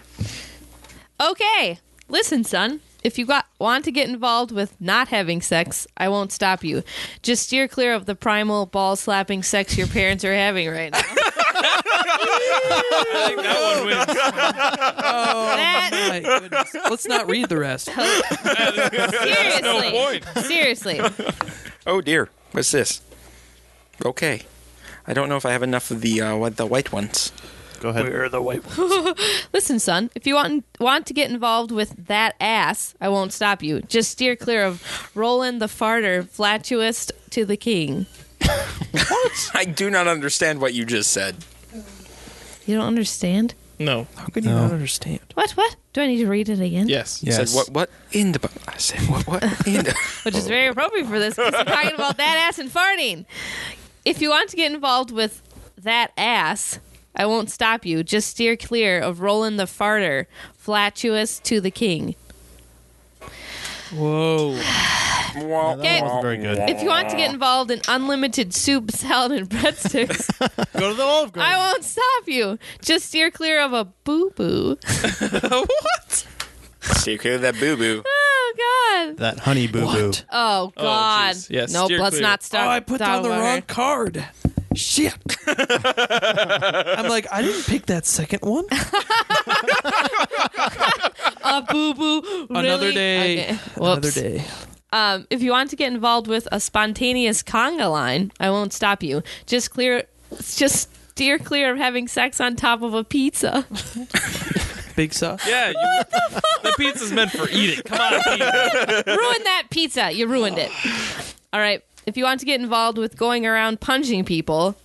Speaker 4: Okay. Listen, son. If you got, want to get involved with not having sex, I won't stop you. Just steer clear of the primal ball slapping sex your parents are having right now.
Speaker 7: I think that one wins.
Speaker 4: Oh. That-
Speaker 9: My goodness. Let's not read the rest.
Speaker 4: seriously.
Speaker 7: no point.
Speaker 4: Seriously.
Speaker 6: Oh dear, what's this? Okay, I don't know if I have enough of the uh, what the white ones.
Speaker 8: Go ahead.
Speaker 4: Listen, son, if you want want to get involved with that ass, I won't stop you. Just steer clear of Roland the farter, flatulist to the king.
Speaker 6: I do not understand what you just said.
Speaker 4: You don't understand?
Speaker 7: No.
Speaker 9: How can you not understand?
Speaker 4: What? What? Do I need to read it again?
Speaker 7: Yes.
Speaker 6: You
Speaker 2: Yes.
Speaker 6: Said what? What in the? bu- I said what? What in the?
Speaker 4: which is very appropriate for this because we're talking about that ass and farting. If you want to get involved with that ass, I won't stop you. Just steer clear of Roland the farter, flatulous to the king.
Speaker 9: Whoa.
Speaker 4: Okay.
Speaker 2: That was very good.
Speaker 4: If you want to get involved in unlimited soup, salad, and breadsticks,
Speaker 9: Go to the Olive
Speaker 4: I
Speaker 9: Garden.
Speaker 4: won't stop you. Just steer clear of a boo boo.
Speaker 9: what?
Speaker 6: Stay clear of that boo boo.
Speaker 4: Oh God.
Speaker 2: That honey boo boo.
Speaker 9: What?
Speaker 4: Oh God.
Speaker 7: jeez. Yeah,
Speaker 4: nope.
Speaker 7: steer
Speaker 4: Let's
Speaker 7: clear.
Speaker 4: not start.
Speaker 9: Oh, I put
Speaker 4: talk
Speaker 9: down the
Speaker 4: about
Speaker 9: wrong
Speaker 4: her.
Speaker 9: card. Shit. I'm like, I didn't pick that second one.
Speaker 4: A boo boo.
Speaker 9: Another day. Another
Speaker 4: Whoops.
Speaker 9: day.
Speaker 4: Um, if you want to get involved with a spontaneous conga line, I won't stop you. Just clear, just steer clear of having sex on top of a pizza.
Speaker 9: Big sauce.
Speaker 7: Yeah. You, the, pizza's meant for eating. Come on, pizza.
Speaker 4: Ruin that pizza. You ruined it. All right. If you want to get involved with going around punching people,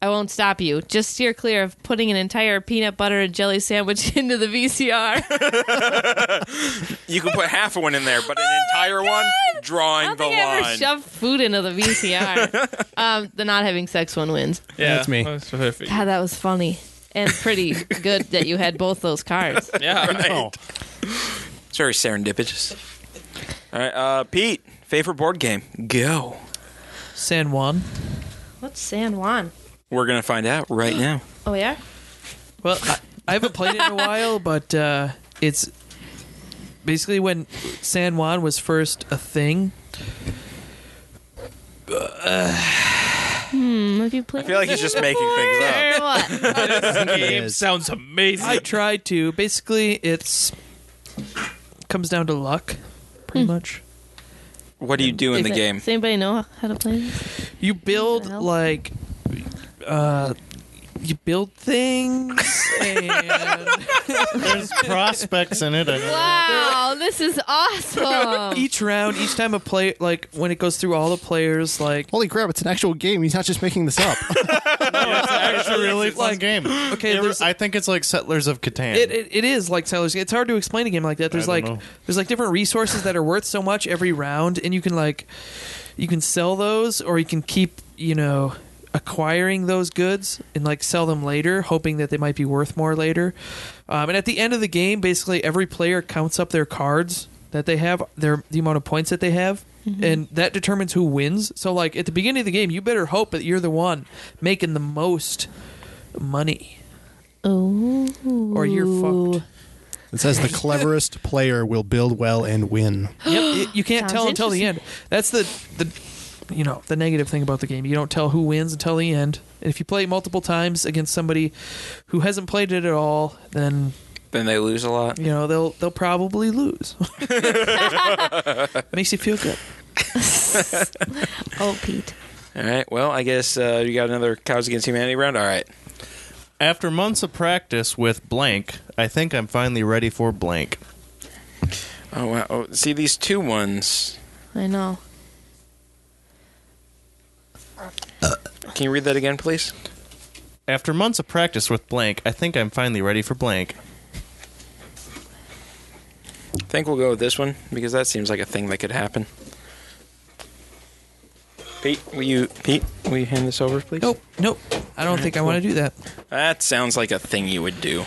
Speaker 4: I won't stop you. Just steer clear of putting an entire peanut butter and jelly sandwich into the VCR.
Speaker 6: You can put half one in there, but an entire one
Speaker 4: Oh I
Speaker 6: drawing
Speaker 4: don't
Speaker 6: the
Speaker 4: think I ever
Speaker 6: line.
Speaker 4: shoved food into the VCR. um, the not having sex one wins.
Speaker 7: Yeah,
Speaker 2: That's me.
Speaker 7: That's perfect.
Speaker 4: God, Ah, that was funny and pretty good that you had both those cards.
Speaker 7: Yeah.
Speaker 2: Oh,
Speaker 6: It's very serendipitous. All right, uh, Pete, favorite board game? Go.
Speaker 9: San Juan.
Speaker 4: What's San Juan?
Speaker 6: We're gonna find out right now.
Speaker 4: Oh yeah.
Speaker 9: Well, I, I haven't played it in a while, but uh, it's basically when San Juan was first a thing.
Speaker 4: Have Mm, you played?
Speaker 6: I feel like he's just making things up.
Speaker 4: or what?
Speaker 7: Game sounds amazing.
Speaker 9: I tried to. Basically, it's comes down to luck, pretty much.
Speaker 6: What do you do in the
Speaker 4: Does
Speaker 6: game?
Speaker 4: anybody know how to play this?
Speaker 9: You build
Speaker 4: hell?
Speaker 9: like uh, you build things and
Speaker 8: There's prospects in it. I know.
Speaker 4: Wow, Oh, this is awesome.
Speaker 9: each round, each time a play like when it goes through all the players, like
Speaker 2: Holy crap! It's an actual game. He's not just making this up.
Speaker 8: It's a really fun
Speaker 9: Like-
Speaker 8: game.
Speaker 9: okay,
Speaker 8: It-
Speaker 9: there's-
Speaker 8: I think it's like Settlers of Catan.
Speaker 9: It, it, it is like Tyler's. It's hard to explain a game like that. There's
Speaker 8: I
Speaker 9: like
Speaker 8: don't know.
Speaker 9: there's like different resources that are worth so much every round, and you can like you can sell those, or you can keep you know acquiring those goods and like sell them later, hoping that they might be worth more later. Um, and at the end of the game, basically every player counts up their cards that they have, their the amount of points that they have. And that determines who wins. So, like at the beginning of the game, you better hope that you're the one making the most money,
Speaker 4: Oh,
Speaker 9: or you're fucked.
Speaker 2: It says the cleverest player will build well and win.
Speaker 9: Yep, it- you can't
Speaker 4: Sounds
Speaker 9: tell until the end. That's the the you know the negative thing about the game. You don't tell who wins until the end. And if you play multiple times against somebody who hasn't played it at all, then
Speaker 6: Then they lose a lot.
Speaker 9: you know they'll they'll probably lose. Makes you feel good.
Speaker 4: oh, Pete.
Speaker 6: All right. Well, I guess uh, you got another Cows Against Humanity round. All right.
Speaker 8: After months of practice with blank, I think I'm finally ready for blank.
Speaker 6: Oh wow. Oh, see these two ones.
Speaker 4: I know.
Speaker 6: Can you read that again, please?
Speaker 8: After months of practice with blank, I think I'm finally ready for blank.
Speaker 6: I think we'll go with this one because that seems like a thing that could happen. Pete, will you Pete, will you hand this over, please?
Speaker 9: Nope, nope. I don't think I want to do that.
Speaker 6: That sounds like a thing you would do.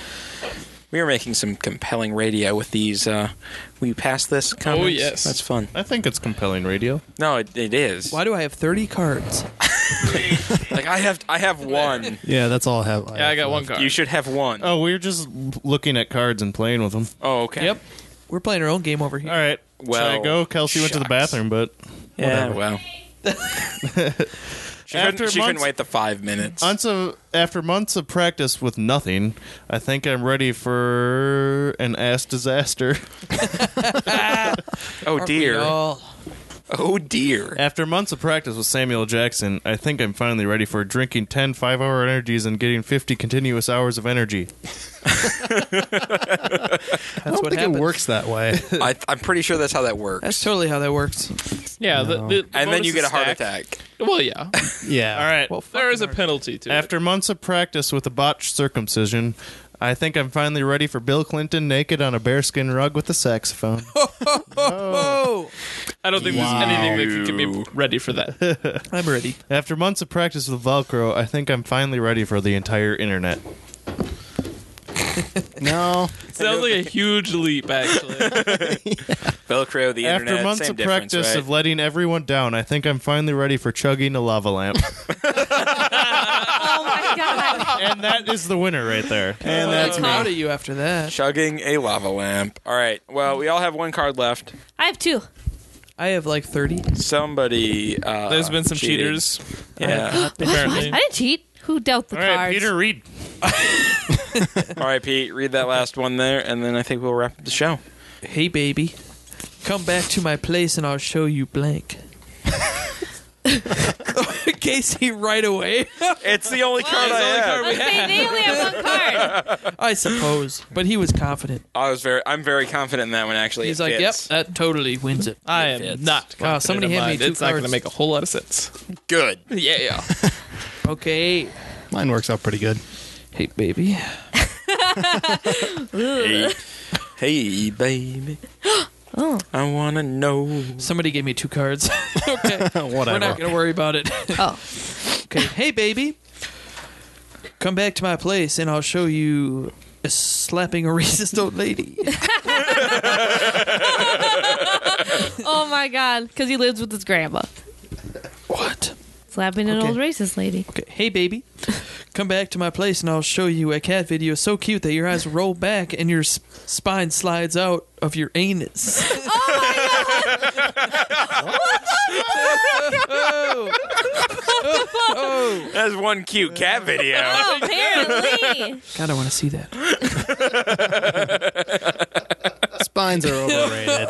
Speaker 6: We are making some compelling radio with these. Uh, will you pass this? Comments?
Speaker 7: yes.
Speaker 6: that's fun.
Speaker 8: I think it's compelling radio.
Speaker 6: No, it, it is.
Speaker 9: Why do I have thirty cards?
Speaker 6: Like I have, I have one.
Speaker 2: Yeah, that's all I have.
Speaker 7: yeah, I got one card.
Speaker 6: You should have one.
Speaker 8: Oh, we are just looking at cards and playing with them.
Speaker 6: Oh, okay.
Speaker 9: Yep, we're playing our own game over
Speaker 8: All
Speaker 9: here.
Speaker 8: right.
Speaker 6: Well,
Speaker 8: should I go? Kelsey went to the
Speaker 6: shucks.
Speaker 8: bathroom, but
Speaker 6: Yeah. Well, She, couldn't-
Speaker 8: After
Speaker 6: she couldn't
Speaker 8: months-
Speaker 6: wait the five minutes.
Speaker 8: Months of, after months of practice with nothing, I think I'm ready for an ass disaster.
Speaker 6: oh
Speaker 9: We
Speaker 6: dear.
Speaker 9: all-
Speaker 6: Oh dear.
Speaker 8: After months of practice with Samuel Jackson, I think I'm finally ready for drinking 10 five hour energies and getting 50 continuous hours of energy.
Speaker 2: I don't
Speaker 9: what
Speaker 2: think
Speaker 9: happens.
Speaker 2: it works that way.
Speaker 6: I, I'm pretty sure that's how that works.
Speaker 9: That's totally how that works.
Speaker 7: Yeah, the, the, the
Speaker 6: and then you
Speaker 7: bonuses
Speaker 6: get a heart
Speaker 7: stack.
Speaker 6: attack.
Speaker 7: Well, yeah,
Speaker 2: yeah.
Speaker 8: All right.
Speaker 9: Well,
Speaker 7: there is a
Speaker 9: fucking
Speaker 7: penalty to it.
Speaker 8: After months of practice with a botched circumcision, I think I'm finally ready for Bill Clinton naked on a bearskin rug with a saxophone.
Speaker 9: Oh,
Speaker 7: I don't think there's anything that can get me ready for that.
Speaker 9: I'm ready.
Speaker 8: After months of practice with Velcro, I think I'm finally ready for the entire internet.
Speaker 2: No.
Speaker 7: Sounds like a huge leap, actually.
Speaker 6: Velcro, the
Speaker 8: After
Speaker 6: internet,
Speaker 8: months
Speaker 6: same
Speaker 8: of
Speaker 6: difference,
Speaker 8: practice
Speaker 6: right?
Speaker 8: of letting everyone down, I think I'm finally ready for chugging a lava lamp.
Speaker 4: Oh my god.
Speaker 8: and that is the winner right there.
Speaker 9: And that's Oh, proud of you after that.
Speaker 6: Chugging a lava lamp. All right. Well, we all have one card left.
Speaker 4: I have two.
Speaker 9: I have like 30.
Speaker 6: Somebody. Uh,
Speaker 7: There's been some
Speaker 6: cheated.
Speaker 7: cheaters,
Speaker 6: Yeah.
Speaker 7: apparently.
Speaker 4: I didn't cheat. Who dealt the
Speaker 8: All right,
Speaker 4: cards?
Speaker 8: Peter Reed.
Speaker 6: all right, Pete. Read that last one there, and then I think we'll wrap up the show.
Speaker 9: Hey, baby. Come back to my place and I'll show you blank. Casey, right away.
Speaker 6: It's the only card I have.
Speaker 4: Okay, they only have one card.
Speaker 9: I suppose. But he was confident.
Speaker 6: I was very. I'm very confident in that one. Actually,
Speaker 9: He's
Speaker 6: It
Speaker 9: like,
Speaker 6: fits.
Speaker 9: yep, that totally wins it.
Speaker 7: I am not.
Speaker 9: Wow,
Speaker 7: confident
Speaker 9: somebody
Speaker 7: of
Speaker 9: hand me
Speaker 7: mine.
Speaker 9: two
Speaker 7: It's not going to
Speaker 9: cards.
Speaker 7: make a whole lot of sense.
Speaker 6: Good.
Speaker 7: Yeah, yeah.
Speaker 9: Okay.
Speaker 2: Mine works out pretty good.
Speaker 9: Hey, baby.
Speaker 6: Hey, hey, baby. I wanna know.
Speaker 9: Somebody gave me two cards. okay. We're not going to worry about it.
Speaker 4: Oh.
Speaker 9: Okay. Hey, baby. Come back to my place and I'll show you a slapping a racist old lady.
Speaker 4: Oh my god. Because he lives with his grandma.
Speaker 9: what?
Speaker 4: Slapping an
Speaker 9: Okay.
Speaker 4: old racist lady.
Speaker 9: Okay. Hey, baby. Come back to my place and I'll show you a cat video so cute that your eyes roll back and your s- spine slides out of your anus. Oh,
Speaker 6: That's one cute cat video.
Speaker 4: Oh, apparently.
Speaker 9: God, I want to see that.
Speaker 4: Oh
Speaker 2: Spines are overrated.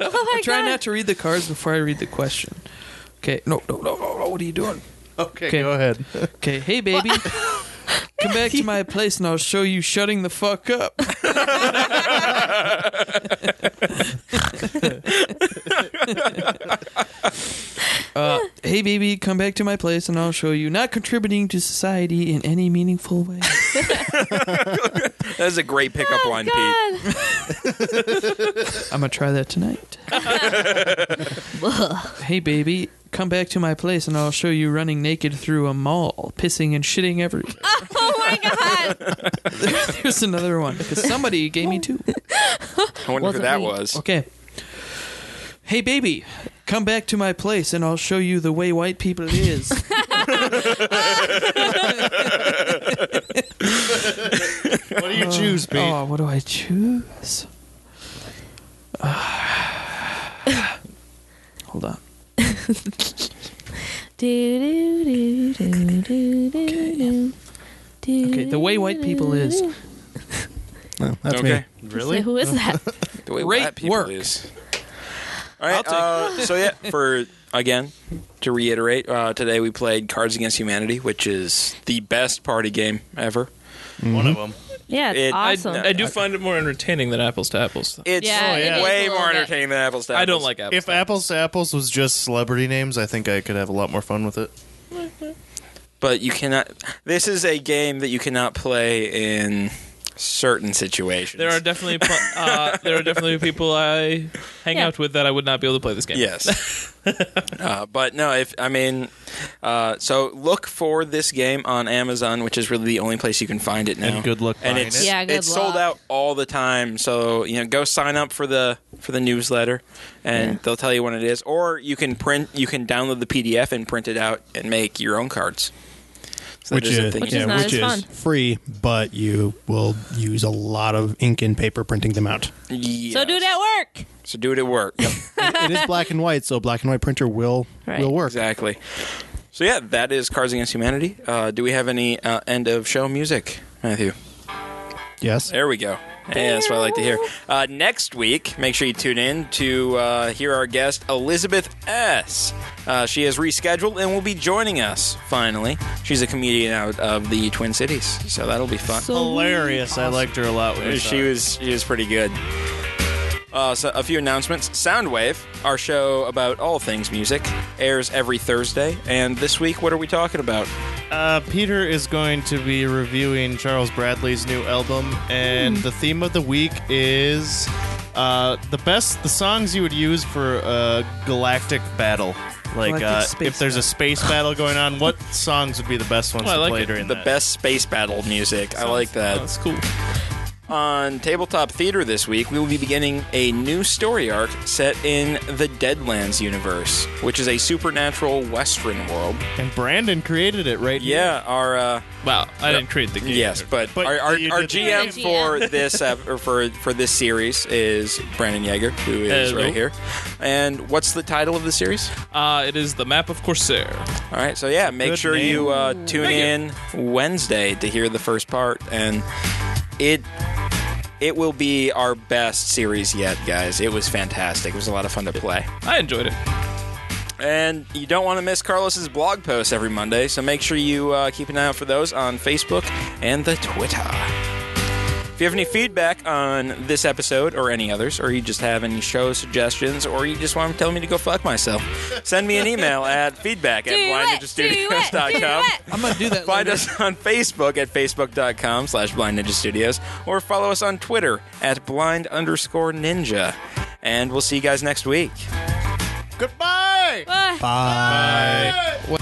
Speaker 4: Oh my
Speaker 9: Try
Speaker 4: god.
Speaker 9: not to read the cards before I read the question. Okay. No, no, no, no, no. What are you doing?
Speaker 8: Okay,
Speaker 9: Okay.
Speaker 8: go ahead.
Speaker 9: Okay. Hey, baby. Come back to my place and I'll show you shutting the fuck up. uh, hey, baby, come back to my place and I'll show you not contributing to society in any meaningful way.
Speaker 6: That's a great pickup line, Pete.
Speaker 4: God.
Speaker 9: I'm gonna try that tonight. hey, baby, come back to my place and I'll show you running naked through a mall, pissing and shitting everywhere.
Speaker 4: Oh my god.
Speaker 9: Here's another one because somebody gave me two.
Speaker 6: I wonder who
Speaker 4: Wasn't
Speaker 6: that
Speaker 4: me.
Speaker 6: was.
Speaker 9: Okay. Hey, baby, come back to my place and I'll show you the way white people is.
Speaker 8: What
Speaker 2: Uh,
Speaker 8: do you choose, Pete?
Speaker 9: oh, what do I choose? Ah. hold on.
Speaker 4: Do, do, do, do, do, do, do. Do,
Speaker 9: Okay, the way white people is.
Speaker 2: No, that's me.
Speaker 6: Okay.
Speaker 4: So who is that?
Speaker 6: The way
Speaker 9: Great
Speaker 6: black people
Speaker 9: work.
Speaker 6: is. All right. uh, so yeah, for again to reiterate, uh, today we played Cards Against Humanity, which is the best party game ever.
Speaker 8: One of them.
Speaker 4: Yeah, it's
Speaker 6: It- I-
Speaker 4: awesome.
Speaker 7: I do find it more entertaining than apples to apples.
Speaker 6: It's
Speaker 4: Yeah,
Speaker 8: Oh, yeah. it is
Speaker 6: way
Speaker 4: a little
Speaker 6: more
Speaker 4: bit.
Speaker 6: entertaining than Apples to Apples.
Speaker 7: I don't like apples.
Speaker 8: If apples to apples was just celebrity names, I think I could have a lot more fun with it.
Speaker 6: but you cannot. This is a game that you cannot play in certain situations.
Speaker 7: there are definitely pl- uh, there are definitely people I hang
Speaker 4: Yeah.
Speaker 7: out with that I would not be able to play this game.
Speaker 6: Yes. uh, but no, if I mean, uh, so look for this game on Amazon, which is really the only place you can find it now.
Speaker 8: And good luck
Speaker 6: And
Speaker 8: buying
Speaker 6: it's
Speaker 8: it.
Speaker 4: Yeah, good
Speaker 6: it's sold
Speaker 4: luck.
Speaker 6: out all the time. So you know, go sign up for the for the newsletter, and they'll tell you when it is. Or you can print, you can download the PDF and print it out and make your own cards. So that
Speaker 2: Which
Speaker 6: a
Speaker 2: is,
Speaker 6: thing
Speaker 4: Which
Speaker 6: you
Speaker 2: yeah,
Speaker 4: is
Speaker 6: can
Speaker 4: not
Speaker 2: which
Speaker 4: as
Speaker 2: is
Speaker 4: fun.
Speaker 2: free, but you will use a lot of ink and paper printing them out.
Speaker 6: do.
Speaker 4: So do it at work.
Speaker 6: So do it at work.
Speaker 2: it is black and white, so black and white printer will
Speaker 4: Right.
Speaker 2: will work.
Speaker 6: Exactly. So yeah, that is Cards Against Humanity. Uh, do we have any uh, end of show music, Matthew?
Speaker 2: Yes.
Speaker 6: There we go. Hey, that's what I like to hear. Uh, next week, make sure you tune in to uh, hear our guest, Elizabeth S. Uh, she has rescheduled and will be joining us finally. She's a comedian out of the Twin Cities, so that'll be fun.
Speaker 8: Hilarious. I liked her a lot. When I saw
Speaker 6: She
Speaker 8: her.
Speaker 6: was she was pretty good. Uh, so a few announcements. Soundwave, our show about all things music, airs every Thursday. And this week, what are we talking about?
Speaker 8: Uh, Peter is going to be reviewing Charles Bradley's new album, and
Speaker 9: Hmm.
Speaker 8: the theme of the week is uh, the best the songs you would use for a galactic battle. Like
Speaker 9: Galactic
Speaker 8: uh,
Speaker 9: space
Speaker 8: if there's a
Speaker 9: battle.
Speaker 8: space battle going on, what songs would be the best ones
Speaker 7: Oh, I
Speaker 8: to
Speaker 7: like
Speaker 8: play
Speaker 7: it.
Speaker 8: during
Speaker 6: The
Speaker 8: that?
Speaker 6: best space battle music. I like that.
Speaker 7: Oh, that's cool.
Speaker 6: On Tabletop Theater this week, we will be beginning a new story arc set in the Deadlands universe, which is a supernatural Western world.
Speaker 8: And Brandon created it right. here.
Speaker 6: Yeah, our uh,
Speaker 7: Wow, I didn't create the game.
Speaker 6: yes, but,
Speaker 8: But
Speaker 6: our, our,
Speaker 8: you
Speaker 6: our
Speaker 8: did-
Speaker 6: GM
Speaker 4: You're the
Speaker 6: for
Speaker 4: GM.
Speaker 6: this uh, or for for this series is Brandon Yeager, who is
Speaker 7: Hello.
Speaker 6: right here. And what's the title of the series?
Speaker 7: Uh, it is the map of Corsair.
Speaker 6: All right, so yeah, make
Speaker 8: good
Speaker 6: sure
Speaker 8: name. Mm.
Speaker 6: you uh, tune in Wednesday to hear the first part, and it it will be our best series yet, guys. It was fantastic. It was a lot of fun to play,
Speaker 7: I enjoyed it.
Speaker 6: and you don't want to miss Carlos's blog posts every Monday. So make sure you uh, keep an eye out for those on Facebook and the Twitter. If you have any feedback on this episode or any others, or you just have any show suggestions, or you just want to tell me to go fuck myself, send me an email at feedback at
Speaker 4: Do it, do it, do
Speaker 6: blindninjastudios.com.
Speaker 4: it.
Speaker 9: I'm gonna do that.
Speaker 6: Find
Speaker 9: later.
Speaker 6: us on Facebook at facebook.com slash blind ninja studios or follow us on Twitter at blind underscore ninja. And we'll see you guys next week.
Speaker 8: Goodbye.
Speaker 4: Bye.
Speaker 2: Bye.